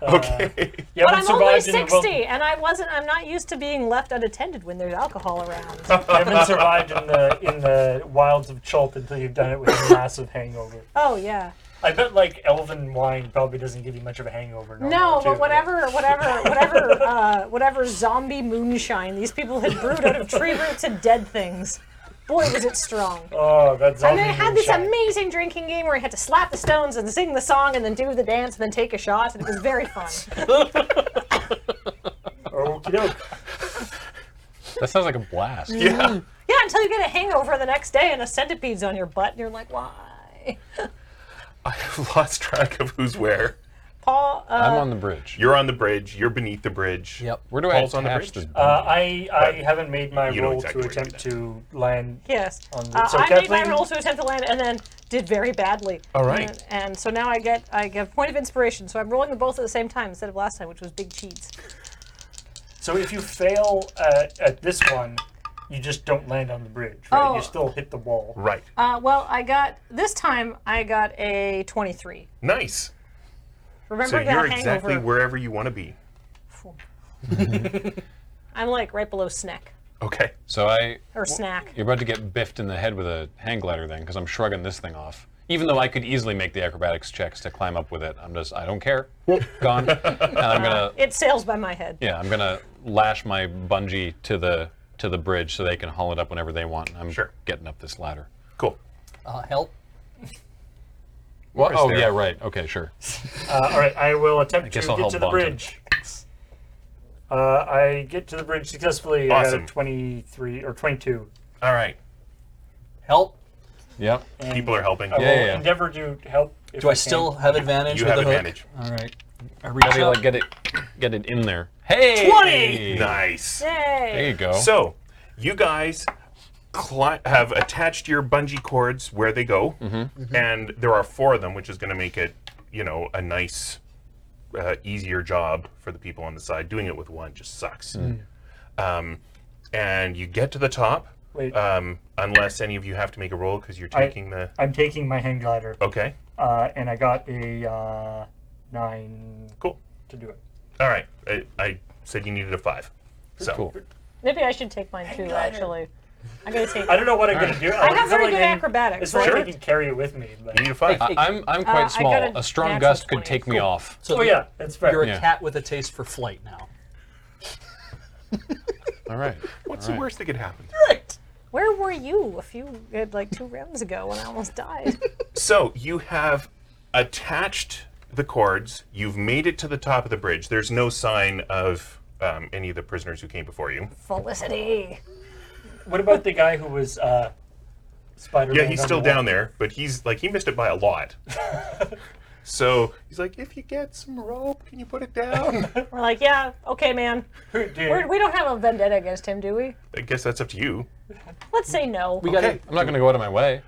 Speaker 1: okay.
Speaker 2: You
Speaker 3: But
Speaker 2: haven't
Speaker 3: I'm only
Speaker 2: survived in the
Speaker 3: sixty,
Speaker 2: wil-
Speaker 3: and I wasn't. I'm not used to being left unattended when there's alcohol around.
Speaker 2: you haven't survived in the in the wilds of Chult until you've done it with a massive hangover.
Speaker 3: oh yeah.
Speaker 2: I bet like elven wine probably doesn't give you much of a hangover.
Speaker 3: No,
Speaker 2: normally,
Speaker 3: but
Speaker 2: too.
Speaker 3: whatever, whatever, whatever, uh, whatever zombie moonshine these people had brewed out of tree roots and dead things. Boy, was it strong.
Speaker 2: Oh, that's
Speaker 3: And then I had this amazing drinking game where I had to slap the stones and sing the song and then do the dance and then take a shot, and it was very fun.
Speaker 5: That sounds like a blast.
Speaker 1: Yeah.
Speaker 3: Yeah, until you get a hangover the next day and a centipede's on your butt, and you're like, why?
Speaker 1: I've lost track of who's where.
Speaker 3: Paul,
Speaker 5: I'm
Speaker 3: uh,
Speaker 5: on the bridge.
Speaker 1: You're on the bridge. You're beneath the bridge.
Speaker 4: Yep.
Speaker 5: Where do
Speaker 1: Paul's
Speaker 5: I
Speaker 1: on the
Speaker 5: attach
Speaker 1: bridge?
Speaker 5: this?
Speaker 2: Uh, I I haven't made my
Speaker 1: You know
Speaker 2: roll
Speaker 1: exactly
Speaker 2: to
Speaker 1: what you
Speaker 2: attempt to land.
Speaker 3: yes,
Speaker 2: On the-
Speaker 3: uh,
Speaker 2: so
Speaker 3: I made
Speaker 2: Kathleen-
Speaker 3: my roll to attempt to land and then did very badly.
Speaker 1: All right.
Speaker 3: And, and so now I get I get a point of inspiration, so I'm rolling them both at the same time instead of last time, which was big cheats.
Speaker 2: So if you fail at, at this one, you just don't land on the bridge. Right?
Speaker 3: Oh.
Speaker 2: You still hit the wall.
Speaker 1: Right.
Speaker 3: Uh, well, I got this time. I got a twenty-three.
Speaker 1: Nice.
Speaker 3: Remember
Speaker 1: So
Speaker 3: that
Speaker 1: you're
Speaker 3: hangover?
Speaker 1: exactly wherever you want to be.
Speaker 3: I'm like right below snack
Speaker 1: Okay.
Speaker 5: So I.
Speaker 3: or snack.
Speaker 5: You're about to get biffed in the head with a hang glider then, because I'm shrugging this thing off. Even though I could easily make the acrobatics checks to climb up with it, I'm just I don't care. Gone. And I'm gonna
Speaker 3: It sails by my head.
Speaker 5: yeah, I'm gonna lash my bungee to the to the bridge so they can haul it up whenever they want. And I'm
Speaker 1: Sure.
Speaker 5: getting up this ladder.
Speaker 1: Cool.
Speaker 4: Uh, help.
Speaker 5: What? Oh
Speaker 1: there.
Speaker 5: yeah, right. Okay, sure.
Speaker 2: Uh, all right, I will attempt
Speaker 5: guess
Speaker 2: to
Speaker 5: I'll
Speaker 2: get
Speaker 5: help
Speaker 2: to the
Speaker 5: Bonton.
Speaker 2: bridge. Uh, I get to the bridge successfully. I got
Speaker 1: Awesome.
Speaker 2: a 23 or 22.
Speaker 1: All right.
Speaker 4: Help.
Speaker 5: Yep.
Speaker 1: People are helping.
Speaker 2: I will
Speaker 5: yeah, yeah.
Speaker 2: endeavor to help. If
Speaker 4: Do I still have advantage?
Speaker 1: You
Speaker 4: with
Speaker 1: have
Speaker 4: the hook?
Speaker 1: advantage.
Speaker 4: All right. I
Speaker 5: How
Speaker 4: reach
Speaker 5: do you
Speaker 4: out.
Speaker 5: like get it get it in there? Hey.
Speaker 4: 20!
Speaker 1: Nice.
Speaker 5: There
Speaker 3: Yay!
Speaker 5: you go.
Speaker 1: So, you guys cli- have attached your bungee cords where they go, and there are four of them, which is going to make it, you know, a nice, uh, easier job for the people on the side. Doing it with one just sucks. Um, and you get to the top,
Speaker 2: Wait.
Speaker 1: um, unless any of you have to make a roll because you're
Speaker 2: I-
Speaker 1: taking
Speaker 2: I'm taking my hang glider,
Speaker 1: the. Okay,
Speaker 2: uh, and I got a uh, nine
Speaker 1: cool.
Speaker 2: to do it.
Speaker 1: All right. I, I said you needed a five. So,
Speaker 5: cool.
Speaker 3: Maybe I should take mine too. Actually, I'm gonna see.
Speaker 2: I don't know what I'm gonna do.
Speaker 3: I have very good acrobatics,
Speaker 2: It's not like
Speaker 3: right?
Speaker 2: I can carry it with me. But,
Speaker 1: You need a five.
Speaker 4: I-
Speaker 5: I'm I'm quite
Speaker 3: Uh, I
Speaker 5: small.
Speaker 3: got a
Speaker 5: A strong
Speaker 3: natural
Speaker 5: gust could
Speaker 3: 20.
Speaker 5: take me off.
Speaker 4: So
Speaker 2: oh yeah, that's fair.
Speaker 4: You're a
Speaker 5: Yeah.
Speaker 4: cat with a taste for flight now.
Speaker 5: All right.
Speaker 1: What's the worst that could happen?
Speaker 4: Right.
Speaker 3: Where were you a few uh, like two rounds ago when I almost died?
Speaker 1: So you have attached the cords. You've made it to the top of the bridge. There's no sign of um, any of the prisoners who came before you.
Speaker 3: Felicity.
Speaker 2: What about the guy who was uh, Spider-Man?
Speaker 1: Yeah, he's
Speaker 2: on
Speaker 1: still
Speaker 2: the wall?
Speaker 1: down there, but he's like he missed it by a lot. so he's like, if you get some rope, can you put it down?
Speaker 3: We're like, yeah, okay, man.
Speaker 2: Who did?
Speaker 3: We're, we don't have a vendetta against him, do we?
Speaker 1: I guess that's up to you.
Speaker 3: Let's say no.
Speaker 4: We got
Speaker 1: Okay.
Speaker 4: it.
Speaker 5: I'm not going to go out of my way.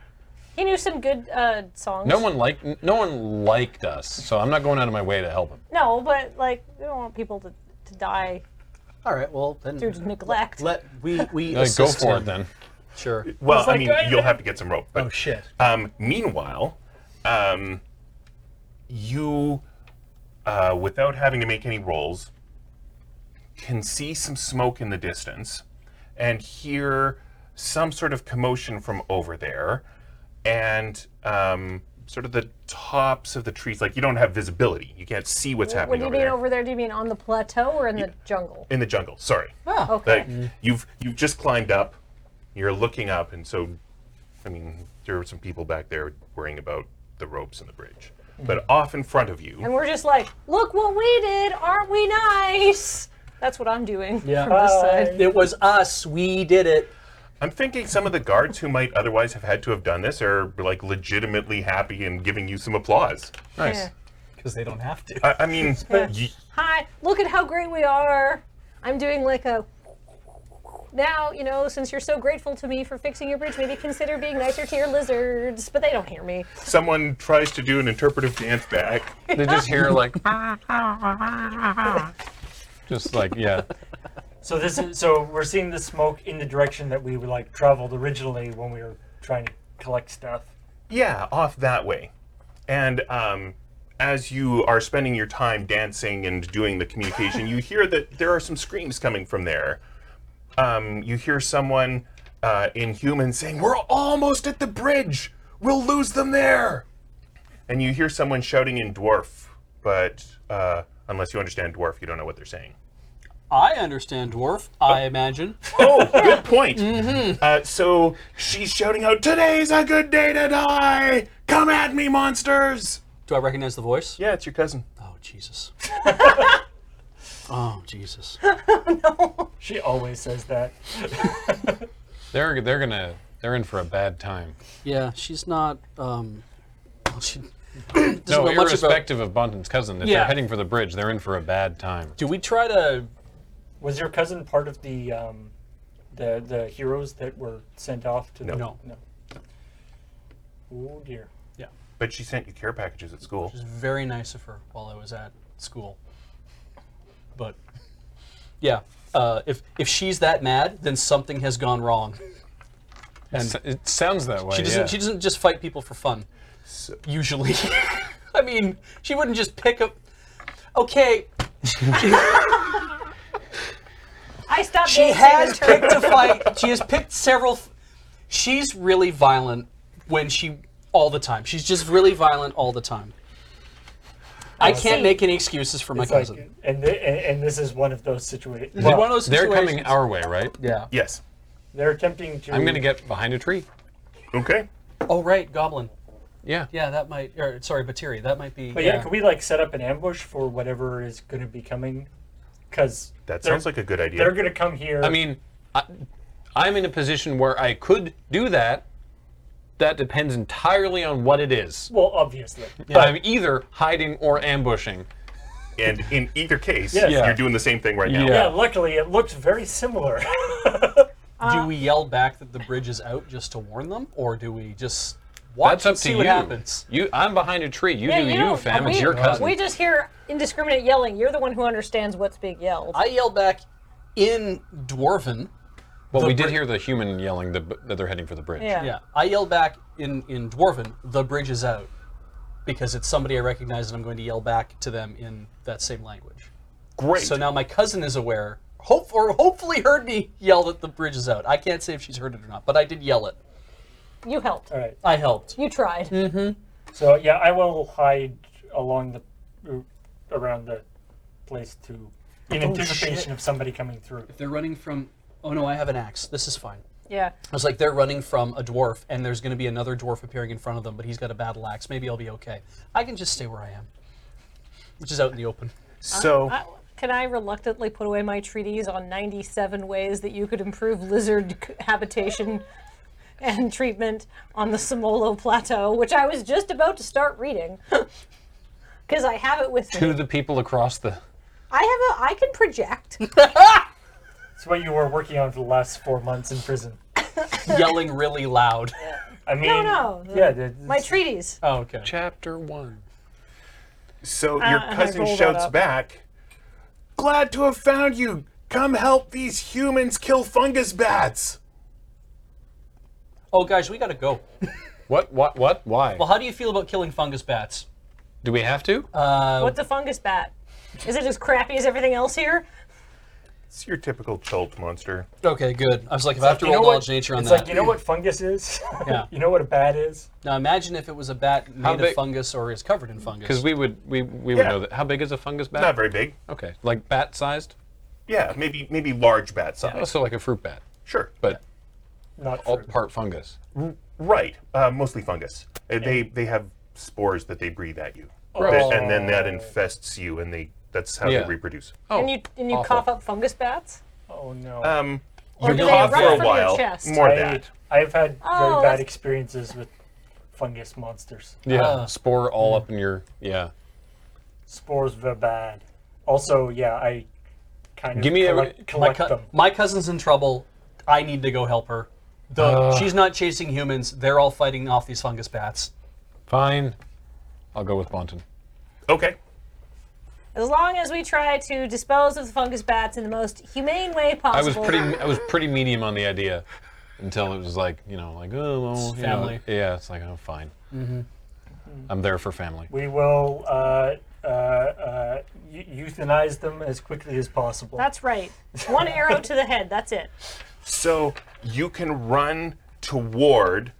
Speaker 3: He knew some good uh, songs.
Speaker 5: No one liked n- no one liked us, so I'm not going out of my way to help him.
Speaker 3: No, but like, we don't want people to, to die
Speaker 4: All right. Well then.
Speaker 3: due to neglect.
Speaker 4: Let we we
Speaker 5: Like, go
Speaker 4: assist
Speaker 5: for
Speaker 4: him.
Speaker 5: it then.
Speaker 4: Sure.
Speaker 1: Well, I
Speaker 2: like,
Speaker 1: mean,
Speaker 2: "Right
Speaker 1: you'll
Speaker 2: there."
Speaker 1: have to get some rope. But
Speaker 4: Oh shit.
Speaker 1: Um, meanwhile, um, you, uh, without having to make any rolls, can see some smoke in the distance and hear some sort of commotion from over there and um, sort of the tops of the trees. Like, you don't have visibility. You can't see what's
Speaker 3: What
Speaker 1: happening
Speaker 3: do you
Speaker 1: over
Speaker 3: mean
Speaker 1: there.
Speaker 3: over there? Do you mean on the plateau or in the jungle?
Speaker 1: in the jungle, sorry.
Speaker 3: Okay.
Speaker 1: Like, you've, you've just climbed up, you're looking up, and so, I mean, there were some people back there worrying about the ropes and the bridge. But off in front of you,
Speaker 3: and we're just like, look what we did. Aren't we nice? That's what I'm doing
Speaker 4: Yeah.
Speaker 3: from this side.
Speaker 4: It was us. We did it.
Speaker 1: I'm thinking some of the guards who might otherwise have had to have done this are like legitimately happy and giving you some applause.
Speaker 5: Nice.
Speaker 3: Yeah.
Speaker 4: Because they don't have to.
Speaker 1: I, I mean, y-
Speaker 3: Hi, look at how great we are. I'm doing like a. Now, you know, since you're so grateful to me for fixing your bridge, maybe consider being nicer to your lizards. But they don't hear me.
Speaker 1: someone tries to do an interpretive dance back.
Speaker 5: They just hear like just like yeah.
Speaker 2: So this is so we're seeing the smoke in the direction that we like traveled originally when we were trying to collect stuff.
Speaker 1: Yeah, off that way. And um, as you are spending your time dancing and doing the communication, you hear that there are some screams coming from there. Um, you hear someone uh, in human saying, We're almost at the bridge! We'll lose them there! And you hear someone shouting in dwarf, but uh, unless you understand dwarf, you don't know what they're saying.
Speaker 4: I understand, dwarf. I imagine.
Speaker 1: Oh, good point. Uh, so she's shouting out, Today's a good day to die! Come at me, monsters!
Speaker 4: Do I recognize the voice?
Speaker 1: Yeah, it's your cousin.
Speaker 4: Oh Jesus. oh Jesus.
Speaker 2: She always says that.
Speaker 5: They're they're gonna they're in for a bad time.
Speaker 4: Yeah, she's not. Um, well, she doesn't
Speaker 5: No,
Speaker 4: know much about-
Speaker 5: irrespective of Bunton's cousin, if
Speaker 4: Yeah.
Speaker 5: they're heading for the bridge, they're in for a bad time.
Speaker 4: Do we try to?
Speaker 2: Was your cousin part of the um, the the heroes that were sent off to the
Speaker 4: No.
Speaker 2: no. Oh dear.
Speaker 4: Yeah,
Speaker 1: But she sent you care packages at school.
Speaker 4: it was very nice of her while I was at school. But yeah, uh, if if she's that mad, then something has gone wrong.
Speaker 5: And it sounds that way.
Speaker 4: She doesn't.
Speaker 5: yeah.
Speaker 4: She doesn't just fight people for fun. Usually, I mean, she wouldn't just pick up. Okay,
Speaker 3: I stopped
Speaker 4: she
Speaker 3: dancing.
Speaker 4: has
Speaker 3: and turned-
Speaker 4: picked a fight. She has picked several. F- she's really violent when she all the time. She's just really violent all the time. I, can't
Speaker 3: see.
Speaker 4: make any excuses for my
Speaker 2: It's like-
Speaker 4: cousin.
Speaker 2: and, thi- and and this is one of those situations.
Speaker 4: One of those
Speaker 5: They're coming
Speaker 4: situations-
Speaker 5: our way, right?
Speaker 4: Yeah.
Speaker 1: Yes.
Speaker 2: they're attempting to.
Speaker 5: I'm gonna get behind a tree.
Speaker 1: Okay.
Speaker 4: Oh right, Goblin.
Speaker 5: Yeah.
Speaker 4: Yeah, that might. Or, sorry, Batiri. That might be.
Speaker 2: But yeah, can we like set up an ambush for whatever is going to be coming? Because
Speaker 1: That sounds like a good idea.
Speaker 2: they're going to come here.
Speaker 5: I mean, I, I'm in a position where I could do that. That depends entirely on what it is.
Speaker 2: well, obviously.
Speaker 5: I'm either hiding or ambushing.
Speaker 1: and in either case,
Speaker 2: Yes. Yeah.
Speaker 1: you're doing the same thing right now.
Speaker 2: Yeah, luckily it looks very similar.
Speaker 4: do we yell back that the bridge is out just to warn them, or do we just watch
Speaker 5: That's up
Speaker 4: and
Speaker 5: to
Speaker 4: see
Speaker 5: you.
Speaker 4: what happens?
Speaker 5: You, I'm behind a tree. You
Speaker 3: Yeah,
Speaker 5: do
Speaker 3: you
Speaker 5: you,
Speaker 3: don't-
Speaker 5: fam.
Speaker 3: we-
Speaker 5: It's your cousin.
Speaker 3: We just hear indiscriminate yelling. You're the one who understands what's being yelled.
Speaker 4: I yell back in Dwarven.
Speaker 5: well, we did
Speaker 4: bri-
Speaker 5: hear the human yelling the, that they're heading for the bridge.
Speaker 3: yeah.
Speaker 4: Yeah, I yell back in in Dwarven, "The bridge is out," because it's somebody I recognize, and I'm going to yell back to them in that same language.
Speaker 1: Great.
Speaker 4: So now my cousin is aware hope or hopefully heard me yell that the bridge is out. I can't say if she's heard it or not, but I did yell it.
Speaker 3: You helped.
Speaker 2: All right.
Speaker 4: I helped.
Speaker 3: You tried.
Speaker 2: So yeah, I will hide along the around the place to in anticipation
Speaker 4: shit.
Speaker 2: of somebody coming through.
Speaker 4: They're running from. Oh no, I have an axe. This is fine.
Speaker 3: Yeah.
Speaker 4: It's like they're running from a dwarf, and there's going to be another dwarf appearing in front of them, but he's got a battle axe. Maybe I'll be okay. I can just stay where I am, which is out in the open.
Speaker 1: So
Speaker 3: I, can I reluctantly put away my treatise on 97 ways that you could improve lizard c- habitation and treatment on the Somolo Plateau, which I was just about to start reading? Because I have it with me.
Speaker 5: to the people across the.
Speaker 3: I have a. I can project.
Speaker 2: It's what you were working on for the last four months in prison.
Speaker 4: Yelling really loud.
Speaker 2: I mean,
Speaker 3: no, the-
Speaker 2: yeah, the-
Speaker 3: My treatise.
Speaker 4: Oh, okay.
Speaker 5: Chapter one.
Speaker 1: So your
Speaker 3: and I
Speaker 1: cousin
Speaker 3: roll that
Speaker 1: shouts
Speaker 3: up.
Speaker 1: back, Glad to have found you! Come help these humans kill fungus bats!
Speaker 4: Oh, guys, we got to go.
Speaker 5: What? What? What? Why?
Speaker 4: Well, how do you feel about killing fungus bats?
Speaker 5: Do we have to?
Speaker 3: Uh,
Speaker 5: Oh.
Speaker 3: What's a fungus bat? Is it as crappy as everything else here?
Speaker 1: It's your typical chult monster.
Speaker 4: Okay, good. I was like, if I have to roll knowledge nature on
Speaker 2: it's
Speaker 4: that.
Speaker 2: like you know what fungus is.
Speaker 4: Yeah.
Speaker 2: you know what a bat is.
Speaker 4: Now imagine if it was a bat made of
Speaker 5: big-
Speaker 4: fungus or is covered in fungus.
Speaker 5: Because we would we we would
Speaker 1: Yeah.
Speaker 5: know that. How big is a fungus bat?
Speaker 1: Not very big.
Speaker 5: Okay, like bat sized.
Speaker 1: Yeah, maybe maybe large bat size.
Speaker 5: Also like a fruit bat,
Speaker 1: Sure.
Speaker 5: but
Speaker 2: Not
Speaker 4: Oh.
Speaker 5: all
Speaker 2: fruit.
Speaker 5: part fungus.
Speaker 1: Right. Uh, mostly fungus. Uh, They they have spores that they breathe at you.
Speaker 5: Gross.
Speaker 1: That- and then that infests you and they that's how
Speaker 5: Yeah.
Speaker 1: they reproduce.
Speaker 5: Oh,
Speaker 3: and you and you
Speaker 5: awful.
Speaker 3: cough up fungus bats?
Speaker 2: Oh no.
Speaker 4: Uh,
Speaker 1: Um
Speaker 3: Or do they
Speaker 1: cough
Speaker 3: erupt
Speaker 1: for
Speaker 3: from
Speaker 1: a
Speaker 3: your
Speaker 1: while.
Speaker 3: chest?
Speaker 1: More
Speaker 2: I,
Speaker 1: that.
Speaker 2: I've had
Speaker 3: Oh,
Speaker 2: very bad
Speaker 3: that's-
Speaker 2: experiences with fungus monsters.
Speaker 5: Yeah, spore all up in your yeah.
Speaker 2: Spores were bad. Also, yeah, I kind of
Speaker 5: Give me a-
Speaker 2: collect,
Speaker 4: my,
Speaker 2: collect
Speaker 4: cou-
Speaker 2: them.
Speaker 4: my cousin's in trouble. I need to go help her. The, she's not chasing humans. They're all fighting off these fungus bats.
Speaker 5: Fine, I'll go with Bonton.
Speaker 1: Okay.
Speaker 3: As long as we try to dispose of the fungus bats in the most humane way possible.
Speaker 5: I was pretty I was pretty medium on the idea until it was like you know like oh well, you know,
Speaker 4: family. Mm-hmm.
Speaker 5: yeah, it's like oh fine. I'm there for family.
Speaker 2: We will uh, uh, uh, eu- euthanize them as quickly as possible.
Speaker 3: That's right. One arrow to the head. That's it.
Speaker 1: So you can run toward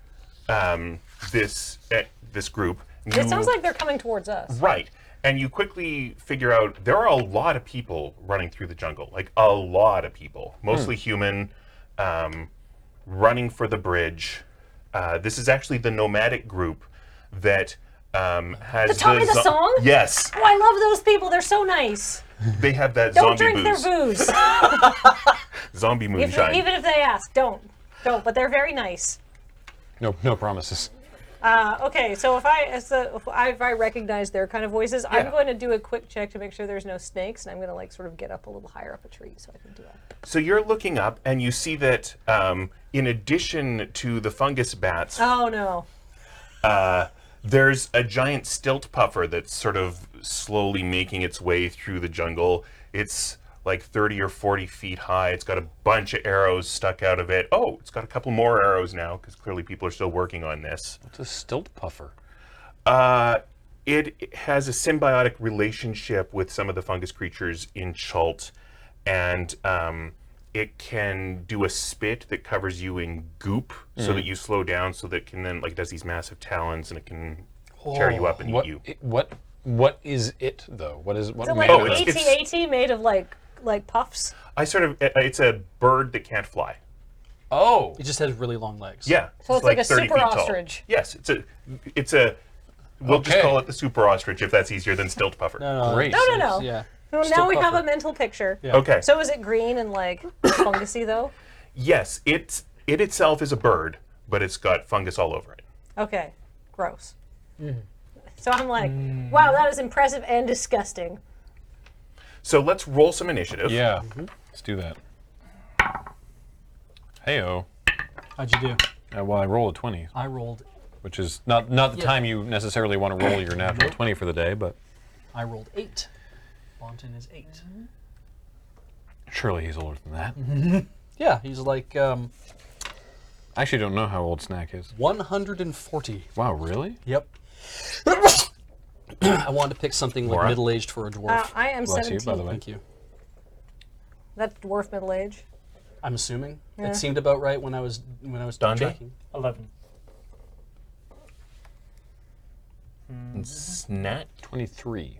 Speaker 1: um, this eh, this group.
Speaker 3: It sounds like they're coming towards us.
Speaker 1: Right. And you quickly figure out there are a lot of people running through the jungle, like a lot of people, mostly human, um, running for the bridge. Uh, this is actually the nomadic group that um, has
Speaker 3: The Tommy the
Speaker 1: zo-
Speaker 3: Song?
Speaker 1: Yes,
Speaker 3: Oh, I love those people. They're so nice.
Speaker 1: they have that
Speaker 3: Don't
Speaker 1: zombie
Speaker 3: drink
Speaker 1: booze,
Speaker 3: their booze.
Speaker 1: zombie
Speaker 3: If-
Speaker 1: moonshine.
Speaker 3: even if they ask, don't. Don't. But they're very nice.
Speaker 5: No no promises.
Speaker 3: Uh, okay, so if I as the, if I if I recognize their kind of voices, I'm
Speaker 5: Yeah.
Speaker 3: going to do a quick check to make sure there's no snakes, and I'm going to like sort of get up a little higher up a tree so I can do that.
Speaker 1: So you're looking up and you see that um, in addition to the fungus bats,
Speaker 3: Oh no.
Speaker 1: There's a giant stilt puffer that's sort of slowly making its way through the jungle. It's like 30 or 40 feet high. It's got a bunch of arrows stuck out of it. Oh, it's got a couple more arrows now because clearly people are still working on this.
Speaker 5: It's a stilt puffer.
Speaker 1: Uh, it has a symbiotic relationship with some of the fungus creatures in Chult, and um, it can do a spit that covers you in goop
Speaker 3: Hmm.
Speaker 1: so that you slow down, so that it can then, like, it does these massive talons and it can tear you up and
Speaker 5: What
Speaker 1: eat you.
Speaker 5: it- what what is it though? What is what
Speaker 3: Is it like
Speaker 5: made of
Speaker 1: it's-
Speaker 5: it?
Speaker 1: it's-
Speaker 3: AT-AT made of like like puffs?
Speaker 1: I sort of, it- it's a bird that can't fly.
Speaker 5: Oh,
Speaker 4: It just has really long legs.
Speaker 1: Yeah.
Speaker 3: So it's like a
Speaker 1: 30
Speaker 3: super
Speaker 1: feet tall.
Speaker 3: ostrich.
Speaker 1: Yes, it's a, it's a, we'll just
Speaker 5: Okay.
Speaker 1: call it the super ostrich if that's easier than stilt puffer.
Speaker 5: great.
Speaker 3: No, no, no.
Speaker 4: Yeah.
Speaker 3: Well,
Speaker 4: Still
Speaker 3: now we have
Speaker 4: puffer.
Speaker 3: a mental picture.
Speaker 1: Okay.
Speaker 3: So is it green and like fungusy though?
Speaker 1: yes, it's, it itself is a bird, but it's got fungus all over it.
Speaker 3: Okay, gross. So I'm like, wow, that is impressive and disgusting.
Speaker 1: So let's roll some initiative.
Speaker 5: Yeah, let's do that. Heyo.
Speaker 4: How'd you do?
Speaker 5: Uh, well, I roll a twenty,
Speaker 4: I rolled.
Speaker 5: which is not not the
Speaker 4: Yeah.
Speaker 5: time you necessarily want to roll your natural twenty for the day, but
Speaker 4: I rolled eight. Bonton is 8
Speaker 2: Mm-hmm.
Speaker 5: surely he's older than that.
Speaker 4: Mm-hmm. Yeah, he's like um,
Speaker 5: I actually don't know how old Snack is.
Speaker 4: 140.
Speaker 5: Wow, really?
Speaker 4: Yep. I wanted to pick something like
Speaker 5: Laura?
Speaker 4: middle aged for a dwarf.
Speaker 3: Uh, I am
Speaker 5: Bless
Speaker 3: 17.
Speaker 5: you, by the way.
Speaker 4: Thank you.
Speaker 3: That's dwarf middle age.
Speaker 4: I'm assuming that seemed about right when I was when I was
Speaker 1: Dundee?
Speaker 4: checking.
Speaker 2: 11.
Speaker 1: Snat.
Speaker 5: 23.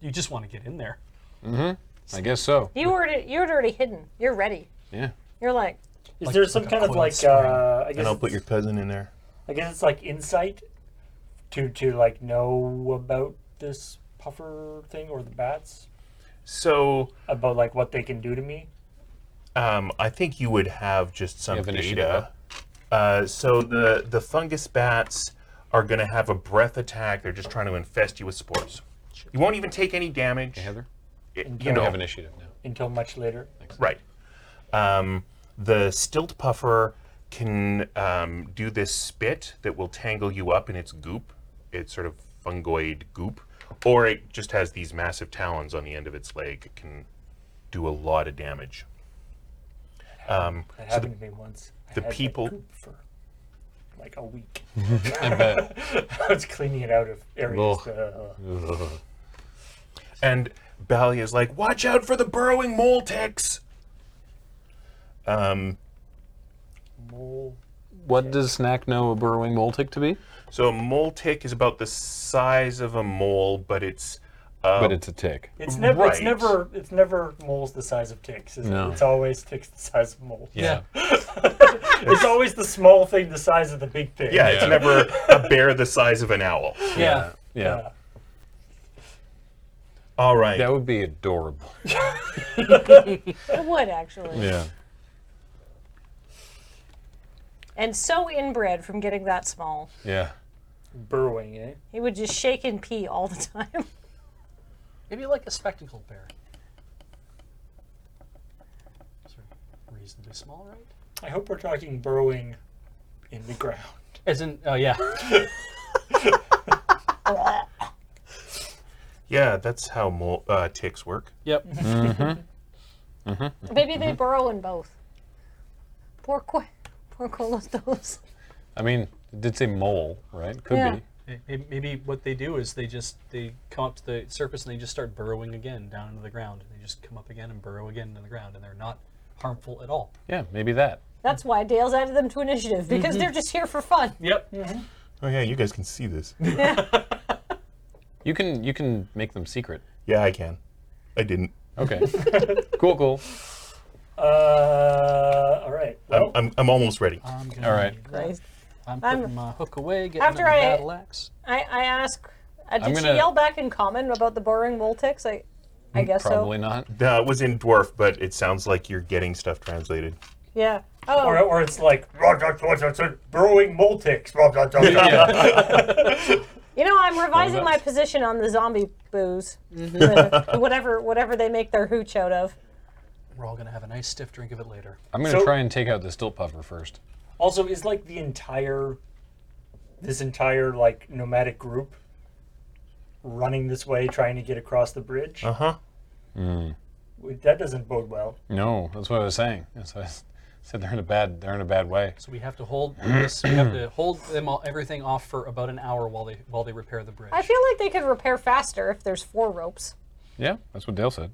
Speaker 4: You just want to get in there.
Speaker 5: I guess so.
Speaker 3: You were you were already hidden. You're ready.
Speaker 5: Yeah.
Speaker 3: You're like
Speaker 2: Is
Speaker 4: Like-
Speaker 2: there some
Speaker 4: like a
Speaker 2: kind of
Speaker 4: coiled
Speaker 2: like,
Speaker 4: spring.
Speaker 2: uh, I guess,
Speaker 1: And I'll put
Speaker 2: it's-
Speaker 1: your cousin in there.
Speaker 2: I guess it's like insight to, to like know about this puffer thing or the bats?
Speaker 1: So
Speaker 2: About like what they can do to me?
Speaker 1: um, I think you would have just some
Speaker 5: have initiative
Speaker 1: data. Uh, so the the fungus bats are going to have a breath attack. They're just trying to infest you with spores. You won't even take any damage.
Speaker 5: Heather?
Speaker 1: It- you
Speaker 2: Until-
Speaker 5: We
Speaker 1: know,
Speaker 5: have initiative now.
Speaker 2: Until much later.
Speaker 1: Right. Um, the stilt puffer can um, do this spit that will tangle you up in its goop, its sort of fungoid goop, or it just has these massive talons on the end of its leg. It can do a lot of damage. Um,
Speaker 2: That happened to me once. I
Speaker 1: the
Speaker 2: had, like,
Speaker 1: people-
Speaker 2: poop for like a week.
Speaker 5: I bet.
Speaker 2: I was cleaning it out of areas.
Speaker 5: Ugh.
Speaker 2: that, uh,
Speaker 1: and Bally is like, "Watch out for the burrowing mole ticks." Um,
Speaker 2: mole.
Speaker 5: what does Snack know a burrowing mole tick to be?
Speaker 1: so a mole tick is about the size of a mole, but it's uh,
Speaker 5: but it's a tick.
Speaker 2: It's never. It's
Speaker 1: Right.
Speaker 2: never. It's never moles the size of ticks. Is
Speaker 5: No.
Speaker 2: it? It's always ticks the size of moles.
Speaker 5: Yeah.
Speaker 2: It's always the small thing the size of the big thing.
Speaker 1: yeah, it's
Speaker 5: Yeah.
Speaker 1: never a bear the size of an owl.
Speaker 4: Yeah. yeah.
Speaker 5: Yeah.
Speaker 1: All right.
Speaker 5: That would be adorable.
Speaker 3: it would actually.
Speaker 5: Yeah.
Speaker 3: And so inbred from getting that small.
Speaker 5: Yeah.
Speaker 2: Burrowing, eh?
Speaker 3: He would just shake and pee all the time.
Speaker 4: Maybe like a spectacled bear. Sort of Reasonably small, right?
Speaker 2: I hope we're talking burrowing in the ground.
Speaker 4: As in, oh yeah.
Speaker 1: Yeah, that's how mole, uh, ticks work.
Speaker 4: Yep.
Speaker 3: Maybe
Speaker 5: Mm-hmm.
Speaker 3: they burrow in both. Porco, porco los dos.
Speaker 5: I mean, it did say mole, right? Could
Speaker 3: Yeah.
Speaker 5: be.
Speaker 4: Maybe, maybe what they do is they just they come up to the surface and they just start burrowing again down into the ground. And they just come up again and burrow again into the ground, and they're not harmful at all.
Speaker 5: Yeah, maybe that.
Speaker 3: That's why Dale's added them to initiative because
Speaker 5: Mm-hmm.
Speaker 3: they're just here for fun.
Speaker 4: Yep.
Speaker 1: Oh yeah, you guys can see this.
Speaker 5: You can you can make them secret.
Speaker 1: yeah, I can. I didn't.
Speaker 5: Okay. cool, cool.
Speaker 2: Uh, all right.
Speaker 1: I'm,
Speaker 2: Well,
Speaker 1: I'm, I'm almost ready.
Speaker 4: I'm gonna,
Speaker 5: All right.
Speaker 3: Right.
Speaker 4: I'm
Speaker 3: I'm-
Speaker 4: putting my hook away. Getting
Speaker 3: After
Speaker 4: After I
Speaker 3: I-
Speaker 4: battle axe.
Speaker 3: I, I ask, uh, did
Speaker 5: I'm
Speaker 3: she
Speaker 5: gonna-
Speaker 3: yell back in common about the borrowing mole ticks? I, I guess
Speaker 5: Probably not.
Speaker 1: No, uh, it was in dwarf, but it sounds like you're getting stuff translated.
Speaker 3: so. Yeah. Oh,
Speaker 2: or, or it's like burrowing mole ticks.
Speaker 5: Yeah.
Speaker 3: you know, I'm revising my
Speaker 5: that's-
Speaker 3: position on the zombie booze.
Speaker 5: Mm-hmm.
Speaker 3: The- whatever, whatever they make their hooch out of.
Speaker 4: We're all gonna have a nice stiff drink of it later.
Speaker 5: I'm gonna
Speaker 2: So-
Speaker 5: try and take out the stilt puffer first.
Speaker 2: Also, is like the entire, this entire like nomadic group running this way, trying to get across the bridge.
Speaker 1: Uh
Speaker 5: Uh-huh.
Speaker 1: huh.
Speaker 2: Hmm. Wait, That doesn't bode well.
Speaker 5: No, that's what I was saying. That's why I s- said they're in a bad they're in a bad way.
Speaker 4: So we have to hold this. We have to hold them all, everything off for about an hour while they while they repair the bridge.
Speaker 3: I feel like they could repair faster if there's four ropes.
Speaker 5: Yeah, that's what Dale said.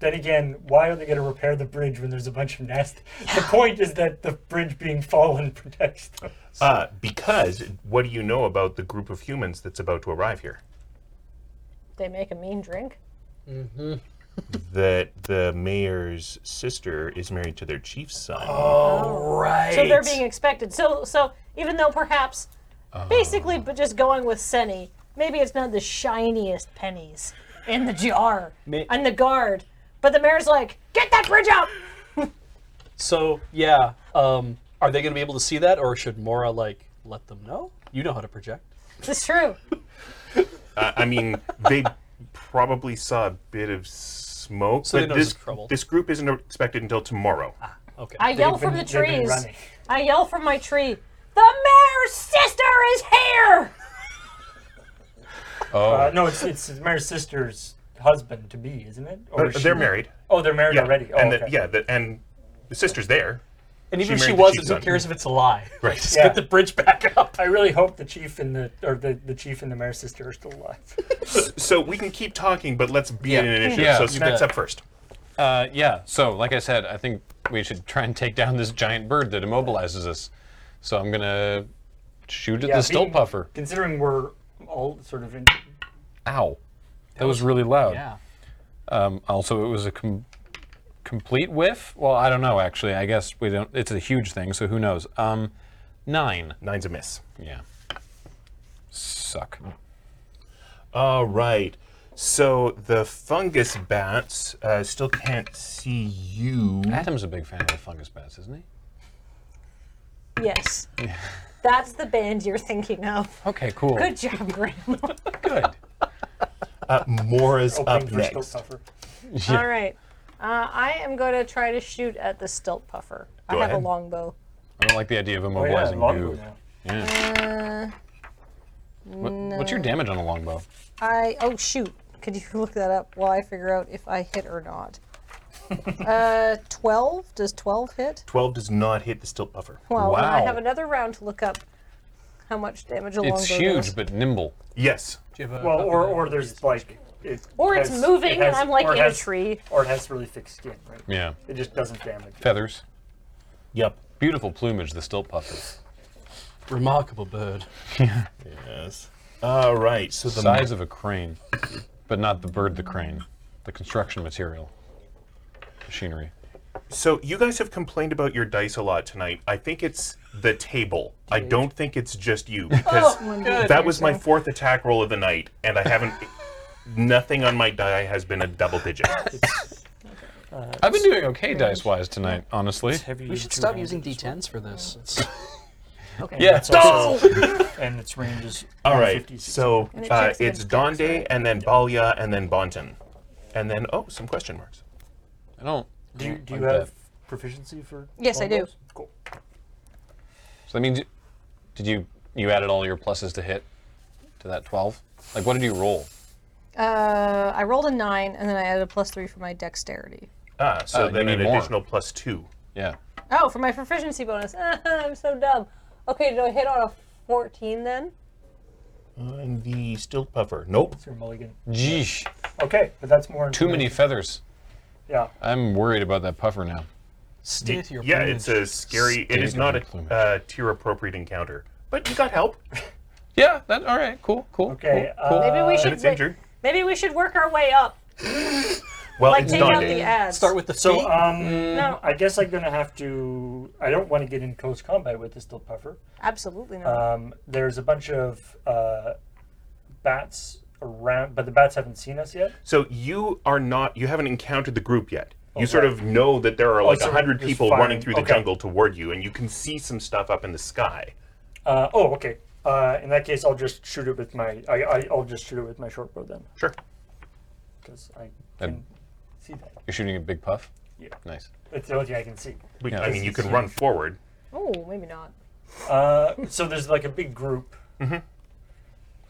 Speaker 2: Then again, why are they going to repair the bridge when there's a bunch of nasty? The point is that the bridge being fallen protects them.
Speaker 1: Uh, because what do you know about the group of humans that's about to arrive here?
Speaker 3: They make a mean drink.
Speaker 1: That the mayor's sister is married to their chief's son.
Speaker 4: right.
Speaker 3: So they're being expected. So, so even though perhaps,
Speaker 5: Uh.
Speaker 3: basically, but just going with Senny, maybe it's not the shiniest pennies in the jar
Speaker 4: May-
Speaker 3: on the guard. But the mayor's like, get that bridge up.
Speaker 4: So yeah, um, are they going to be able to see that, or should Mora like let them know? You know how to project.
Speaker 3: It's true.
Speaker 1: I- I mean, they probably saw a bit of smoke,
Speaker 4: So they
Speaker 1: but
Speaker 4: know there's
Speaker 1: this,
Speaker 4: trouble.
Speaker 1: this group isn't expected until tomorrow.
Speaker 4: Okay.
Speaker 3: I yell
Speaker 2: They've been-
Speaker 3: from the
Speaker 2: they've been
Speaker 3: trees.
Speaker 2: running.
Speaker 3: I yell from my tree. The mayor's sister is here.
Speaker 5: Oh
Speaker 2: Uh, no, it's it's the mayor's sister's husband to be, isn't it? Or
Speaker 1: But
Speaker 2: is
Speaker 1: they're
Speaker 2: she-
Speaker 1: married.
Speaker 2: Oh, they're married
Speaker 1: Yeah,
Speaker 2: already. Oh,
Speaker 1: and the,
Speaker 2: okay.
Speaker 1: yeah, the, and the sister's there.
Speaker 4: and even
Speaker 1: she
Speaker 4: if she
Speaker 1: married the
Speaker 4: wasn't,
Speaker 1: chief's
Speaker 4: who
Speaker 1: son.
Speaker 4: cares if it's a lie?
Speaker 1: Right.
Speaker 4: Just
Speaker 2: Yeah.
Speaker 4: get the bridge back up.
Speaker 2: I really hope the chief and the or the, the chief and the mayor's sister are still alive.
Speaker 1: So we can keep talking, but let's be in
Speaker 4: Yeah.
Speaker 1: an initiative.
Speaker 5: Yeah,
Speaker 1: so
Speaker 5: you
Speaker 1: snacks
Speaker 4: bet.
Speaker 1: up first.
Speaker 5: Uh, yeah. So, like I said, I think we should try and take down this giant bird that immobilizes us. So I'm gonna shoot at
Speaker 2: Yeah,
Speaker 5: the stilt
Speaker 2: being-
Speaker 5: puffer.
Speaker 2: Considering we're all sort of in.
Speaker 5: Ow. That was really loud.
Speaker 4: Yeah.
Speaker 5: Um, also, it was a com- complete whiff. Well, I don't know. Actually, I guess we don't. It's a huge thing, so who knows? Um, nine.
Speaker 1: Nine's a miss.
Speaker 5: Yeah. Oh. Suck.
Speaker 1: All right. So the fungus bats uh, still can't see you.
Speaker 5: Adam's a big fan of the fungus bats, isn't he?
Speaker 3: Yes. That's the band you're thinking of.
Speaker 5: Okay. Cool.
Speaker 3: Good job, Graham.
Speaker 5: Good.
Speaker 1: Uh, Mora's
Speaker 2: opening
Speaker 1: up
Speaker 2: for Stilt
Speaker 1: next.
Speaker 2: Puffer.
Speaker 3: All right. Uh, I am going to try to shoot at the stilt puffer. I
Speaker 1: Go
Speaker 3: have
Speaker 1: ahead.
Speaker 3: a longbow.
Speaker 5: I don't like the idea of
Speaker 2: Oh, yeah,
Speaker 5: immobilizing
Speaker 2: long
Speaker 5: you.
Speaker 2: now.
Speaker 5: Yeah.
Speaker 3: Uh,
Speaker 5: What, What's your damage on a longbow?
Speaker 3: I oh shoot. Could you look that up while I figure out if I hit or not? uh, twelve. Does twelve hit?
Speaker 1: 12 does not hit the stilt puffer.
Speaker 3: Well, then I
Speaker 5: Wow.
Speaker 3: have another round to look up how much damage a longbow
Speaker 5: It's huge
Speaker 3: does.
Speaker 5: but nimble.
Speaker 1: Yes.
Speaker 2: Well, or, or there's like. It
Speaker 3: Or it's
Speaker 2: has-
Speaker 3: moving,
Speaker 2: it has-
Speaker 3: and I'm like
Speaker 2: or
Speaker 3: in
Speaker 2: it has,
Speaker 3: a tree.
Speaker 2: Or it has really thick skin, right?
Speaker 5: Yeah.
Speaker 2: It just doesn't damage. it.
Speaker 5: Feathers.
Speaker 1: Yep.
Speaker 5: Beautiful plumage, the stilt puffer.
Speaker 4: Remarkable bird.
Speaker 1: Yes. All right. So the
Speaker 5: Size of a crane, but not the bird, the crane. The construction material. Machinery.
Speaker 1: So you guys have complained about your dice a lot tonight. I think it's the table. I don't think it's just you because that was my fourth attack roll of the night, and I haven't. nothing on my die has been a double digit.
Speaker 5: I've been doing okay dice wise tonight, honestly.
Speaker 4: We should stop using D10s for this. It's,
Speaker 5: Yeah.
Speaker 2: No! and its range is
Speaker 1: All right.
Speaker 2: 150,
Speaker 1: So
Speaker 3: And it
Speaker 1: uh,
Speaker 3: checks
Speaker 1: it's
Speaker 3: against
Speaker 1: Donde, and then Balia, and then Bonten, and then oh, some question marks.
Speaker 5: I don't.
Speaker 2: Do you, do you
Speaker 5: Like that.
Speaker 2: have proficiency for?
Speaker 3: Yes, I do.
Speaker 2: longbows? Cool.
Speaker 5: So that means, did you you added all your pluses to hit to that twelve? Like, what did you roll?
Speaker 3: Uh, I rolled a nine, and then I added a plus three for my dexterity.
Speaker 1: Ah, so
Speaker 5: Uh, you
Speaker 1: then an
Speaker 5: need more.
Speaker 1: additional plus two.
Speaker 5: Yeah.
Speaker 3: Oh, for my proficiency bonus. I'm so dumb. Okay, did I hit on a fourteen then? Uh,
Speaker 1: On the stilt puffer. Nope.
Speaker 2: It's your mulligan.
Speaker 5: Jeesh.
Speaker 2: Okay, but that's more.
Speaker 5: Too many feathers.
Speaker 2: Yeah.
Speaker 5: I'm worried about that puffer now.
Speaker 4: Steer to your
Speaker 1: yeah,
Speaker 4: plumage.
Speaker 1: it's a scary. It
Speaker 5: State
Speaker 1: is
Speaker 5: of
Speaker 1: not
Speaker 5: your
Speaker 1: a
Speaker 5: plumage.
Speaker 1: uh, tier appropriate encounter, but you got help.
Speaker 5: Yeah. That. All right. Cool. Cool.
Speaker 2: Okay,
Speaker 5: Cool. cool.
Speaker 2: uh,
Speaker 3: Maybe we
Speaker 1: And
Speaker 3: should.
Speaker 1: it's
Speaker 3: wait-
Speaker 1: injured.
Speaker 3: Maybe we should work our way up.
Speaker 1: Well,
Speaker 3: Like
Speaker 1: it's
Speaker 3: take out
Speaker 1: Donde.
Speaker 3: the ads.
Speaker 4: Start with the feet.
Speaker 2: So
Speaker 1: uh,
Speaker 2: um,
Speaker 3: No,
Speaker 2: I guess I'm gonna have to. I don't want to get in close combat with the stilt puffer.
Speaker 3: absolutely not.
Speaker 2: Um, there's a bunch of uh, bats around, but the bats haven't seen us yet.
Speaker 1: So you are not, you haven't encountered the group yet. You
Speaker 2: Okay.
Speaker 1: sort of know that
Speaker 3: Oh,
Speaker 1: there are like a
Speaker 2: so we're
Speaker 1: 100
Speaker 2: just
Speaker 1: people
Speaker 2: firing-
Speaker 1: running through the
Speaker 2: okay.
Speaker 1: jungle toward you, and you can see some stuff up in the sky.
Speaker 2: Uh, oh, okay. Uh, in that case, I'll just shoot it with my. I, I I'll just shoot it with my short bow then,
Speaker 1: Sure.
Speaker 2: because I can
Speaker 5: And-
Speaker 2: see that.
Speaker 5: You're shooting a big puff.
Speaker 2: Yeah.
Speaker 5: Nice.
Speaker 2: That's the only thing I can see.
Speaker 1: We-
Speaker 5: Yeah,
Speaker 1: I
Speaker 5: this
Speaker 1: mean, you
Speaker 2: is
Speaker 1: can
Speaker 2: huge.
Speaker 1: run forward.
Speaker 3: oh, maybe not.
Speaker 2: Uh, so there's like a big group,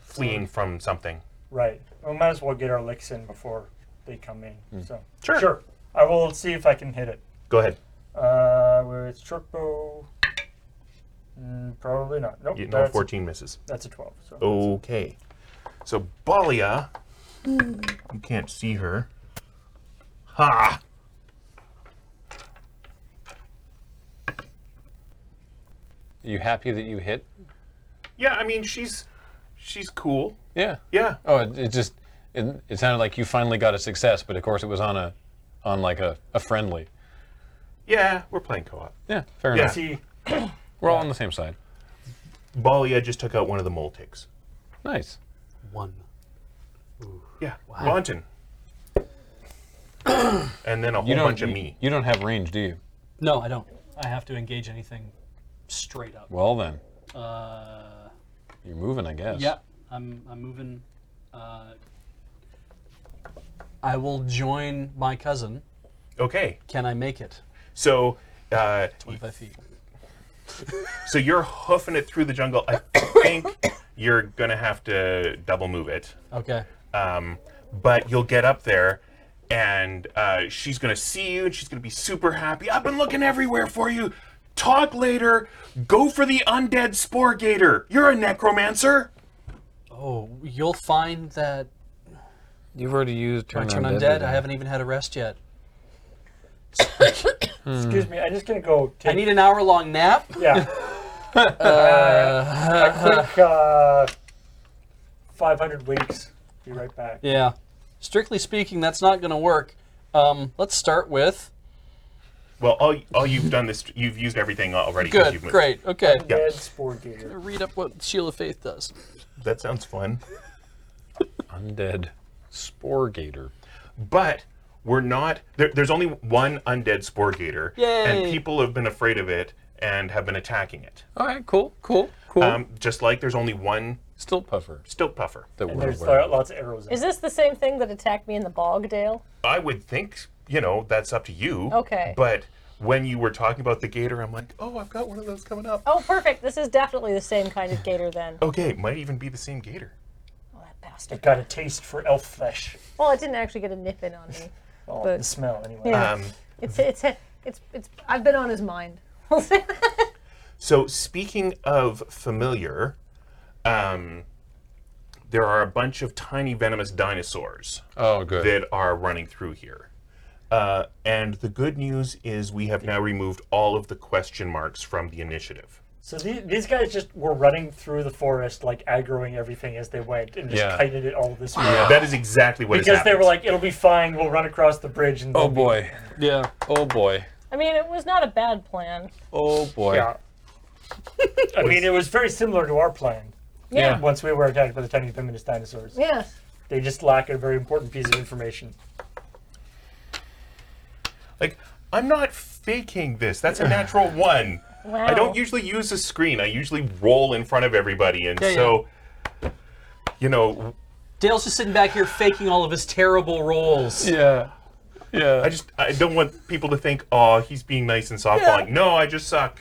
Speaker 1: Fleeing from something.
Speaker 2: right? We might as well get our licks in before they come in.
Speaker 4: Hmm.
Speaker 2: So
Speaker 1: Sure.
Speaker 2: sure. I will see if I can hit it.
Speaker 1: Go ahead.
Speaker 2: Uh, where it's short bow. Mm, probably not. Nope.
Speaker 1: You know,
Speaker 2: that's,
Speaker 1: 14 misses.
Speaker 2: that's a 12. So.
Speaker 4: Oh.
Speaker 1: Okay. So Balia, you can't see her. Ha!
Speaker 5: You happy that you hit?
Speaker 1: Yeah, I mean, she's she's cool.
Speaker 5: Yeah.
Speaker 1: Yeah.
Speaker 5: Oh, it, it just it, it sounded like you finally got a success, but of course it was on a on like a, a friendly.
Speaker 1: Yeah, we're playing co-op.
Speaker 5: Yeah, fair
Speaker 1: Yeah.
Speaker 5: enough.
Speaker 4: Hmm.
Speaker 2: See,
Speaker 5: We're all on the same side.
Speaker 1: Balia just took out one of the mole ticks.
Speaker 5: Nice.
Speaker 4: One.
Speaker 1: Yeah. Wanton. and then a whole
Speaker 5: You don't
Speaker 1: bunch of
Speaker 5: you-
Speaker 1: me.
Speaker 5: You don't have range, do you?
Speaker 4: No, I don't. I have to engage anything straight up.
Speaker 5: Well then,
Speaker 4: Uh,
Speaker 5: you're moving, I guess.
Speaker 4: yeah, I'm, I'm moving. Uh, I will join my cousin.
Speaker 1: Okay.
Speaker 4: Can I make it?
Speaker 1: So uh,
Speaker 4: 25 feet.
Speaker 1: so you're hoofing it through the jungle. I think you're gonna have to double move it.
Speaker 4: Okay.
Speaker 1: Um, but you'll get up there and uh, she's gonna see you and she's gonna be super happy. I've been looking everywhere for you. Talk later. Go for the undead spore gator. You're a necromancer.
Speaker 4: Oh, you'll find that
Speaker 5: You've already used
Speaker 4: I turn undead. I haven't even had a rest yet.
Speaker 2: Excuse me, I'm just gonna go
Speaker 4: I
Speaker 2: take.
Speaker 4: need an hour long nap.
Speaker 2: yeah. uh, a quick uh, 500 weeks. Be right back.
Speaker 4: Yeah. Strictly speaking, that's not going to work. Um, let's start with.
Speaker 1: Well, all, y- all you've done this, you've used everything already. 'cause
Speaker 4: Good,
Speaker 1: you've moved.
Speaker 4: great, okay.
Speaker 2: Red Spore Gator.
Speaker 4: Read up what Shield of Faith does.
Speaker 1: That sounds fun.
Speaker 5: Undead spore gator.
Speaker 1: But we're not. There, there's only one undead spore gator, and
Speaker 4: Yay. Oh.
Speaker 1: people have been afraid of it and have been attacking it.
Speaker 5: All right, cool, cool, cool.
Speaker 1: Um, just like there's only one
Speaker 5: Still puffer.
Speaker 1: stilt puffer.
Speaker 5: That
Speaker 2: And
Speaker 5: we're
Speaker 2: there's
Speaker 5: aware
Speaker 2: uh,
Speaker 5: of.
Speaker 2: lots of arrows in
Speaker 3: Is
Speaker 2: it.
Speaker 3: this the same thing that attacked me in the bog, Dale?
Speaker 1: I would think, you know, that's up to you.
Speaker 3: Okay.
Speaker 1: But when you were talking about the gator, I'm like, oh, I've got one of those coming up.
Speaker 3: Oh, perfect. This is definitely the same kind of gator then.
Speaker 1: Okay, might even be the same gator.
Speaker 3: Oh, that bastard.
Speaker 2: Got a taste for elf flesh.
Speaker 3: Well, it didn't actually get a nip in on me.
Speaker 2: Oh,
Speaker 3: But-
Speaker 2: the smell, anyway.
Speaker 3: Yeah.
Speaker 1: Um,
Speaker 3: It's, it's, it's, it's, I've been on his mind. We'll say that.
Speaker 1: So speaking of familiar, um, there are a bunch of tiny venomous dinosaurs
Speaker 5: Oh, good.
Speaker 1: that are running through here. Uh, and the good news is we have now removed all of the question marks from the initiative.
Speaker 2: So these, these guys just were running through the forest, like aggroing everything as they went, and just
Speaker 5: Yeah.
Speaker 2: kited it all this way.
Speaker 1: That is exactly what has
Speaker 2: Because they were
Speaker 1: happened.
Speaker 2: like, "It'll be fine. We'll run across the bridge." And
Speaker 5: Oh
Speaker 2: they'll be-
Speaker 5: boy.
Speaker 4: Yeah.
Speaker 5: Oh boy.
Speaker 3: I mean, it was not a bad plan.
Speaker 5: Oh boy.
Speaker 2: Yeah. I mean, it was very similar to our plan.
Speaker 5: Yeah.
Speaker 2: Once we were attacked by the tiny feminist dinosaurs,
Speaker 3: Yeah.
Speaker 2: they just lack a very important piece of information.
Speaker 1: Like, I'm not faking this. That's a natural one.
Speaker 3: Wow.
Speaker 1: I don't usually use a screen. I usually roll in front of everybody, and
Speaker 4: yeah.
Speaker 1: so, you know,
Speaker 4: Dale's just sitting back here faking all of his terrible rolls.
Speaker 5: Yeah. Yeah.
Speaker 1: I just I don't want people to think, oh, he's being nice and softballing. No, I just suck.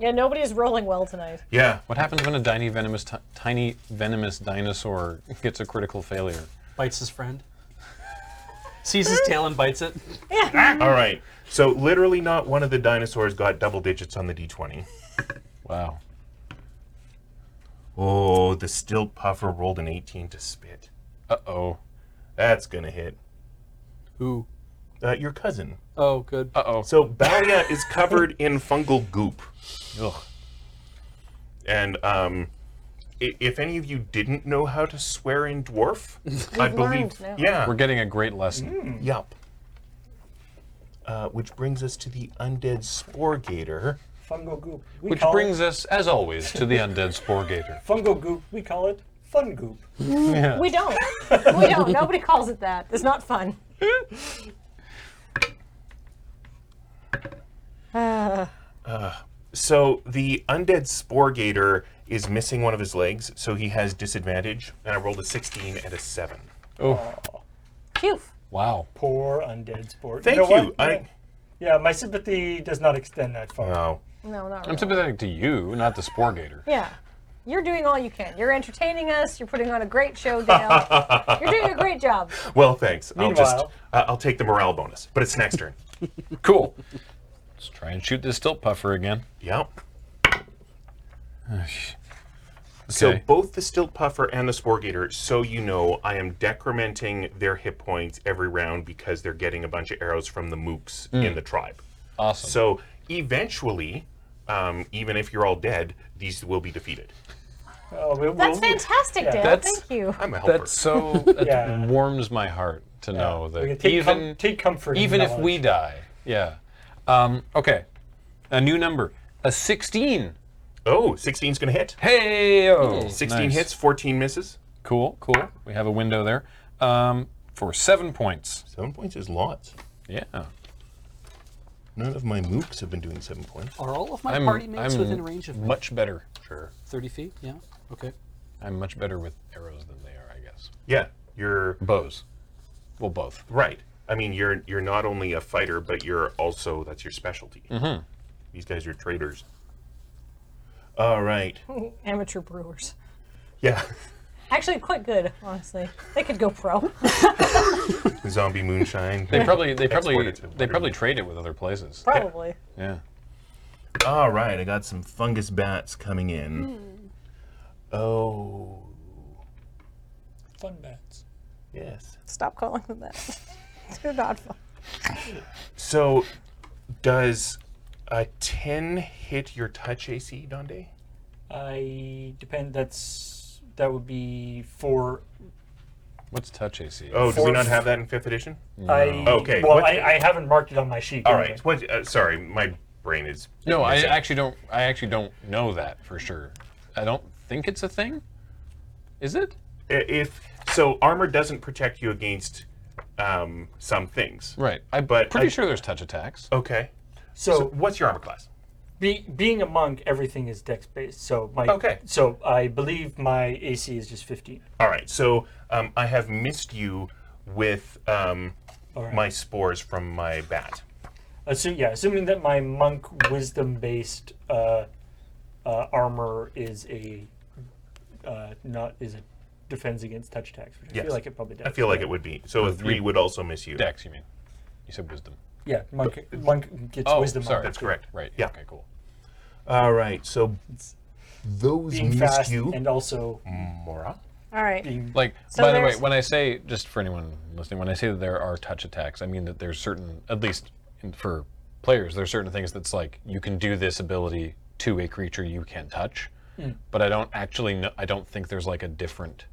Speaker 3: Yeah, nobody's rolling well tonight.
Speaker 1: Yeah.
Speaker 5: what happens when a tiny venomous ti- tiny venomous dinosaur gets a critical failure?
Speaker 4: Bites his friend. Sees his tail and bites it.
Speaker 1: All right. So literally, not one of the dinosaurs got double digits on the d20.
Speaker 5: Wow.
Speaker 1: Oh, the still puffer rolled an 18 to spit.
Speaker 5: Uh oh.
Speaker 1: That's gonna hit.
Speaker 4: Who?
Speaker 1: Uh, your cousin.
Speaker 4: Oh, good.
Speaker 5: Uh oh.
Speaker 1: So Balia is covered in fungal goop,
Speaker 5: Ugh.
Speaker 1: and um, i- if any of you didn't know how to swear in dwarf, I
Speaker 3: learned
Speaker 1: believe,
Speaker 3: now.
Speaker 1: yeah,
Speaker 5: We're getting a great
Speaker 2: Mm.
Speaker 5: lesson.
Speaker 1: Yup. Uh, which brings us to the undead spore gator.
Speaker 2: Fungo goop. We
Speaker 5: Which
Speaker 2: call it-
Speaker 5: brings us, as always, to the undead spore gator.
Speaker 2: fungo goop. We call it fun goop.
Speaker 3: We don't. we don't. Nobody calls it that. It's not fun.
Speaker 1: So the undead spore gator is missing one of his legs, so he has disadvantage. And I rolled a 16 and a 7.
Speaker 5: Oh,
Speaker 3: Phew.
Speaker 5: wow.
Speaker 2: Poor undead sport.
Speaker 1: Thank you.
Speaker 2: know what?
Speaker 1: I
Speaker 2: Yeah, my sympathy does not extend that far.
Speaker 1: oh,
Speaker 3: No, not
Speaker 5: I'm
Speaker 3: really.
Speaker 5: sympathetic to you, not the spore gator.
Speaker 3: Yeah. You're doing all you can. You're entertaining us. You're putting on a great show, Dale. You're doing a great job.
Speaker 1: well, thanks. I'll just
Speaker 2: Meanwhile-
Speaker 1: uh, I'll take the morale bonus, but it's next turn.
Speaker 5: Cool. Let's try and shoot this stilt puffer again.
Speaker 1: Yep. So
Speaker 5: Okay.
Speaker 1: both the stilt puffer and the spore gator, so you know, I am decrementing their hit points every round because they're getting a bunch of arrows from the mooks in the tribe.
Speaker 5: Awesome.
Speaker 1: So eventually, um, even if you're all dead, these will be defeated.
Speaker 2: Oh, we-
Speaker 3: That's
Speaker 2: we'll-
Speaker 3: fantastic, Dale.
Speaker 5: That's-
Speaker 3: Thank you.
Speaker 1: I'm a helper.
Speaker 5: That's so. That
Speaker 2: Yeah.
Speaker 5: warms my heart to
Speaker 2: yeah,
Speaker 5: know
Speaker 2: we can
Speaker 5: that
Speaker 2: take com-
Speaker 5: even
Speaker 2: take comfort. in
Speaker 5: even if we
Speaker 2: knowledge.
Speaker 5: die, yeah. Um, okay, a new number, a sixteen.
Speaker 1: Oh, 16's going to hit.
Speaker 5: Hey,
Speaker 1: 16 hits, 14 misses.
Speaker 5: Cool, cool. We have a window there um, for seven points.
Speaker 1: Seven points is lots.
Speaker 5: Yeah,
Speaker 1: None of my mooks have been doing seven points.
Speaker 4: Are all of my
Speaker 5: I'm-
Speaker 4: party mates
Speaker 5: I'm
Speaker 4: within range of me?
Speaker 5: much better.
Speaker 1: Sure.
Speaker 4: 30 feet? Yeah. Okay.
Speaker 5: I'm much better with arrows than they are, I guess.
Speaker 1: Yeah, you're
Speaker 5: Bows. Well, both.
Speaker 1: right. I mean, you're you're not only a fighter, but you're also that's your specialty.
Speaker 5: Mm-hmm.
Speaker 1: These guys are traders. All right.
Speaker 3: Amateur brewers.
Speaker 1: Yeah.
Speaker 3: Actually, quite good, honestly. They could go pro.
Speaker 1: Zombie moonshine.
Speaker 5: They probably they
Speaker 1: Export
Speaker 5: probably
Speaker 1: it to
Speaker 5: they probably
Speaker 1: whatever.
Speaker 5: trade it with other places.
Speaker 3: Probably.
Speaker 5: Yeah.
Speaker 1: All right, I got some fungus bats coming in. Oh,
Speaker 2: fun bats.
Speaker 1: yes.
Speaker 3: Stop calling them that. They're not fun.
Speaker 1: So, does a 10 hit your touch AC, Dande?
Speaker 2: I depend. That's that would be for.
Speaker 5: What's touch AC?
Speaker 1: Oh, do we
Speaker 2: Fourth.
Speaker 1: not have that in 5th edition?
Speaker 2: I
Speaker 1: Okay,
Speaker 2: Well,
Speaker 1: what-
Speaker 2: I, I haven't marked it on my sheet.
Speaker 1: All right. What, uh, sorry, my brain is.
Speaker 5: no, I
Speaker 1: missing.
Speaker 5: actually don't. I actually don't know that for sure. I don't think it's a thing. Is it?
Speaker 1: I- If so, armor doesn't protect you against um, some things.
Speaker 5: Right. I'm
Speaker 1: But I-
Speaker 5: pretty
Speaker 1: Oh.
Speaker 5: sure there's touch attacks.
Speaker 1: Okay. So,
Speaker 2: So
Speaker 1: what's your armor class?
Speaker 2: be, being a monk, everything is dex based. So my
Speaker 1: Okay.
Speaker 2: So I believe my AC is just fifteen.
Speaker 1: All right. So, um, I have missed you with um, my spores from my bat.
Speaker 2: Assu- yeah, assuming that my monk wisdom based uh, uh, armor is a uh, not is a defense against touch attacks, which I
Speaker 1: Yes.
Speaker 2: feel like it probably does.
Speaker 1: I feel like it would be. So, a three would also miss you.
Speaker 5: Dex, you mean? You said wisdom.
Speaker 2: Yeah, monk monk gets
Speaker 5: Oh,
Speaker 2: wisdom.
Speaker 5: sorry.
Speaker 1: That's correct.
Speaker 5: Right.
Speaker 1: Yeah.
Speaker 5: Okay. Cool.
Speaker 1: All right. So, those
Speaker 2: Being
Speaker 1: missed
Speaker 2: fast
Speaker 1: you.
Speaker 2: and also
Speaker 1: Mm. Mora.
Speaker 3: All right.
Speaker 2: being
Speaker 5: Like,
Speaker 3: So
Speaker 5: by the way,
Speaker 3: there's-
Speaker 5: when I say just for anyone listening, when I say that there are touch attacks, I mean that there's certain, at least in, for players, there's certain things that's like you can do this ability to a creature you can touch, but I don't actually, know, I don't think there's like a different,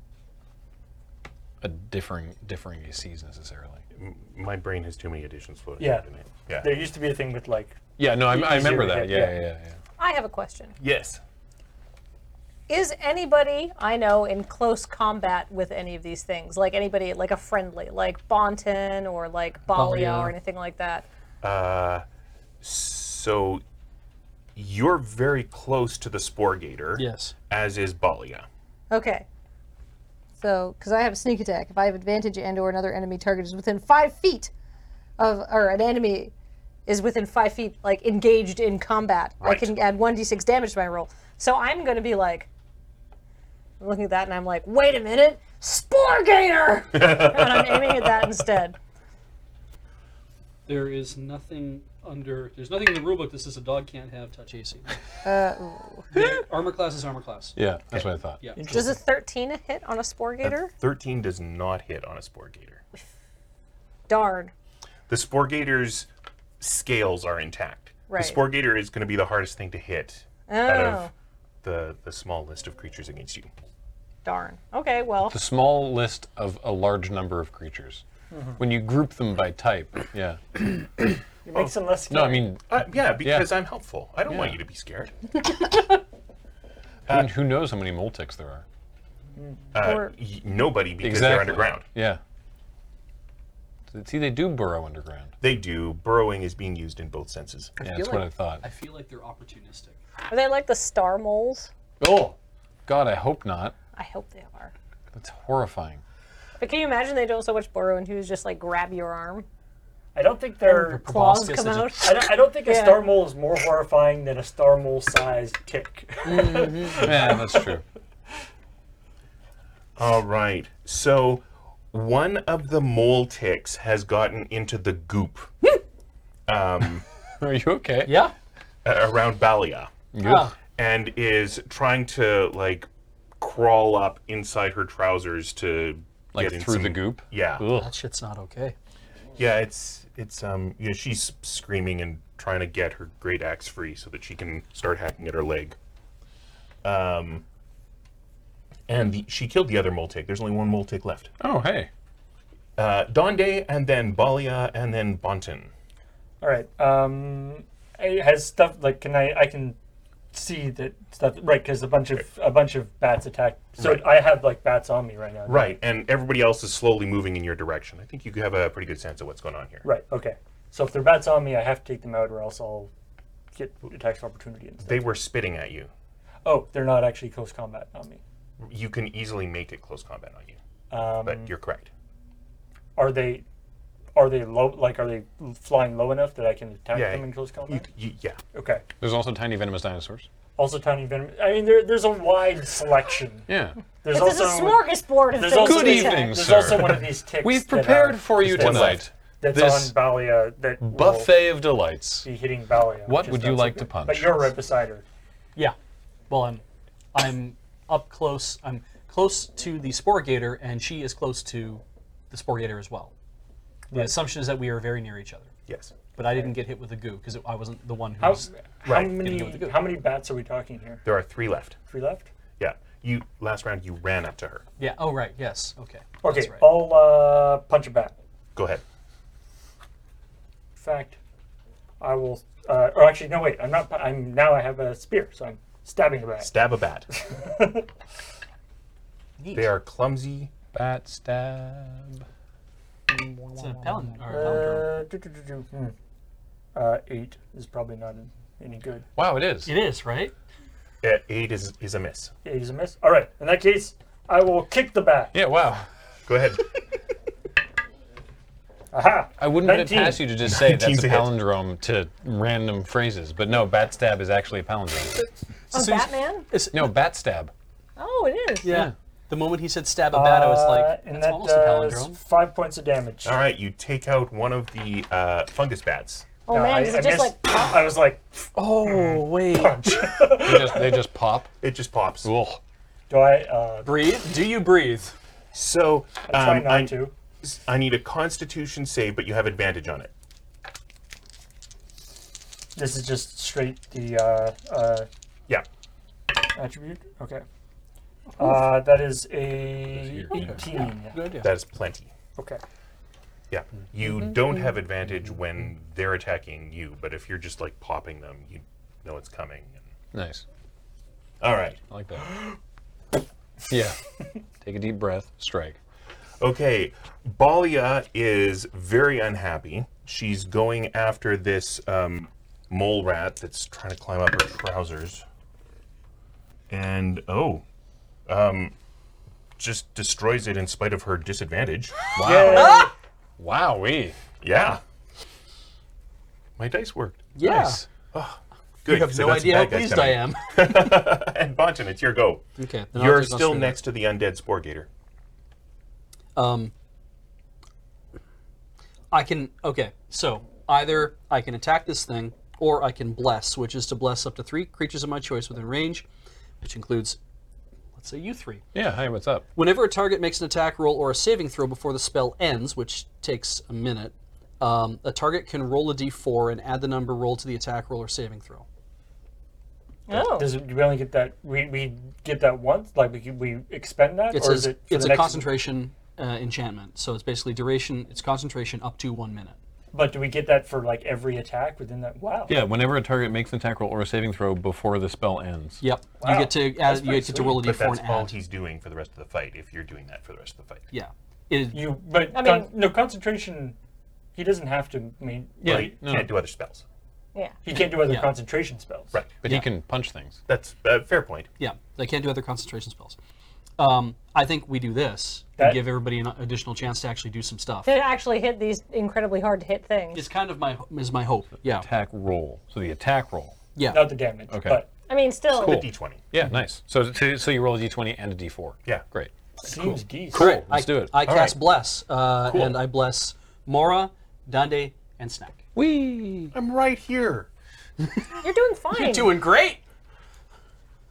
Speaker 5: a differing differing ACs necessarily.
Speaker 1: My brain has too many additions floating.
Speaker 2: Yeah.
Speaker 1: around in it. Yeah.
Speaker 2: there used to be a thing with like
Speaker 5: Yeah, no, I, I
Speaker 2: Easier
Speaker 5: remember
Speaker 2: to
Speaker 5: that.
Speaker 2: hit,
Speaker 5: Yeah, yeah,
Speaker 2: yeah.
Speaker 5: yeah. yeah.
Speaker 3: I have a question.
Speaker 1: yes.
Speaker 3: Is anybody I know in close combat with any of these things? Like anybody, like a friendly, like Bonten or like Balia
Speaker 4: Balia.
Speaker 3: or anything like that?
Speaker 1: So you're very close to the Spore Gator,
Speaker 4: Yes.
Speaker 1: as is Balia.
Speaker 6: Okay. So, because I have a sneak attack, if I have advantage and/or another enemy target is within five feet of, or an enemy
Speaker 3: Is within five feet, like engaged in combat.
Speaker 1: Right.
Speaker 3: I can add 1d6 damage to my roll. So I'm going to be like, looking at that and I'm like, wait a minute, Spore Gator! and I'm aiming at that instead.
Speaker 7: There is nothing under. There's nothing in the rulebook that says a dog can't have touch AC.
Speaker 4: Uh,
Speaker 7: The armor class is armor class.
Speaker 5: Yeah, that's what I thought.
Speaker 7: Yeah.
Speaker 3: Does a 13 hit on a Spore
Speaker 1: A
Speaker 3: Gator?
Speaker 1: 13 does not hit on a Spore Gator.
Speaker 3: Darn.
Speaker 1: The Spore Gator's scales are intact.
Speaker 3: Right. Oh.
Speaker 1: The Spore Gator is going to be the hardest thing to hit out of the, the small list of creatures against you.
Speaker 3: Darn. Okay, well,
Speaker 5: The small list of a large number of creatures. When you group them by type, yeah.
Speaker 2: it makes them less.
Speaker 5: No, I mean,
Speaker 1: Uh, yeah, because I'm helpful. I don't want you to be scared.
Speaker 5: who, who knows how many Moltex there are?
Speaker 1: Uh,
Speaker 3: Or-
Speaker 1: y- nobody, because they're
Speaker 5: Exactly.
Speaker 1: underground.
Speaker 5: Yeah. So, See, they do burrow underground.
Speaker 1: They do. Burrowing is being used in both senses.
Speaker 5: Yeah, that's what I thought.
Speaker 7: I feel like they're opportunistic.
Speaker 3: are they like the star moles?
Speaker 5: Oh, God, I hope not.
Speaker 3: I hope they are.
Speaker 5: That's horrifying.
Speaker 3: But can you imagine they don't so much burrow into is just like grab your arm?
Speaker 2: I don't think they're.
Speaker 3: Claws
Speaker 4: Proboscis
Speaker 3: come
Speaker 4: is a-
Speaker 3: out?
Speaker 2: I don't, I don't think a
Speaker 3: Oh, Yeah.
Speaker 2: star mole is more horrifying than a star mole sized tick.
Speaker 5: yeah, that's true.
Speaker 1: All right. So one of the mole ticks has gotten into the goop
Speaker 5: Are you okay?
Speaker 4: Yeah.
Speaker 1: uh, around Balia
Speaker 5: Good.
Speaker 1: and is trying to like crawl up inside her trousers to
Speaker 5: Like
Speaker 1: get in
Speaker 5: through the
Speaker 1: some-
Speaker 5: goop.
Speaker 1: Yeah.
Speaker 5: Ugh.
Speaker 4: That shit's not okay.
Speaker 1: Yeah, it's it's um you know, she's screaming and trying to get her great axe free so that she can start hacking at her leg. Um and the, she killed the other mole tick. There's only one mole tick left.
Speaker 5: Oh, hey.
Speaker 1: Uh, Donde and then Balia and then Bonten.
Speaker 2: All right. Um, I- has stuff like can I? I can see that stuff right because a bunch of a bunch of bats attack. So
Speaker 1: Right.
Speaker 2: I have like bats on me right now.
Speaker 1: Right, and everybody else is slowly moving in your direction. I think you have a pretty good sense of what's going on here.
Speaker 2: Right. Okay. So if they're bats on me, I have to take them out, or else I'll get attacks of opportunity and stuff.
Speaker 1: They were spitting at you.
Speaker 2: Oh, they're not actually close combat on me.
Speaker 1: You can easily make it close combat on you,
Speaker 2: Um,
Speaker 1: but you're correct.
Speaker 2: are they? Are they low? Like, are they flying low enough that I can attack
Speaker 1: Yeah,
Speaker 2: them in close
Speaker 1: You,
Speaker 2: combat?
Speaker 1: you, yeah.
Speaker 2: Okay.
Speaker 5: There's also tiny venomous dinosaurs.
Speaker 2: Also, tiny venom. I mean, there, there's a wide selection.
Speaker 5: Yeah.
Speaker 2: There's
Speaker 3: This
Speaker 2: also
Speaker 3: is a smorgasbord of
Speaker 2: there's
Speaker 3: things.
Speaker 2: also
Speaker 5: Good
Speaker 3: to
Speaker 2: this-
Speaker 3: attack.
Speaker 5: evening,
Speaker 2: There's
Speaker 5: sir.
Speaker 2: also one of these ticks.
Speaker 5: We've
Speaker 2: that are-
Speaker 5: prepared for you
Speaker 2: that's
Speaker 5: tonight
Speaker 2: That's
Speaker 5: this
Speaker 2: on Balia that will
Speaker 5: buffet of delights.
Speaker 2: be hitting Balia. which
Speaker 5: What
Speaker 2: is
Speaker 5: would you
Speaker 2: not so
Speaker 5: like to
Speaker 2: good.
Speaker 5: punch?
Speaker 2: But you're right beside her.
Speaker 4: Yeah. Well, I'm, I'm up close. I'm close to the spore gator, and she is close to the spore gator as well.
Speaker 7: The assumption is that we are very near each other.
Speaker 1: Yes.
Speaker 7: But I didn't get hit with the goo because I wasn't the one who
Speaker 2: How,
Speaker 7: was.
Speaker 2: how
Speaker 1: Right.
Speaker 7: Didn't go with the
Speaker 2: many
Speaker 7: good.
Speaker 2: how many bats are we talking here?
Speaker 1: There are three left.
Speaker 2: Three left.
Speaker 1: Yeah. You last round you ran up to her.
Speaker 7: Yeah. Oh, right. Yes. Okay.
Speaker 2: Okay,
Speaker 7: That's right.
Speaker 2: I'll uh, punch a bat.
Speaker 1: Go ahead.
Speaker 2: In fact, I will. Uh, or actually, no, wait. I'm not. I'm now. I have a spear, so I'm stabbing a bat.
Speaker 1: Stab a bat.
Speaker 7: Neat.
Speaker 1: they are clumsy.
Speaker 5: Bat stab.
Speaker 7: It's a palin- or a palindrome.
Speaker 2: Uh, do, do, do, do, hmm. Uh, eight is probably not any good.
Speaker 5: Wow, it is.
Speaker 7: It is right.
Speaker 1: Uh, Eight is is a miss.
Speaker 2: Eight is a miss. All right. In that case, I will kick the bat.
Speaker 5: Yeah, wow.
Speaker 1: Go ahead.
Speaker 2: Aha!
Speaker 5: I wouldn't put it
Speaker 2: 19.
Speaker 5: past you to just say that's
Speaker 1: 19's
Speaker 5: a
Speaker 1: a hit.
Speaker 5: palindrome to random phrases, but no, bat stab is actually a palindrome.
Speaker 3: On
Speaker 7: soon as-
Speaker 3: Batman?
Speaker 5: no, bat stab.
Speaker 3: Oh, it is.
Speaker 7: Yeah. The moment he said stab a bat, I was like,
Speaker 2: Uh, and
Speaker 7: that's
Speaker 2: that
Speaker 7: almost a
Speaker 2: does
Speaker 7: palindrome.
Speaker 2: five points of damage.
Speaker 1: All right, you take out one of the uh, fungus bats.
Speaker 3: Oh,
Speaker 2: No,
Speaker 3: man,
Speaker 2: Uh, I,
Speaker 3: is
Speaker 2: I
Speaker 3: it just
Speaker 2: missed.
Speaker 3: like.
Speaker 2: I was like,
Speaker 4: Oh wait.
Speaker 5: They just, they just pop.
Speaker 1: It just pops.
Speaker 5: Ugh.
Speaker 2: do I? Uh,
Speaker 4: breathe. Do you breathe?
Speaker 1: So
Speaker 2: try
Speaker 1: um,
Speaker 2: not
Speaker 1: I,
Speaker 2: to.
Speaker 1: I need a Constitution save, but you have advantage on it.
Speaker 2: This is just straight the uh, uh,
Speaker 1: Yeah.
Speaker 2: attribute. Okay. Uh, that is a 18.
Speaker 4: Good idea.
Speaker 1: That is plenty.
Speaker 2: Okay.
Speaker 1: Yeah. You don't have advantage when they're attacking you, but if you're just like popping them, you know it's coming.
Speaker 5: Nice.
Speaker 1: All right.
Speaker 5: I like that. Yeah. Take a deep breath. Strike.
Speaker 1: Okay. Balia is very unhappy. She's going after this um, mole rat that's trying to climb up her trousers. And oh, um, just destroys it in spite of her disadvantage.
Speaker 5: Wow.
Speaker 2: Ah!
Speaker 5: Wowee.
Speaker 1: Yeah. My dice worked.
Speaker 4: Yeah.
Speaker 5: Nice.
Speaker 1: Good.
Speaker 4: You have
Speaker 1: so
Speaker 4: no
Speaker 1: that's the
Speaker 4: idea how
Speaker 1: bad guys
Speaker 4: pleased I
Speaker 1: coming.
Speaker 4: am.
Speaker 1: And Bonton, it's your go.
Speaker 4: okay.
Speaker 1: You're still next to the undead spore gator.
Speaker 4: Um, I can. Okay, so either I can attack this thing, or I can bless, which is to bless up to three creatures of my choice within range, which includes, let's say, you three.
Speaker 5: Yeah, hi, what's up?
Speaker 4: Whenever a target makes an attack roll or a saving throw before the spell ends, which takes a minute, um, a target can roll a d4 and add the number rolled to the attack roll or saving throw.
Speaker 3: Oh.
Speaker 2: Does it, do we only get that? We, we get that once? Like, we, we expend that?
Speaker 4: It's
Speaker 2: or
Speaker 4: a,
Speaker 2: is it. for
Speaker 4: it's
Speaker 2: the
Speaker 4: a
Speaker 2: next-
Speaker 4: concentration uh, enchantment, so it's basically duration. It's concentration up to one minute.
Speaker 2: But do we get that for, like, every attack within that? Wow.
Speaker 5: Yeah, whenever a target makes an attack roll or a saving throw before the spell ends.
Speaker 4: Yep,
Speaker 2: Wow,
Speaker 4: you get to
Speaker 2: that's
Speaker 4: add, you
Speaker 2: pretty
Speaker 4: get to roll a
Speaker 1: But
Speaker 4: d4
Speaker 1: that's
Speaker 4: and
Speaker 1: all
Speaker 4: add.
Speaker 1: he's doing for the rest of the fight, if you're doing that for the rest of the fight.
Speaker 4: Yeah. It,
Speaker 2: You, but
Speaker 3: I
Speaker 2: con-
Speaker 3: mean-
Speaker 2: no concentration. He doesn't have to. I mean,
Speaker 5: Yeah,
Speaker 1: But he
Speaker 5: no.
Speaker 1: can't do other spells.
Speaker 3: Yeah.
Speaker 2: he can't do other
Speaker 4: Yeah.
Speaker 2: concentration spells.
Speaker 1: Right.
Speaker 5: But he can punch things.
Speaker 1: That's a fair point.
Speaker 4: yeah, they can't do other concentration spells. Um, I think we do this
Speaker 2: That-
Speaker 4: and give everybody an additional chance to actually do some stuff.
Speaker 3: To actually hit these incredibly hard to hit things.
Speaker 4: It's kind of my is my hope. Yeah,
Speaker 5: Attack roll. So the attack roll.
Speaker 4: yeah.
Speaker 2: Not the damage.
Speaker 5: Okay.
Speaker 2: But
Speaker 3: I mean, still.
Speaker 5: Cool.
Speaker 1: D20.
Speaker 5: Yeah, nice. So, so so you roll a d20 and a d4.
Speaker 1: Yeah.
Speaker 5: Great.
Speaker 2: seems decent.
Speaker 4: All right,
Speaker 5: let's
Speaker 4: I,
Speaker 5: do it.
Speaker 4: I
Speaker 5: All
Speaker 4: cast
Speaker 1: right.
Speaker 4: bless, uh,
Speaker 1: Cool.
Speaker 4: and I bless Mora, Dande, and Snack.
Speaker 5: Wee.
Speaker 1: I'm right here.
Speaker 3: You're doing fine.
Speaker 4: You're doing great.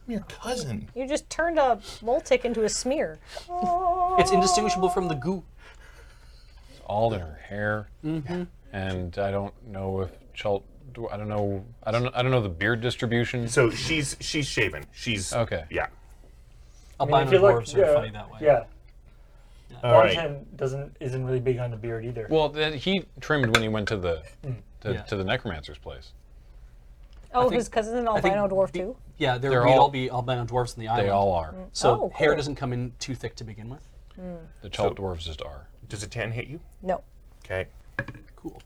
Speaker 1: I'm your cousin.
Speaker 3: You just turned a mole tick into a smear.
Speaker 4: It's indistinguishable from the goo.
Speaker 5: All in her hair. Mm-hmm. And I don't know if Chult. do- I don't know. I don't. I don't know the beard distribution.
Speaker 1: So she's she's shaven. She's
Speaker 5: Okay.
Speaker 1: Yeah.
Speaker 2: I mean,
Speaker 4: Albino
Speaker 2: if you look,
Speaker 4: dwarves
Speaker 2: yeah,
Speaker 4: are funny that way.
Speaker 2: Yeah.
Speaker 1: All right.
Speaker 2: Bonten doesn't isn't really big on the beard either.
Speaker 5: Well, th- he trimmed when he went to the to,
Speaker 4: Yeah.
Speaker 5: to the necromancer's place.
Speaker 3: Oh,
Speaker 4: think-
Speaker 3: his cousin's an
Speaker 4: I think
Speaker 3: albino dwarf,
Speaker 4: the-
Speaker 3: too.
Speaker 4: Yeah, there
Speaker 5: They're
Speaker 4: we'd all,
Speaker 5: all-
Speaker 4: be albino dwarves in the island.
Speaker 5: They all are.
Speaker 4: So
Speaker 3: Oh,
Speaker 4: hair
Speaker 3: cool.
Speaker 4: doesn't come in too thick to begin with.
Speaker 5: The Chult dwarves just are.
Speaker 1: Does a 10 hit you?
Speaker 3: No.
Speaker 1: Okay.
Speaker 4: Cool.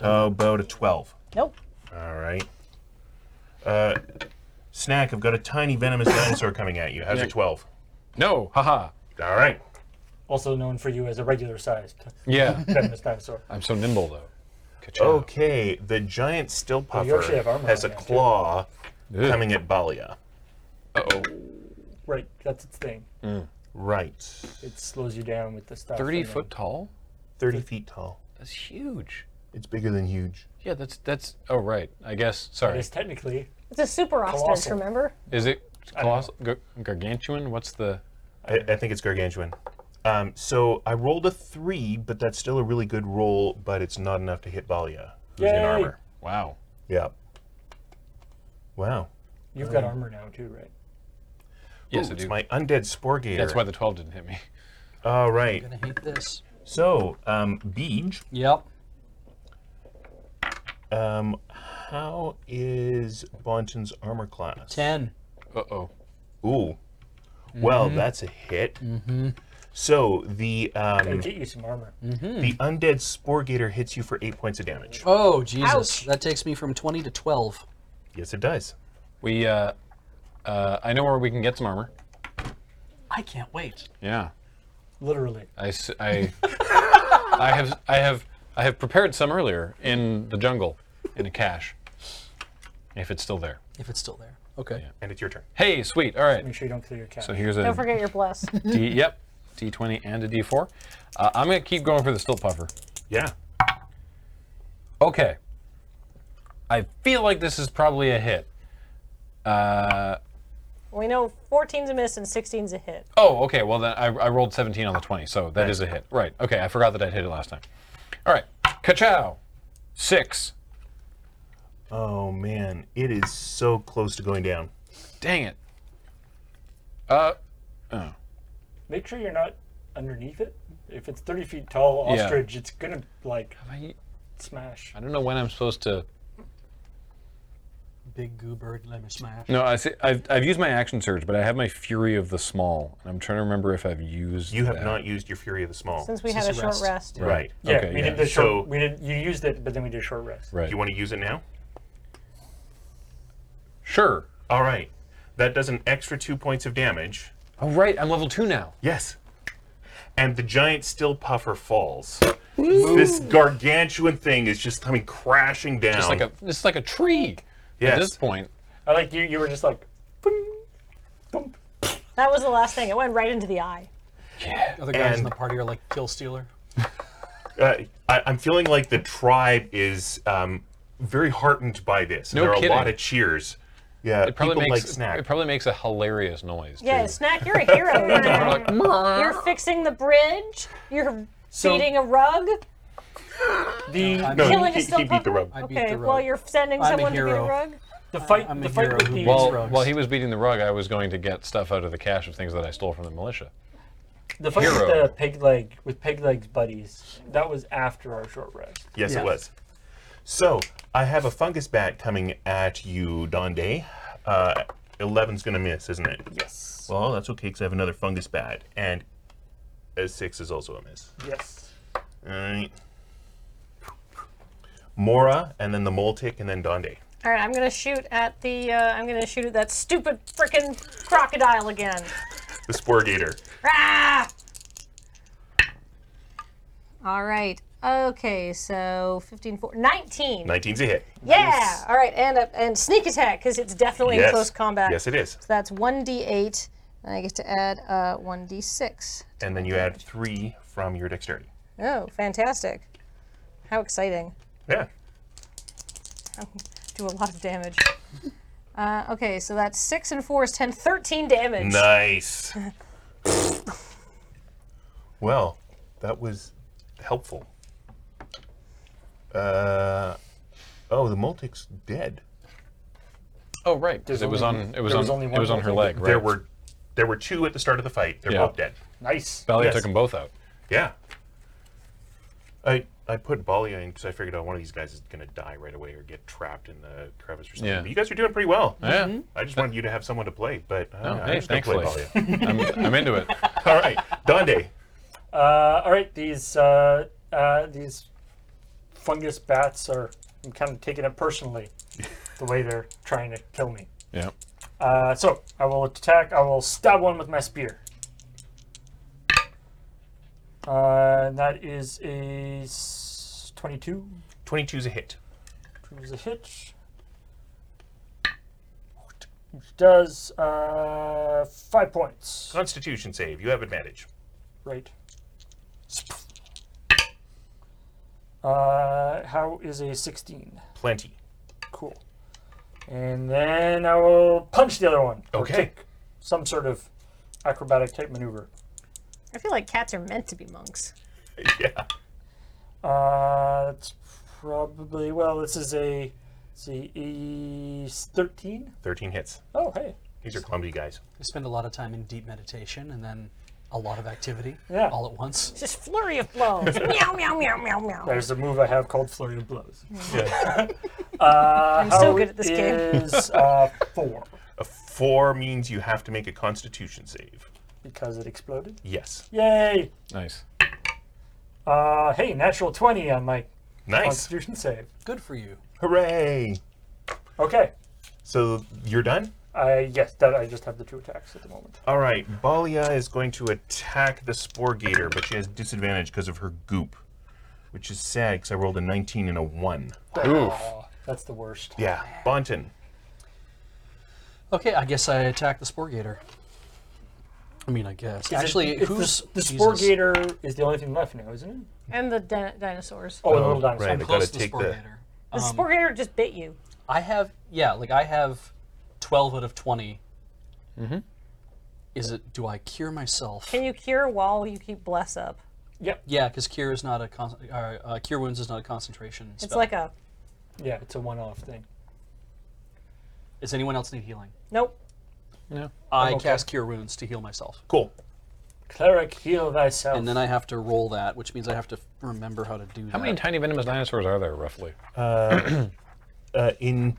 Speaker 1: Oh, about a 12.
Speaker 3: Nope.
Speaker 1: All right. Uh, Snack, I've got a tiny venomous dinosaur coming at you. How's a
Speaker 5: Yeah.
Speaker 1: 12?
Speaker 5: No. Haha.
Speaker 1: All right.
Speaker 2: Also known for you as a regular sized
Speaker 5: Yeah.
Speaker 2: venomous dinosaur.
Speaker 5: I'm so nimble though. Ka-chow.
Speaker 1: Oh, Okay, the giant still
Speaker 2: you actually
Speaker 1: puffer
Speaker 2: have armor
Speaker 1: has a
Speaker 2: on now, too.
Speaker 1: claw
Speaker 5: Ugh.
Speaker 1: coming at Balia.
Speaker 5: Uh-oh.
Speaker 2: Right, that's its thing.
Speaker 1: Right.
Speaker 2: It slows you down with the stuff.
Speaker 5: Thirty
Speaker 2: and then-
Speaker 5: foot tall.
Speaker 1: 30 feet tall.
Speaker 5: That's huge.
Speaker 1: It's bigger than huge.
Speaker 5: Yeah. That's that's. Oh right. I guess. Sorry.
Speaker 2: Yes, technically.
Speaker 3: It's a super ostrich,
Speaker 2: Colossal.
Speaker 3: remember?
Speaker 5: Is it colossal? Gar- gargantuan? What's the?
Speaker 1: I, I think it's gargantuan. Um, so I rolled a three, but that's still a really good roll, but it's not enough to hit Valia, who's
Speaker 2: Yay.
Speaker 1: in armor.
Speaker 5: Wow.
Speaker 1: Yeah. Wow.
Speaker 2: You've got armor now too, right?
Speaker 5: Yes,
Speaker 1: Ooh,
Speaker 5: I
Speaker 1: it's
Speaker 5: do.
Speaker 1: my undead spore gator.
Speaker 5: That's why the 12 didn't hit me.
Speaker 1: All right.
Speaker 4: I hate this.
Speaker 1: So, um, Beej,
Speaker 4: Yep.
Speaker 1: um, how is Bonton's armor class?
Speaker 4: Ten.
Speaker 5: Uh oh.
Speaker 1: Ooh. Well, that's a hit. So the
Speaker 2: I
Speaker 1: um,
Speaker 2: get you some armor.
Speaker 1: the undead spore gator hits you for eight points of damage.
Speaker 4: Oh Jesus!
Speaker 3: Ouch.
Speaker 4: That takes me from twenty to twelve.
Speaker 1: Yes, it does.
Speaker 5: We, uh, uh, I know where we can get some armor.
Speaker 4: I can't wait.
Speaker 5: Yeah.
Speaker 2: Literally.
Speaker 5: I, s- I- I have, I have, I have prepared some earlier in the jungle, in a cache, if it's still there.
Speaker 4: If it's still there. Okay.
Speaker 1: And it's your turn.
Speaker 5: Hey, sweet. All right.
Speaker 2: Make sure you don't clear your cat.
Speaker 5: So here's a
Speaker 3: Don't forget your bless.
Speaker 5: D- yep, D20 and a D4. Uh, I'm gonna keep going for the stilt puffer.
Speaker 1: Yeah.
Speaker 5: Okay. I feel like this is probably a hit. Uh,
Speaker 3: we know 14's a miss and 16's a hit.
Speaker 5: oh, okay. Well, then I, I rolled 17 on the 20, so that is a hit. Right. Okay. I forgot that I'd hit it last time. All right. Kachow. Six.
Speaker 1: Oh man, it is so close to going down.
Speaker 5: Dang it. Uh,
Speaker 2: Make sure you're not underneath it. If it's 30 feet tall
Speaker 5: Yeah.
Speaker 2: ostrich, it's gonna like
Speaker 5: I,
Speaker 2: smash.
Speaker 5: I don't know when I'm supposed to.
Speaker 4: Big goo bird, let me smash.
Speaker 5: No, I see, I've, I've used my action surge, but I have my fury of the small, and I'm trying to remember if I've used.
Speaker 1: You have
Speaker 5: that.
Speaker 1: not used your fury of the small.
Speaker 3: Since we had a
Speaker 4: Since the
Speaker 3: short
Speaker 4: rest.
Speaker 3: rest.
Speaker 1: right.
Speaker 2: Yeah,
Speaker 5: okay,
Speaker 2: we
Speaker 5: yeah.
Speaker 2: did the short.
Speaker 1: So-
Speaker 2: we did. You used it, but then we did a short rest.
Speaker 5: Right.
Speaker 1: You want to use it now?
Speaker 5: Sure.
Speaker 1: All right. That does an extra two points of damage.
Speaker 5: All Oh, right. I'm level two now.
Speaker 1: Yes. And the giant still puffer falls. This gargantuan thing is just coming crashing down.
Speaker 5: It's like a it's like a tree.
Speaker 1: Yes.
Speaker 5: At this point,
Speaker 2: I like you. You were just like,
Speaker 3: That was the last thing. It went right into the eye.
Speaker 4: Other guys in
Speaker 1: And-
Speaker 4: the party are like kill stealer.
Speaker 1: uh, I, I'm feeling like the tribe is um, very heartened by this.
Speaker 5: No
Speaker 1: there are
Speaker 5: kidding.
Speaker 1: a lot of cheers. Yeah,
Speaker 5: it probably
Speaker 1: people
Speaker 5: makes
Speaker 1: like snack.
Speaker 5: it probably makes a hilarious noise.
Speaker 3: Yeah,
Speaker 5: too.
Speaker 3: Snack, you're a hero. man.
Speaker 5: Like, "Mm."
Speaker 3: You're fixing the bridge. You're
Speaker 2: So-
Speaker 3: beating a rug.
Speaker 2: the
Speaker 1: no,
Speaker 3: killing
Speaker 1: he,
Speaker 3: is still
Speaker 1: he beat the
Speaker 3: public?
Speaker 1: rug.
Speaker 4: I beat
Speaker 3: Okay,
Speaker 4: the rug.
Speaker 3: well, you're sending
Speaker 4: I'm a
Speaker 3: someone to be a
Speaker 4: hero.
Speaker 3: rug.
Speaker 2: the fight.
Speaker 4: I'm a
Speaker 2: the fight
Speaker 4: hero
Speaker 2: with
Speaker 4: who
Speaker 2: the
Speaker 4: beats
Speaker 5: While,
Speaker 4: rugs.
Speaker 5: while he was beating the rug, I was going to get stuff out of the cache of things that I stole from the militia.
Speaker 2: the fight with
Speaker 5: hero.
Speaker 2: the peg leg with peg legs buddies. That was after our short rest.
Speaker 1: Yes,
Speaker 4: Yeah.
Speaker 1: it was. So I have a fungus bat coming at you, Donde. Uh, 11's gonna miss, isn't it?
Speaker 2: Yes.
Speaker 1: Well, that's okay because I have another fungus bat, and a six is also a miss.
Speaker 2: Yes.
Speaker 1: All right. Mora, and then the Moltic, and then Donde.
Speaker 3: All right, I'm gonna shoot at the. Uh, I'm gonna shoot at that stupid frickin' crocodile again.
Speaker 1: The Spore Gator.
Speaker 3: Ah!
Speaker 6: All right.
Speaker 3: Okay, so 15, 4, 19.
Speaker 1: 19's a hit.
Speaker 3: Yeah. All right, and a, and sneak attack because it's definitely in
Speaker 1: yes.
Speaker 3: close combat.
Speaker 1: Yes, it is.
Speaker 6: That's 1d8, and I get to add uh, 1d6.
Speaker 1: And then you add three from your dexterity.
Speaker 6: Oh, fantastic. How exciting.
Speaker 1: Yeah.
Speaker 6: Do a lot of damage. Uh, okay, so that's 6 and 4 is 10, 13 damage.
Speaker 1: Nice. well, that was helpful. Uh, oh, the Moltic's dead.
Speaker 5: Oh right, because it was
Speaker 2: only-
Speaker 5: on it was
Speaker 2: there
Speaker 5: on
Speaker 2: was only
Speaker 5: it was
Speaker 2: one
Speaker 5: on her
Speaker 2: Moltic.
Speaker 5: leg. Right.
Speaker 1: There were there were two at the start of the fight. They're
Speaker 5: Yeah.
Speaker 1: both dead.
Speaker 2: Nice.
Speaker 5: Valia
Speaker 1: yes.
Speaker 5: took them both out.
Speaker 1: Yeah. I I put Balia in because I figured out one of these guys is gonna die right away or get trapped in the crevice or something.
Speaker 5: Yeah.
Speaker 1: But you guys are doing pretty well.
Speaker 5: Yeah.
Speaker 1: I just wanted you to have someone to play, but uh,
Speaker 5: Oh,
Speaker 1: I'm
Speaker 5: hey,
Speaker 1: just gonna play
Speaker 5: thankfully.
Speaker 1: Balia.
Speaker 5: I'm, I'm into it.
Speaker 1: All right, Donde.
Speaker 2: Uh, all right, these uh, uh, these fungus bats are. I'm kind of taking it personally, the way they're trying to kill me.
Speaker 5: Yeah.
Speaker 2: Uh, so I will attack. I will stab one with my spear. Uh, that is a s- 22.
Speaker 1: 22's a hit.
Speaker 2: It was a hit. Which does uh, five points.
Speaker 1: Constitution save. You have advantage.
Speaker 2: Right. Uh, how is a 16?
Speaker 1: Plenty.
Speaker 2: Cool. And then I will punch the other one. or
Speaker 1: Okay.
Speaker 2: kick. Some sort of acrobatic type maneuver.
Speaker 3: I feel like cats are meant to be monks.
Speaker 1: yeah.
Speaker 2: Uh, it's probably well. This is a let's see e thirteen.
Speaker 1: 13 hits.
Speaker 2: Oh hey,
Speaker 1: These are clumsy guys.
Speaker 4: I spend a lot of time in deep meditation and then a lot of activity
Speaker 2: Yeah.
Speaker 4: all at once.
Speaker 3: It's just flurry of blows. meow meow mew meow meow.
Speaker 2: there's a move I have called flurry of blows.
Speaker 3: I'm so good at this game.
Speaker 2: Is uh, four
Speaker 1: A four means you have to make a constitution save.
Speaker 2: because it exploded.
Speaker 1: Yes.
Speaker 2: Yay!
Speaker 5: Nice.
Speaker 2: Uh, hey, natural twenty on my
Speaker 1: Nice.
Speaker 2: Constitution save.
Speaker 4: Good for you.
Speaker 1: Hooray.
Speaker 2: Okay.
Speaker 1: So you're done?
Speaker 2: I yes, that I just have the two attacks at the moment.
Speaker 1: All right. Balia is going to attack the Spore Gator, but she has disadvantage because of her goop, which is sad because I rolled a 19 and a 1.
Speaker 5: Oof.
Speaker 2: That's the worst.
Speaker 1: Yeah. Bonton.
Speaker 4: Okay, I guess I attack the Spore Gator. I mean, I guess. Actually,
Speaker 2: It's the-
Speaker 4: who's
Speaker 2: the, Spore
Speaker 4: Jesus.
Speaker 2: Gator is the only thing left now, isn't it?
Speaker 3: And the din- dinosaurs.
Speaker 2: Oh, and the little dinosaur.
Speaker 1: right.
Speaker 4: I'm
Speaker 1: I
Speaker 4: close
Speaker 1: gotta
Speaker 4: to the
Speaker 1: take
Speaker 4: Spore
Speaker 1: the-
Speaker 4: Gator.
Speaker 1: Um,
Speaker 3: The spore gator just bit you.
Speaker 4: I have yeah, like I have twelve out of 20 Mm-hmm. Is it? Do I cure myself?
Speaker 3: Can you cure while you keep bless up?
Speaker 4: Yeah, because cure is not a con- uh, uh, cure wounds is not a concentration
Speaker 3: It's
Speaker 4: spell.
Speaker 3: like a
Speaker 2: Yeah, it's a one-off thing.
Speaker 4: Does anyone else need healing?
Speaker 3: nope.
Speaker 4: I
Speaker 2: Oh, okay.
Speaker 4: cast cure wounds to heal myself,
Speaker 1: Cool.
Speaker 2: Cleric, heal thyself.
Speaker 4: and then I have to roll that, which means I have to f- remember how to do that.
Speaker 5: How many tiny venomous dinosaurs are there, roughly?
Speaker 1: Uh, in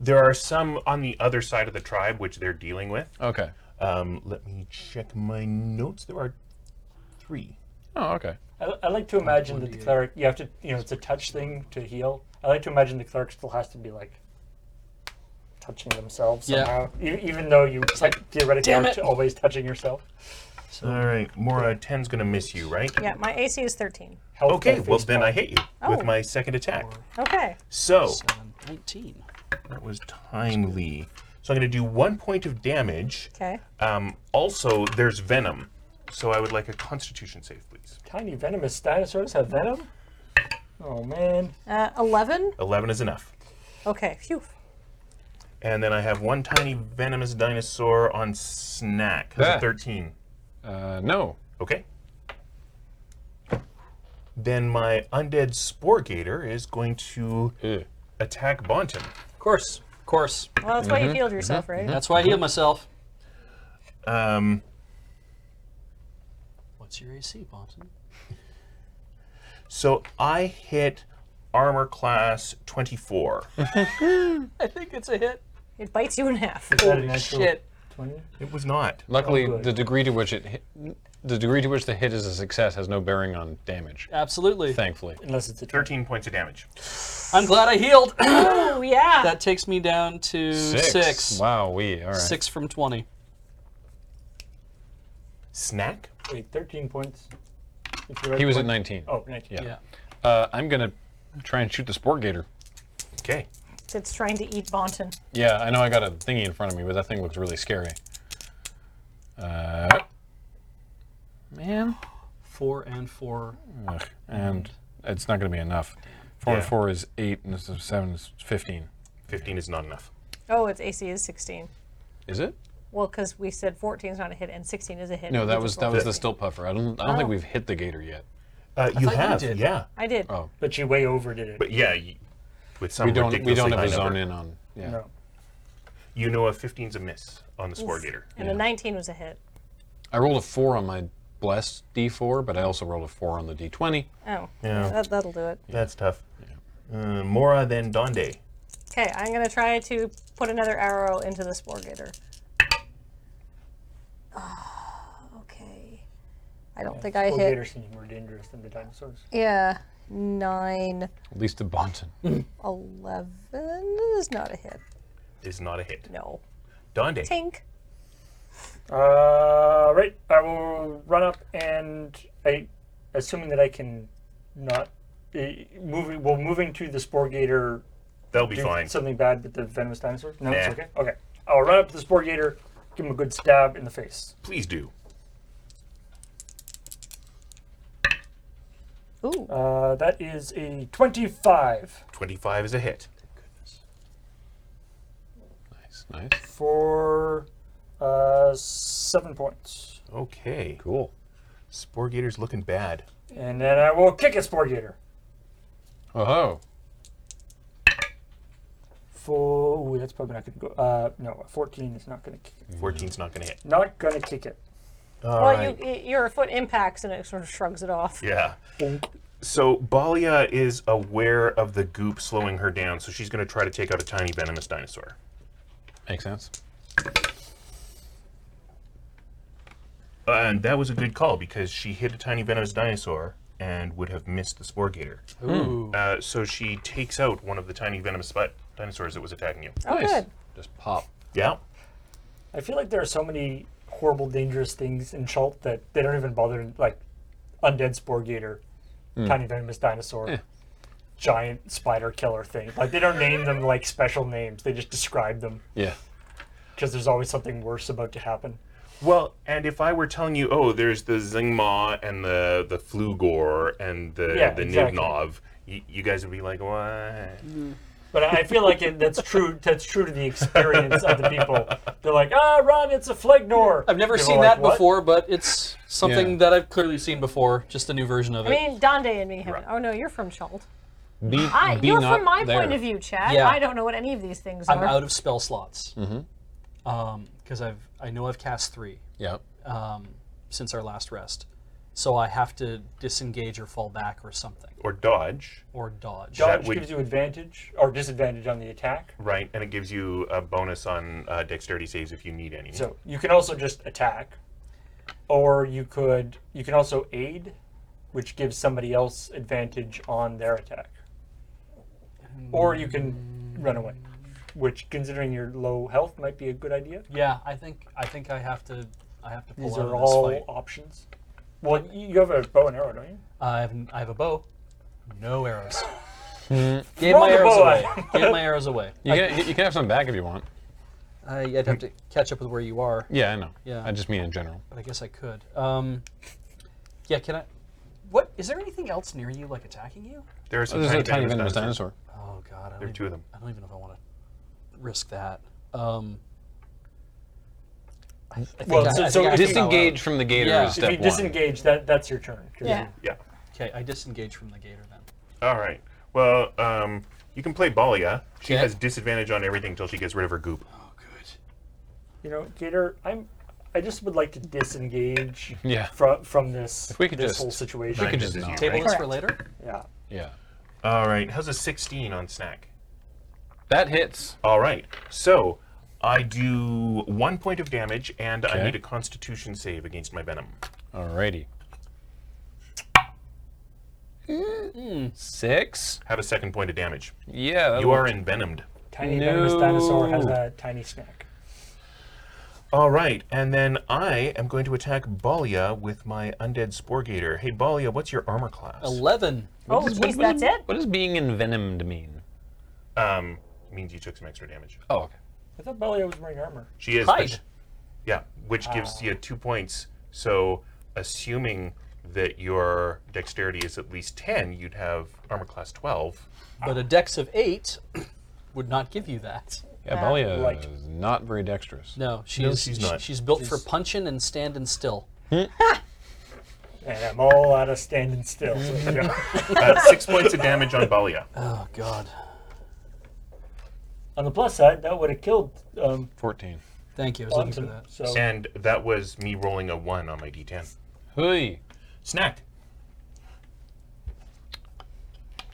Speaker 1: there are some on the other side of the tribe which they're dealing with.
Speaker 5: Okay.
Speaker 1: Um, let me check my notes. There are three.
Speaker 5: Oh, okay.
Speaker 2: I, I like to imagine that the cleric, you have to, you know, it's a touch thing to heal. I like to imagine the cleric still has to be like touching themselves
Speaker 4: Yeah.
Speaker 2: somehow, e- even though you like, theoretically
Speaker 4: Damn
Speaker 2: are
Speaker 4: it.
Speaker 2: t- always touching yourself.
Speaker 1: All right, Mora, 10's gonna miss you, right?
Speaker 3: Yeah, my AC is 13.
Speaker 2: Health
Speaker 1: Okay,
Speaker 2: benefits
Speaker 1: well then
Speaker 2: by-
Speaker 1: I hit you
Speaker 3: Oh.
Speaker 1: with my second attack.
Speaker 3: Okay.
Speaker 1: So
Speaker 4: Seven, Nineteen.
Speaker 1: that was timely. So I'm gonna do one point of damage.
Speaker 3: Okay.
Speaker 1: Um, also, there's venom, so I would like a Constitution save, please.
Speaker 2: Tiny venomous dinosaurs have venom. Oh man.
Speaker 3: Uh, 11.
Speaker 1: Eleven is enough.
Speaker 3: Okay. Phew.
Speaker 1: And then I have one tiny venomous dinosaur on snack. That's a
Speaker 5: Ah.
Speaker 1: Thirteen.
Speaker 5: Uh, no.
Speaker 1: Okay. Then my undead spore gator is going to
Speaker 5: Ew.
Speaker 1: attack Bonton.
Speaker 4: Of course, of course.
Speaker 3: Well, that's
Speaker 5: Mm-hmm,
Speaker 3: why you healed yourself, right?
Speaker 4: That's why I healed myself.
Speaker 1: Um,
Speaker 4: What's your AC, Bonson?
Speaker 1: so I hit armor class 24.
Speaker 4: I think it's a hit.
Speaker 3: It bites you in half.
Speaker 2: Is that a natural
Speaker 4: Shit.
Speaker 2: 20?
Speaker 1: it was not.
Speaker 5: Luckily,
Speaker 2: good.
Speaker 5: the degree to which it hit, the degree to which the hit is a success has no bearing on damage.
Speaker 4: Absolutely.
Speaker 5: Thankfully.
Speaker 2: Unless it's a 20.
Speaker 1: 13 points of damage.
Speaker 4: I'm glad I healed.
Speaker 3: Oh, yeah.
Speaker 4: that takes me down to six.
Speaker 5: Wow, we all right.
Speaker 4: Six from twenty.
Speaker 1: Snack?
Speaker 2: Wait, 13 points. If you
Speaker 5: He was at 19.
Speaker 2: Oh, 19.
Speaker 5: Yeah.
Speaker 4: Yeah.
Speaker 5: Uh, I'm gonna try and shoot the sport gator.
Speaker 1: Okay.
Speaker 3: It's trying to eat Bonton.
Speaker 5: Yeah, I know I got a thingy in front of me, but that thing looks really scary. Uh, man.
Speaker 4: Four and four.
Speaker 5: Ugh, and it's not going to be enough. Four and
Speaker 1: Yeah.
Speaker 5: four is eight, and this is seven is fifteen.
Speaker 1: 15 is not enough.
Speaker 3: Oh, its AC is 16.
Speaker 5: Is it?
Speaker 3: Well, because we said 14 is not a hit and 16 is a hit.
Speaker 5: No,
Speaker 3: You
Speaker 5: that
Speaker 3: just
Speaker 5: was that
Speaker 3: rolled
Speaker 5: was the
Speaker 3: it.
Speaker 5: still puffer. I don't I don't think we've hit the gator yet.
Speaker 1: Uh, you
Speaker 4: thought you
Speaker 1: have,
Speaker 4: did.
Speaker 1: yeah.
Speaker 3: I did.
Speaker 5: Oh.
Speaker 2: But you way overdid it.
Speaker 1: But yeah, you, with some
Speaker 5: We don't we
Speaker 1: ridiculously
Speaker 5: don't ever
Speaker 1: high
Speaker 5: zone
Speaker 1: number.
Speaker 5: in on. Yeah.
Speaker 2: No.
Speaker 1: You know a 15's a miss on the spore gator.
Speaker 3: And a 19 was a hit.
Speaker 5: I rolled a four on my blessed D4, but I also rolled a four on the D20.
Speaker 3: Oh,
Speaker 1: Yeah.
Speaker 3: that, that'll do it.
Speaker 1: That's tough. Uh, Mora, then Donde.
Speaker 3: Okay, I'm going to try to put another arrow into the Spore Gator. Ah,
Speaker 6: Oh, okay. I don't think I
Speaker 2: Well,
Speaker 6: hit.
Speaker 2: gators seem more dangerous than the dinosaurs.
Speaker 6: Yeah. Nine,
Speaker 5: At least to Bonton.
Speaker 6: eleven is not a hit.
Speaker 1: Is not a hit.
Speaker 3: No.
Speaker 1: Donde.
Speaker 3: Tink.
Speaker 2: Uh, right. I will run up and I, assuming that I can, not eh, moving. Well, moving to the spore gator.
Speaker 1: That'll be
Speaker 2: do
Speaker 1: fine.
Speaker 2: Something bad with the venomous dinosaur. No, it's
Speaker 1: Nah.
Speaker 2: okay. Okay. I'll run up to the spore gator, give him a good stab in the face.
Speaker 1: Please do.
Speaker 3: Ooh.
Speaker 2: Uh, that is a twenty-five
Speaker 1: 25 is a hit.
Speaker 5: Nice, nice.
Speaker 2: for uh, seven points.
Speaker 1: Okay.
Speaker 5: Cool.
Speaker 1: Sporgator's looking bad.
Speaker 2: And then I will kick at Sporgator.
Speaker 5: Oh,
Speaker 2: Full. Ooh, that's probably not going to go. Uh, no, a 14 is not going to kick it.
Speaker 5: Mm-hmm.
Speaker 1: 14's not going to hit.
Speaker 2: Not going to kick it.
Speaker 1: All
Speaker 3: well,
Speaker 1: right.
Speaker 3: you, y- your foot impacts and it sort of shrugs it off.
Speaker 1: Yeah. So Balia is aware of the goop slowing her down, so she's going to try to take out a tiny venomous dinosaur.
Speaker 5: makes sense.
Speaker 1: And that was a good call because she hit a tiny venomous dinosaur and would have missed the spore gator.
Speaker 4: Ooh.
Speaker 1: Uh, so she takes out one of the tiny venomous spi- dinosaurs that was attacking you.
Speaker 3: Oh, good.
Speaker 5: Just pop.
Speaker 1: Yeah.
Speaker 2: I feel like there are so many horrible, dangerous things in Chult that they don't even bother. Like undead Sporgator, tiny venomous dinosaur, giant spider killer thing. Like they don't name them like special names. They just describe them
Speaker 5: Yeah.
Speaker 2: because there's always something worse about to happen.
Speaker 1: Well, and if I were telling you, oh, there's the Zingma and the the Flugor and the
Speaker 2: Yeah,
Speaker 1: the
Speaker 2: exactly.
Speaker 1: Nivnov, you, you guys would be like, what?
Speaker 2: But I I feel like it, that's true. That's true to the experience of the people. They're like, ah, run! It's a Flegnor.
Speaker 4: I've never
Speaker 2: People
Speaker 4: seen
Speaker 2: are like,
Speaker 4: that
Speaker 2: "What?"
Speaker 4: before, but it's something
Speaker 5: Yeah.
Speaker 4: that I've clearly seen before. Just a new version of
Speaker 3: I
Speaker 4: it.
Speaker 3: mean, Dande and me haven't. Oh, no, you're from Schuld.
Speaker 5: Be,
Speaker 3: I,
Speaker 5: be
Speaker 3: you're
Speaker 5: not
Speaker 3: from my
Speaker 5: there.
Speaker 3: point of view, Chad.
Speaker 4: Yeah.
Speaker 3: I don't know what any of these things
Speaker 4: I'm
Speaker 3: are.
Speaker 4: out of spell slots. Mm-hmm. because I've I know I've cast three
Speaker 5: Yeah.
Speaker 4: since our last rest, so I have to disengage or fall back or something
Speaker 1: Or dodge,
Speaker 4: or dodge.
Speaker 2: Dodge
Speaker 1: would-
Speaker 2: gives you advantage or disadvantage on the attack.
Speaker 1: right? And it gives you a bonus on uh, dexterity saves if you need any.
Speaker 2: So you can also just attack, or you could you can also aid, which gives somebody else advantage on their attack. Or you can run away, which, considering your low health, might be a good idea.
Speaker 4: Yeah, I think I think I have to I have to pull
Speaker 2: These
Speaker 4: out
Speaker 2: are
Speaker 4: of this
Speaker 2: all
Speaker 4: fight.
Speaker 2: options. Well, y- you have a bow and arrow, don't you?
Speaker 4: I have I have a bow, no arrows. Gave
Speaker 2: Throw
Speaker 4: my
Speaker 2: the
Speaker 4: arrows
Speaker 2: bow
Speaker 4: away.
Speaker 2: at
Speaker 4: Gave my arrows away.
Speaker 5: You can, you can have some back if you want.
Speaker 4: I, I'd have to catch up with where you are,
Speaker 5: Yeah, I know.
Speaker 4: Yeah.
Speaker 5: I just mean in general.
Speaker 4: but I guess I could. Um, yeah, can I? What is there anything else near you like attacking you?
Speaker 1: there are some
Speaker 5: There's
Speaker 1: Oh, tiny,
Speaker 5: a tiny venomous
Speaker 1: dinosaurs.
Speaker 5: dinosaur.
Speaker 4: Oh God, I
Speaker 1: There are
Speaker 4: don't
Speaker 1: two of
Speaker 4: even-
Speaker 1: them.
Speaker 4: I don't even know if I want to risk that. Um, I, I think
Speaker 2: Well,
Speaker 4: I-
Speaker 2: so-
Speaker 4: I
Speaker 2: so
Speaker 4: think I
Speaker 2: if you-
Speaker 4: have to bow out.
Speaker 5: Disengage from the gator is
Speaker 4: Yeah. If
Speaker 2: If
Speaker 5: step
Speaker 2: you
Speaker 5: one.
Speaker 2: disengage, that that's your turn. 'cause
Speaker 3: yeah.
Speaker 1: Yeah.
Speaker 4: Okay, I disengage from the gator then.
Speaker 1: All right. Well, um, you can play Balia. She
Speaker 4: Okay.
Speaker 1: has disadvantage on everything until she gets rid of her goop.
Speaker 4: Oh, good.
Speaker 2: You know, Gator, I'm. I just would like to disengage
Speaker 5: Yeah.
Speaker 2: from from this
Speaker 5: we could
Speaker 2: this
Speaker 5: just-
Speaker 2: whole situation.
Speaker 1: Nine
Speaker 5: could just
Speaker 1: misses you,
Speaker 5: not.
Speaker 4: Table
Speaker 1: right?
Speaker 4: this for later.
Speaker 2: Yeah.
Speaker 5: Yeah.
Speaker 1: All right. How's a 16 on snack?
Speaker 5: That hits.
Speaker 1: All right. So I do one point of damage, and I
Speaker 5: Okay.
Speaker 1: need a Constitution save against my venom.
Speaker 5: Alrighty. Six?
Speaker 1: Have a second point of damage.
Speaker 5: Yeah.
Speaker 1: You are envenomed.
Speaker 2: Tiny venomous dinosaur has a tiny snack.
Speaker 1: All right, and then I am going to attack Balia with my undead Sporgator. Hey, Balia, what's your armor class?
Speaker 4: Eleven.
Speaker 3: Oh, jeez, that's it?
Speaker 5: What does being envenomed mean?
Speaker 1: Um, means you took some extra damage.
Speaker 5: Oh, okay.
Speaker 2: I thought Belia was wearing armor.
Speaker 1: She is.
Speaker 4: Hide.
Speaker 1: but sh- yeah, which gives you two points. So, assuming that your dexterity is at least 10, you'd have armor class 12.
Speaker 4: But a dex of eight would not give you that.
Speaker 5: Yeah,
Speaker 3: Uh,
Speaker 5: Balia
Speaker 2: Right.
Speaker 5: is not very dexterous.
Speaker 4: No, she's
Speaker 1: she's not.
Speaker 4: She's built for punching and standing still.
Speaker 2: And I'm all out of standing still. So, yeah.
Speaker 1: Uh, six points of damage on Balia.
Speaker 4: Oh God.
Speaker 2: On the plus side, that would have killed um,
Speaker 5: 14.
Speaker 4: Thank you. I was looking for
Speaker 2: Quantum,
Speaker 4: that.
Speaker 2: So
Speaker 1: And that was me rolling a 1 on my d10.
Speaker 5: Hooey.
Speaker 1: Snack.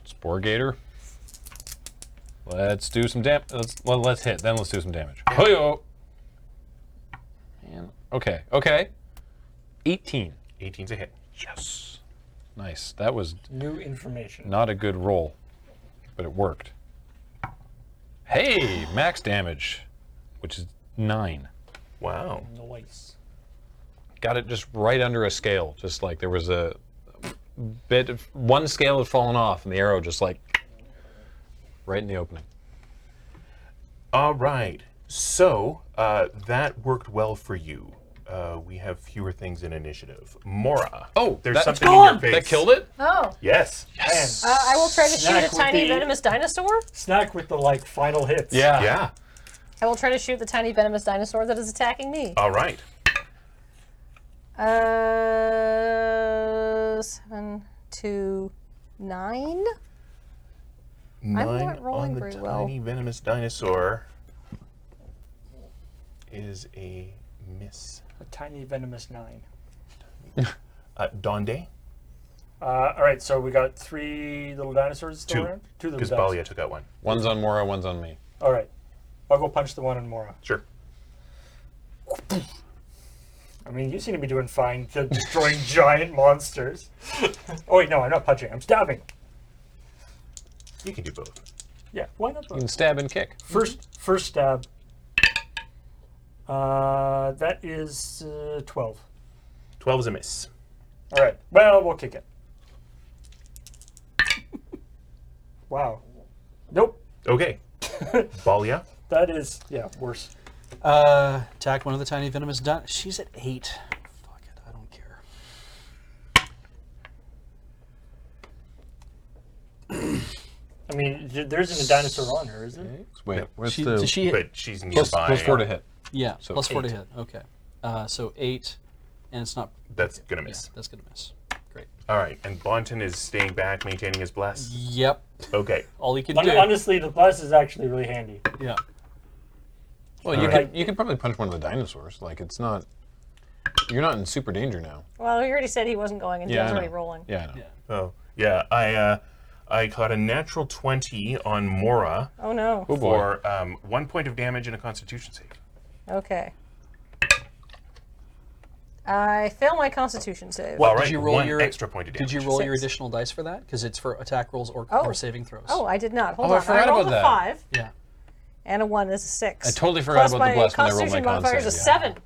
Speaker 5: Spore Gator. Let's do some dam. Let's well, let's hit. Then let's do some damage. Hoyo. Man. Okay. Okay. Eighteen.
Speaker 1: 18's a hit.
Speaker 5: Yes. Nice. That was
Speaker 2: new information.
Speaker 5: not a good roll, but it worked. Hey, max damage, which is nine.
Speaker 1: Wow.
Speaker 2: Noise.
Speaker 5: Got it just right under a scale. Just like there was a bit of one scale had fallen off, and the arrow just like right in the opening.
Speaker 1: All right. So uh, that worked well for you. Uh, we have fewer things in initiative. Mora.
Speaker 5: Oh,
Speaker 1: there's
Speaker 5: that-
Speaker 1: something in your face.
Speaker 5: That killed it.
Speaker 6: Oh,
Speaker 1: Yes.
Speaker 2: Man,
Speaker 3: Uh, I will try to
Speaker 2: Snack
Speaker 3: shoot a
Speaker 2: would
Speaker 3: tiny
Speaker 2: be-
Speaker 3: venomous dinosaur.
Speaker 2: snack with the like final hits.
Speaker 1: Yeah.
Speaker 6: I will try to shoot the tiny venomous dinosaur that is attacking me.
Speaker 1: All right.
Speaker 6: Uh, seven to nine.
Speaker 1: Nine
Speaker 6: not rolling
Speaker 1: on the
Speaker 6: very well.
Speaker 1: tiny venomous dinosaur is a miss.
Speaker 2: A tiny venomous nine.
Speaker 1: Uh, Donde,
Speaker 2: Uh, all right, so we got three little dinosaurs
Speaker 1: Two.
Speaker 2: still around? Two little
Speaker 1: because
Speaker 2: dinosaurs.
Speaker 1: Balia took out one.
Speaker 5: One's on Mora, one's on me.
Speaker 2: All right. I'll go punch the one on Mora.
Speaker 1: Sure.
Speaker 2: I mean, you seem to be doing fine to destroying giant monsters. oh, wait, no, I'm not punching. I'm stabbing.
Speaker 1: You can do both.
Speaker 2: Yeah, why not?
Speaker 5: You can stab and kick.
Speaker 2: First, first stab. Uh, that is uh, 12.
Speaker 1: 12 is a miss.
Speaker 2: All right. Well, we'll kick it. wow. Nope.
Speaker 1: Okay. Balia,
Speaker 2: That is, yeah, worse.
Speaker 4: Uh, attack one of the tiny venomous dun. She's at eight. Fuck it, I don't care.
Speaker 2: I mean, th- there isn't a dinosaur on her, is there?
Speaker 5: Wait, where's
Speaker 4: She,
Speaker 5: the
Speaker 4: does she hit?
Speaker 1: but she's nearby.
Speaker 5: plus, plus four to hit?
Speaker 4: yeah,
Speaker 5: so
Speaker 4: plus four to
Speaker 5: eight.
Speaker 4: hit. Okay, uh, so eight, and it's not.
Speaker 1: That's gonna
Speaker 4: Yeah,
Speaker 1: miss.
Speaker 4: that's gonna miss. Great.
Speaker 1: All right, and Bonton is staying back, maintaining his bless.
Speaker 4: Yep.
Speaker 1: Okay.
Speaker 4: All he can
Speaker 2: Hon-
Speaker 4: do.
Speaker 2: Honestly, the plus is actually really handy.
Speaker 4: yeah.
Speaker 5: Well, you
Speaker 1: Alright.
Speaker 5: could you could probably punch one of the dinosaurs. Like it's not. You're not in super danger now.
Speaker 3: Well, he already said he wasn't going, and
Speaker 5: Yeah,
Speaker 3: he
Speaker 5: I
Speaker 3: was already
Speaker 5: know.
Speaker 3: rolling.
Speaker 5: Yeah, I know.
Speaker 1: Oh yeah, I uh, I caught a natural twenty on Mora
Speaker 3: Oh no.
Speaker 5: Oh boy.
Speaker 1: for um, one point of damage and a Constitution save.
Speaker 3: Okay. I fail my Constitution save.
Speaker 1: Well,
Speaker 4: did
Speaker 1: right,
Speaker 4: you roll
Speaker 1: one
Speaker 4: your-
Speaker 1: extra point of damage.
Speaker 4: Did you roll your
Speaker 3: Six.
Speaker 4: additional dice for that? Because it's for attack rolls or,
Speaker 3: Oh.
Speaker 4: or saving throws.
Speaker 3: Oh, I did not. Hold
Speaker 5: Oh, I
Speaker 3: on.
Speaker 5: forgot
Speaker 3: rolled
Speaker 5: about
Speaker 3: a
Speaker 5: that.
Speaker 3: five
Speaker 4: yeah.
Speaker 3: and a one is a six.
Speaker 5: I totally forgot
Speaker 3: Plus
Speaker 5: about the
Speaker 3: my
Speaker 5: bless when I rolled my
Speaker 3: Constitution
Speaker 5: con
Speaker 3: modifier is a
Speaker 5: save, yeah.
Speaker 3: seven.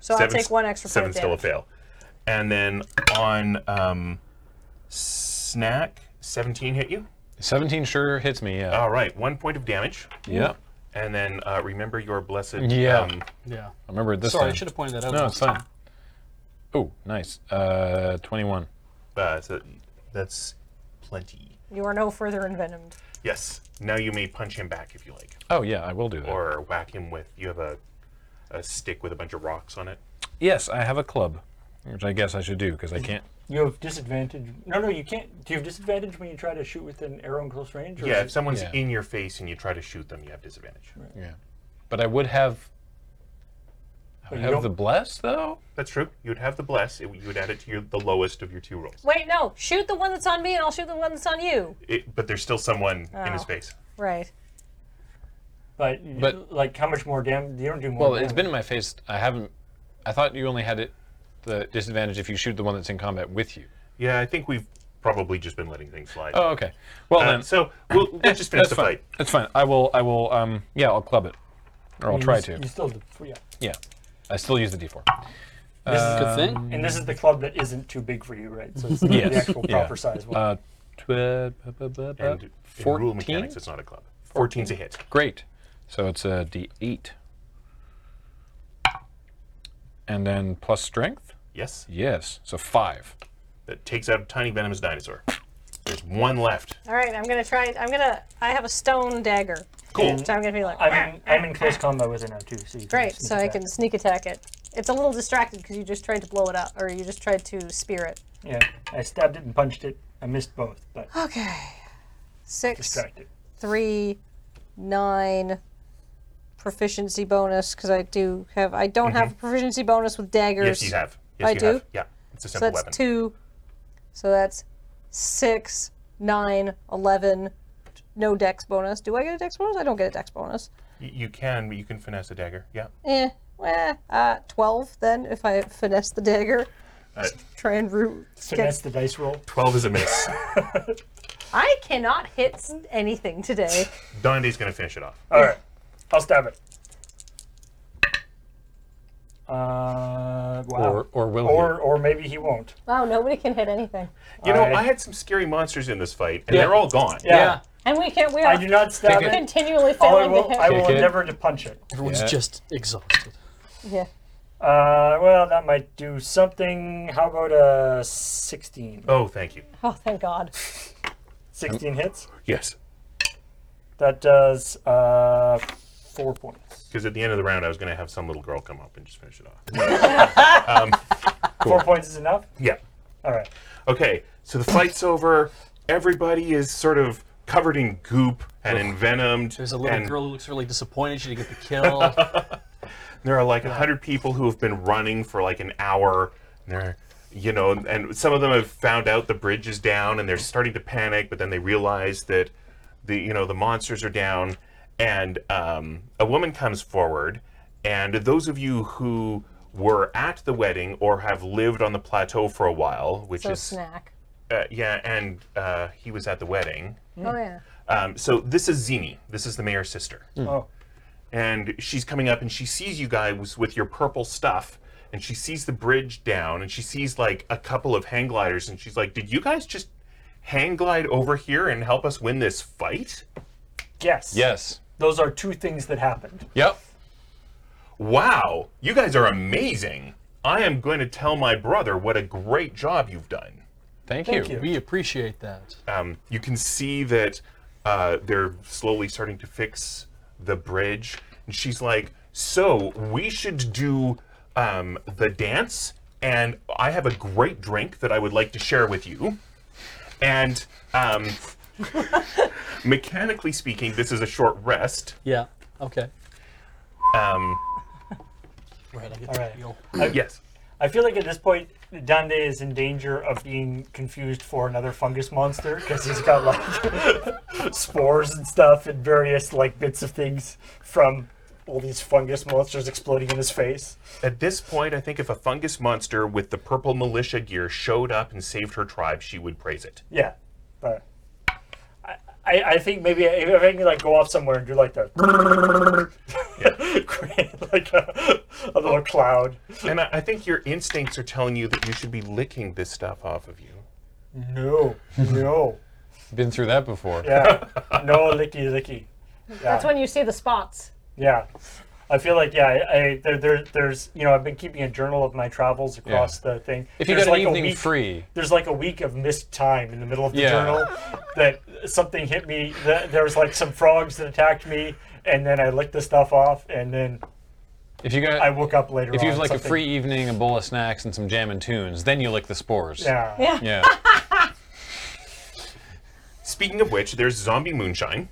Speaker 3: So
Speaker 1: Seven's-
Speaker 3: I'll take one extra point
Speaker 1: Seven's
Speaker 3: of
Speaker 1: still a
Speaker 3: damage.
Speaker 1: fail, and then on um, snack seventeen hit you.
Speaker 5: Seventeen sure hits me. Yeah.
Speaker 1: All right, one point of damage,
Speaker 5: yeah.
Speaker 1: and then uh, remember your blessed.
Speaker 5: Yeah.
Speaker 1: Um,
Speaker 4: Yeah.
Speaker 5: I remember it this
Speaker 4: Sorry, I
Speaker 5: time.
Speaker 4: should have pointed that out.
Speaker 5: No,
Speaker 4: last
Speaker 5: it's fine.
Speaker 4: time.
Speaker 5: Oh, nice. Uh, twenty-one.
Speaker 1: uh, so that's plenty.
Speaker 3: You are no further envenomed.
Speaker 1: Yes. Now you may punch him back if you like.
Speaker 5: Oh yeah, I will do that.
Speaker 1: or whack him with. You have a, a stick with a bunch of rocks on it.
Speaker 5: yes, I have a club, which I guess I should do because I can't.
Speaker 2: You have disadvantage. No, no, you can't. Do you have disadvantage when you try to shoot with an arrow in close range? Or
Speaker 1: Yeah,
Speaker 2: is
Speaker 1: if someone's
Speaker 5: Yeah.
Speaker 1: in your face and you try to shoot them, you have disadvantage.
Speaker 5: Yeah, but I would have. I would
Speaker 2: you
Speaker 5: have
Speaker 2: don't-
Speaker 5: the bless though.
Speaker 1: That's true. You'd have the bless. It, you would add it to your, the lowest of your two rolls.
Speaker 3: Wait, no. Shoot the one that's on me, and I'll shoot the one that's on you.
Speaker 1: It, but there's still someone in his
Speaker 3: Oh.
Speaker 1: face.
Speaker 3: Right.
Speaker 2: But, you-
Speaker 5: But-
Speaker 2: like, how much more damage? You don't do more.
Speaker 5: Well, it's
Speaker 2: damage.
Speaker 5: been in my face. I haven't. I thought you only had it, the disadvantage if you shoot the one that's in combat with you.
Speaker 1: Yeah, I think we've probably just been letting things slide.
Speaker 5: Oh, okay. Well
Speaker 1: Uh,
Speaker 5: then,
Speaker 1: so we'll, let's just finish
Speaker 5: that's
Speaker 1: the
Speaker 5: fine.
Speaker 1: fight.
Speaker 5: That's fine. I will. I will. Um. Yeah, I'll club it, or I'll
Speaker 2: You
Speaker 5: try
Speaker 2: s-
Speaker 5: to.
Speaker 2: You still do. Yeah.
Speaker 5: Yeah. I still use the d4. Uh,
Speaker 4: This is a good thing.
Speaker 2: And this is the club that isn't too big for you, right? So it's the,
Speaker 5: Yes,
Speaker 2: the actual
Speaker 5: yeah.
Speaker 2: proper size one.
Speaker 5: Uh, tw- bu- bu- bu- bu-
Speaker 1: And in rule
Speaker 5: 14?
Speaker 1: mechanics, it's not a club. 14's a hit.
Speaker 5: Great. So it's a d8. And then plus strength?
Speaker 1: Yes.
Speaker 5: Yes. So five.
Speaker 1: That takes out a tiny venomous dinosaur. There's one left.
Speaker 3: All right. I'm gonna try. I'm gonna. I have a stone dagger.
Speaker 1: Cool.
Speaker 3: So I'm gonna be like.
Speaker 2: I'm in, I'm in close combat with it now too. So you can
Speaker 3: Great.
Speaker 2: sneak
Speaker 3: So I
Speaker 2: attack.
Speaker 3: can sneak attack it. It's a little distracted because you just tried to blow it up, or you just tried to spear it.
Speaker 2: Yeah, I stabbed it and punched it. I missed both, but
Speaker 6: Okay. Six,
Speaker 2: distracted.
Speaker 6: three, nine. Proficiency bonus because I do have. I don't have a
Speaker 2: Mm-hmm.
Speaker 6: proficiency bonus with daggers.
Speaker 1: Yes, you have. Yes,
Speaker 6: I
Speaker 1: you
Speaker 6: do?
Speaker 1: have. Yeah. It's a
Speaker 6: So
Speaker 1: simple
Speaker 6: that's
Speaker 1: weapon.
Speaker 6: two. So that's six, nine, eleven. No dex bonus. Do I get a dex bonus? I don't get a dex bonus.
Speaker 1: Y- You can, you can finesse a dagger. Yeah.
Speaker 6: Eh. Eh, uh, 12 then, if I finesse the dagger.
Speaker 1: Uh,
Speaker 6: Try and root.
Speaker 2: Finesse the dice roll.
Speaker 1: 12 is a miss.
Speaker 3: I cannot hit s- anything today.
Speaker 1: Dondi's going to finish it off.
Speaker 2: All right, I'll stab it. Uh, wow.
Speaker 5: Or, or will
Speaker 2: or, or maybe he won't.
Speaker 3: Wow. Nobody can hit anything.
Speaker 1: You know,
Speaker 2: I-
Speaker 1: I had some scary monsters in this fight, and
Speaker 5: Yeah.
Speaker 1: they're all gone.
Speaker 5: he?
Speaker 2: Yeah.
Speaker 3: And we can't. We
Speaker 2: I
Speaker 3: are
Speaker 2: do not stab
Speaker 5: Take
Speaker 2: it.
Speaker 3: continually
Speaker 2: All I
Speaker 3: failing to
Speaker 2: will,
Speaker 3: hit.
Speaker 2: I will
Speaker 5: Kick it.
Speaker 2: endeavor to punch it.
Speaker 4: Everyone's
Speaker 5: Yeah.
Speaker 4: just exhausted.
Speaker 6: Yeah.
Speaker 2: Uh, well, that might do something. How about a 16?
Speaker 1: Oh, thank you.
Speaker 3: Oh, thank God.
Speaker 2: 16 hits?
Speaker 1: Yes.
Speaker 2: That does uh, four points.
Speaker 1: Because at the end of the round, I was going to have some little girl come up and just finish it off. um,
Speaker 2: Four points is enough?
Speaker 1: Yeah.
Speaker 2: All right.
Speaker 1: Okay, so the fight's over. Everybody is sort of covered in goop and envenomed.
Speaker 4: There's a little
Speaker 1: and
Speaker 4: girl who looks really disappointed she didn't get the kill.
Speaker 1: There are like a hundred people who have been running for like an hour. And they're, you know, and some of them have found out the bridge is down, and they're starting to panic. But then they realize that the you know the monsters are down, and um, a woman comes forward. And those of you who were at the wedding or have lived on the plateau for a while, which
Speaker 6: So
Speaker 1: is
Speaker 6: snack.
Speaker 1: uh, yeah, and uh, he was at the wedding.
Speaker 6: Oh yeah.
Speaker 1: Um, so this is Zini. This is the mayor's sister.
Speaker 2: Oh.
Speaker 1: And she's coming up and she sees you guys with your purple stuff. And she sees the bridge down and she sees like a couple of hang gliders. And she's like, Did you guys just hang glide over here and help us win this fight?
Speaker 2: Yes.
Speaker 5: Yes.
Speaker 2: Those are two things that happened.
Speaker 5: Yep.
Speaker 1: Wow, you guys are amazing. I am going to tell my brother what a great job you've done.
Speaker 5: Thank,
Speaker 2: Thank
Speaker 5: you.
Speaker 2: you.
Speaker 4: we appreciate that.
Speaker 1: um, you can see that uh, they're slowly starting to fix the bridge. And she's like, So we should do um, the dance, and I have a great drink that I would like to share with you. And um, mechanically speaking, this is a short rest.
Speaker 4: Yeah. Okay.
Speaker 1: Um, uh,
Speaker 4: Right. I get
Speaker 2: All right.
Speaker 4: the deal.
Speaker 1: yes.
Speaker 2: I feel like at this point, Dande is in danger of being confused for another fungus monster because he's got like spores and stuff and various like bits of things from all these fungus monsters exploding in his face.
Speaker 1: At this point, I think if a fungus monster with the purple militia gear showed up and saved her tribe, she would praise it.
Speaker 2: Yeah, but I, I, I think maybe if I can like go off somewhere and do like the create like a, a little cloud.
Speaker 1: And I, I think your instincts are telling you that you should be licking this stuff off of you.
Speaker 2: No, no,
Speaker 5: Been through that before.
Speaker 2: yeah, no, licky, licky.
Speaker 3: That's when you see the spots.
Speaker 2: Yeah, I feel like yeah, I, I there, there, there's you know I've been keeping a journal of my travels across the thing.
Speaker 5: If you
Speaker 2: There's
Speaker 5: got an
Speaker 2: like a
Speaker 5: evening
Speaker 2: week-
Speaker 5: free,
Speaker 2: there's like a week of missed time in the middle of the
Speaker 5: Yeah.
Speaker 2: journal that something hit me. That there was like some frogs that attacked me, and then I licked the stuff off, and then
Speaker 5: if you
Speaker 2: I
Speaker 5: got,
Speaker 2: woke up later.
Speaker 5: if you have
Speaker 2: on
Speaker 5: like a
Speaker 2: something-
Speaker 5: free evening, a bowl of snacks, and some jam and tunes, then you lick the spores.
Speaker 2: yeah,
Speaker 3: Yeah.
Speaker 5: Yeah.
Speaker 1: Speaking of which, there's zombie moonshine.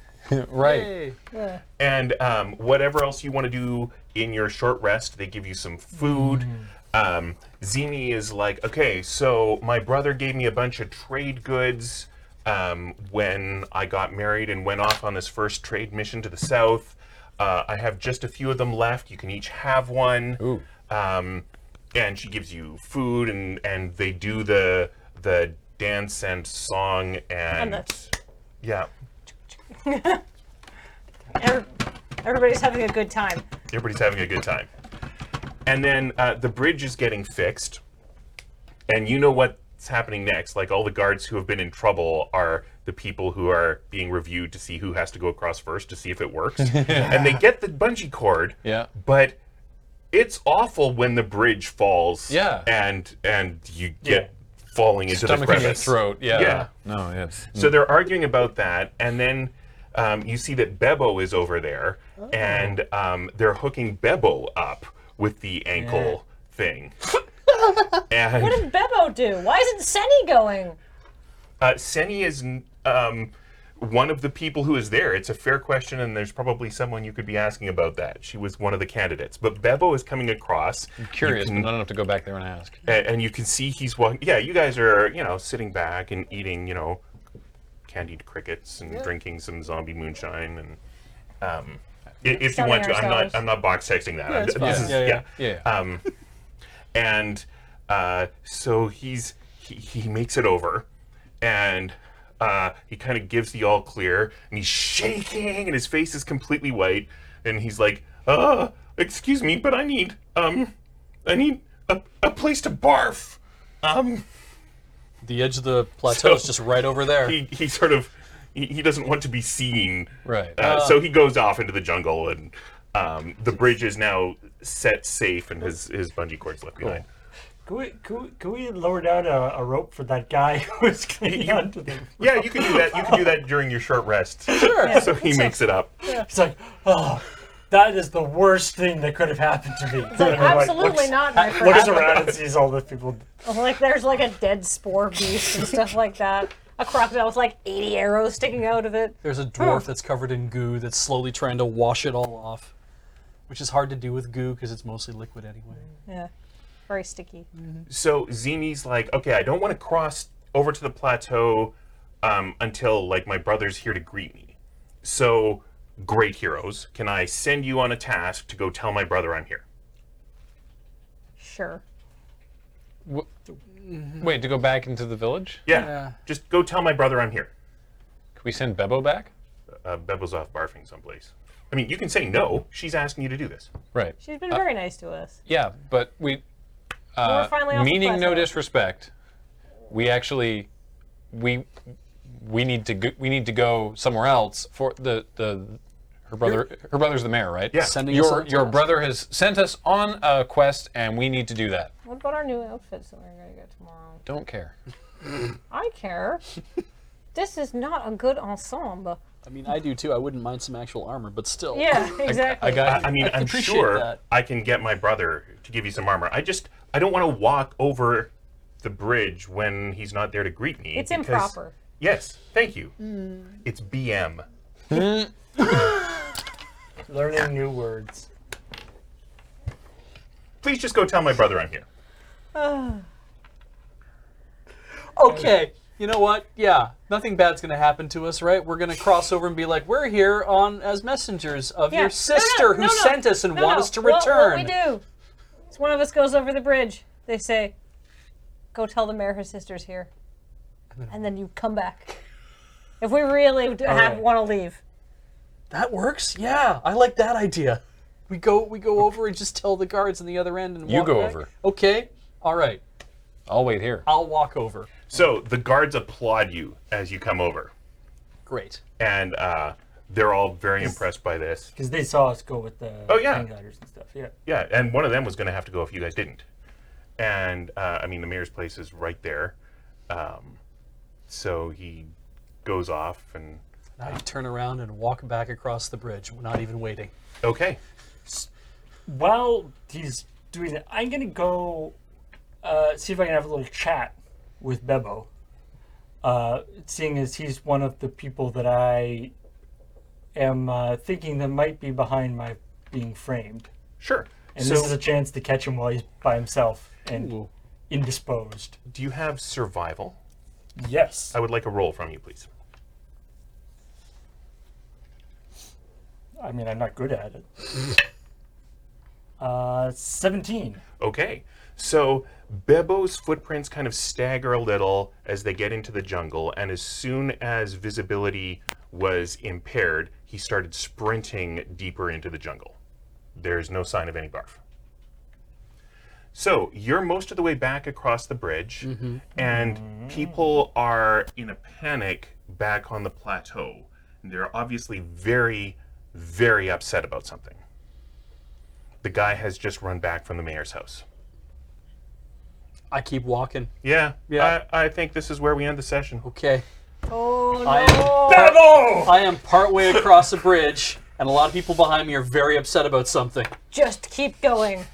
Speaker 5: right.
Speaker 4: Hey.
Speaker 1: And um, whatever else you want to do in your short rest, they give you some food. Um, Zini is like, okay, so my brother gave me a bunch of trade goods um, when I got married and went off on this first trade mission to the south. Uh, I have just a few of them left. You can each have one.
Speaker 5: Ooh.
Speaker 1: um, and she gives you food and and they do the the dance and song and,
Speaker 3: the-
Speaker 1: yeah
Speaker 3: Every- Everybody's having a good time.
Speaker 1: everybody's having a good time and then uh, the bridge is getting fixed and you know what's happening next like all the guards who have been in trouble are the people who are being reviewed to see who has to go across first to see if it works and they get the bungee cord
Speaker 5: Yeah.
Speaker 1: but it's awful when the bridge falls
Speaker 5: Yeah.
Speaker 1: and and you get falling into
Speaker 5: Stomach
Speaker 1: the
Speaker 5: in your
Speaker 1: crevice
Speaker 5: throat. Yeah.
Speaker 1: Yeah.
Speaker 5: No. Yes.
Speaker 1: so they're arguing about that and then um, you see that bebo is over there and um, they're hooking bebo up with the ankle thing and
Speaker 3: What did Bebo do? Why isn't Senny going?
Speaker 1: uh, Senny is n- um, one of the people who is there. It's a fair question, and there's probably someone you could be asking about that. She was one of the candidates, but Bebo is coming across. I'm
Speaker 5: Curious, but not enough to go back there and ask.
Speaker 1: and, you can see he's walking. Yeah, you guys are you know sitting back and eating you know candied crickets and drinking some zombie moonshine and. Um, i- if you
Speaker 3: Selling
Speaker 1: want to, I'm
Speaker 3: ourselves.
Speaker 1: not. I'm not box texting that. I'm-
Speaker 4: it's
Speaker 1: this
Speaker 4: fine.
Speaker 1: is-
Speaker 4: Yeah, yeah.
Speaker 5: Yeah.
Speaker 1: um, and uh, so he's he, he makes it over, and uh, he kind of gives the all clear, and he's shaking, and his face is completely white, and he's like, "Uh, excuse me, but I need um, I need a, a place to barf." Um,
Speaker 4: The edge of the plateau is
Speaker 1: So-
Speaker 4: just right over there.
Speaker 1: he he sort of he, he doesn't want to be seen,
Speaker 5: Right.
Speaker 1: Uh, so he goes off into the jungle, and um, the bridge is now set safe, and his his bungee cords left behind.
Speaker 2: Can we, can we, can we lower down a, a rope for that guy who was clinging onto the?
Speaker 1: Yeah, you can do that. You can do that during your short rest.
Speaker 4: Sure.
Speaker 1: so he makes it up.
Speaker 2: He's like, oh, That is the worst thing that could have happened to me. Everyone, like,
Speaker 3: Absolutely
Speaker 2: looks-
Speaker 3: not, my friend.
Speaker 2: Looks around and sees all the people.
Speaker 3: Like there's like a dead spore beast and stuff like that. A crocodile with like 80 arrows sticking out of it.
Speaker 4: There's a dwarf that's covered in goo that's slowly trying to wash it all off, which is hard to do with goo because it's mostly liquid anyway.
Speaker 3: Yeah, very sticky.
Speaker 1: so Zini's like, okay, I don't want to cross over to the plateau um, until like my brother's here to greet me. So, great heroes, can I send you on a task to go tell my brother I'm here?
Speaker 3: Sure.
Speaker 5: Wait, to go back into the village?
Speaker 1: Yeah,
Speaker 4: Yeah.
Speaker 1: just go tell my brother I'm here.
Speaker 5: Can we send Bebo back?
Speaker 1: Uh, Bebel's off barfing someplace. I mean, you can say no. She's asking you to do this.
Speaker 5: Right.
Speaker 3: She's been very nice to us.
Speaker 5: Yeah, but we.
Speaker 3: We're
Speaker 5: Uh,
Speaker 3: finally off the
Speaker 5: meaning no
Speaker 3: plateau.
Speaker 5: disrespect, we actually, we, we need to go, we need to go somewhere else for the the. Her brother, her brother's the mayor, right?
Speaker 1: Yeah.
Speaker 4: Sending us on
Speaker 5: Your
Speaker 4: a
Speaker 5: your
Speaker 4: task.
Speaker 5: brother has sent us on a quest, and we need to do that.
Speaker 3: What about our new outfits that we're gonna get tomorrow?
Speaker 5: Don't care.
Speaker 3: I care. this is not a good ensemble.
Speaker 4: I mean, I do too. I wouldn't mind some actual armor, but still.
Speaker 3: Yeah,
Speaker 5: I
Speaker 3: exactly.
Speaker 5: got.
Speaker 1: I mean, I am
Speaker 4: appreciate
Speaker 1: sure
Speaker 4: that.
Speaker 1: I can get my brother to give you some armor. I just, I don't want to walk over the bridge when he's not there to greet me.
Speaker 3: it's
Speaker 1: because-
Speaker 3: improper. Hmm.
Speaker 1: Yes, thank you. It's BM.
Speaker 2: Learning new words.
Speaker 1: Please just go tell my brother I'm here.
Speaker 4: Okay. You know what? Yeah, nothing bad's gonna happen to us, right? We're gonna cross over and be like, we're here on as messengers of
Speaker 3: Yeah.
Speaker 4: your sister
Speaker 3: No, no,
Speaker 4: who
Speaker 3: no, no.
Speaker 4: sent us and
Speaker 3: No,
Speaker 4: want
Speaker 3: no.
Speaker 4: us to
Speaker 3: What-
Speaker 4: return.
Speaker 3: What, we do? It's one of us goes over the bridge. They say, "Go tell the mayor her sister's here," and then you come back. If we really d- have
Speaker 4: right.
Speaker 3: want to leave,
Speaker 4: That works. Yeah, I like that idea. We go, we go over and just tell the guards on the other end and
Speaker 5: You
Speaker 4: walk
Speaker 5: go
Speaker 4: back.
Speaker 5: over.
Speaker 4: Okay. All right.
Speaker 5: I'll wait here.
Speaker 4: I'll walk over.
Speaker 1: So the guards applaud you as you come over,
Speaker 4: Great.
Speaker 1: and uh, they're all very impressed by this.
Speaker 2: Because they saw us go with the
Speaker 1: Oh, yeah.
Speaker 2: hang gliders and stuff. Yeah.
Speaker 1: Yeah, and one of them was going to have to go if you guys didn't. And uh, I mean, the mayor's place is right there, um, so he goes off and
Speaker 4: I turn around and walk back across the bridge, not even waiting.
Speaker 1: okay.
Speaker 2: While he's doing that, I'm gonna go uh, see if I can have a little chat with Bebo. Uh, seeing as he's one of the people that I am uh, thinking that might be behind my being framed.
Speaker 1: Sure.
Speaker 2: And
Speaker 1: so,
Speaker 2: this is a chance to catch him while he's by himself and
Speaker 4: Ooh.
Speaker 2: indisposed.
Speaker 1: do you have survival?
Speaker 2: Yes.
Speaker 1: I would like a roll from you, please.
Speaker 2: I mean, I'm not good at it. uh, 17.
Speaker 1: Okay. So Bebo's footprints kind of stagger a little as they get into the jungle, and as soon as visibility was impaired, he started sprinting deeper into the jungle. There is no sign of any barf. So you're most of the way back across the bridge, and people are in a panic back on the plateau. And they're obviously very, very upset about something. The guy has just run back from the mayor's house.
Speaker 4: I keep walking.
Speaker 1: Yeah.
Speaker 4: Yeah.
Speaker 1: I, I think this is where we end the session.
Speaker 4: Okay.
Speaker 3: oh no!
Speaker 4: I am, I am partway across a bridge, and a lot of people behind me are very upset about something.
Speaker 3: Just keep going.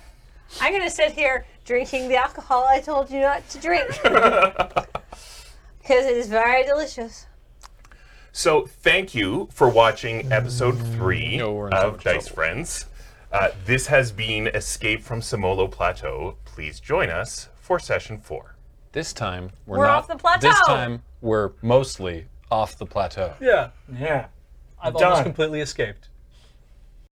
Speaker 3: I'm gonna sit here drinking the alcohol I told you not to drink because it is very delicious.
Speaker 1: So thank you for watching episode three
Speaker 5: Mm, No, we're in so
Speaker 1: of
Speaker 5: much
Speaker 1: Dice
Speaker 5: trouble.
Speaker 1: Friends. Uh, this has been Escape from Samolo Plateau. Please join us for session four.
Speaker 5: This time we're,
Speaker 3: We're
Speaker 5: not.
Speaker 3: off the plateau.
Speaker 5: This time we're mostly off the plateau.
Speaker 4: Yeah.
Speaker 2: Yeah.
Speaker 4: I've
Speaker 2: Done.
Speaker 4: almost completely escaped.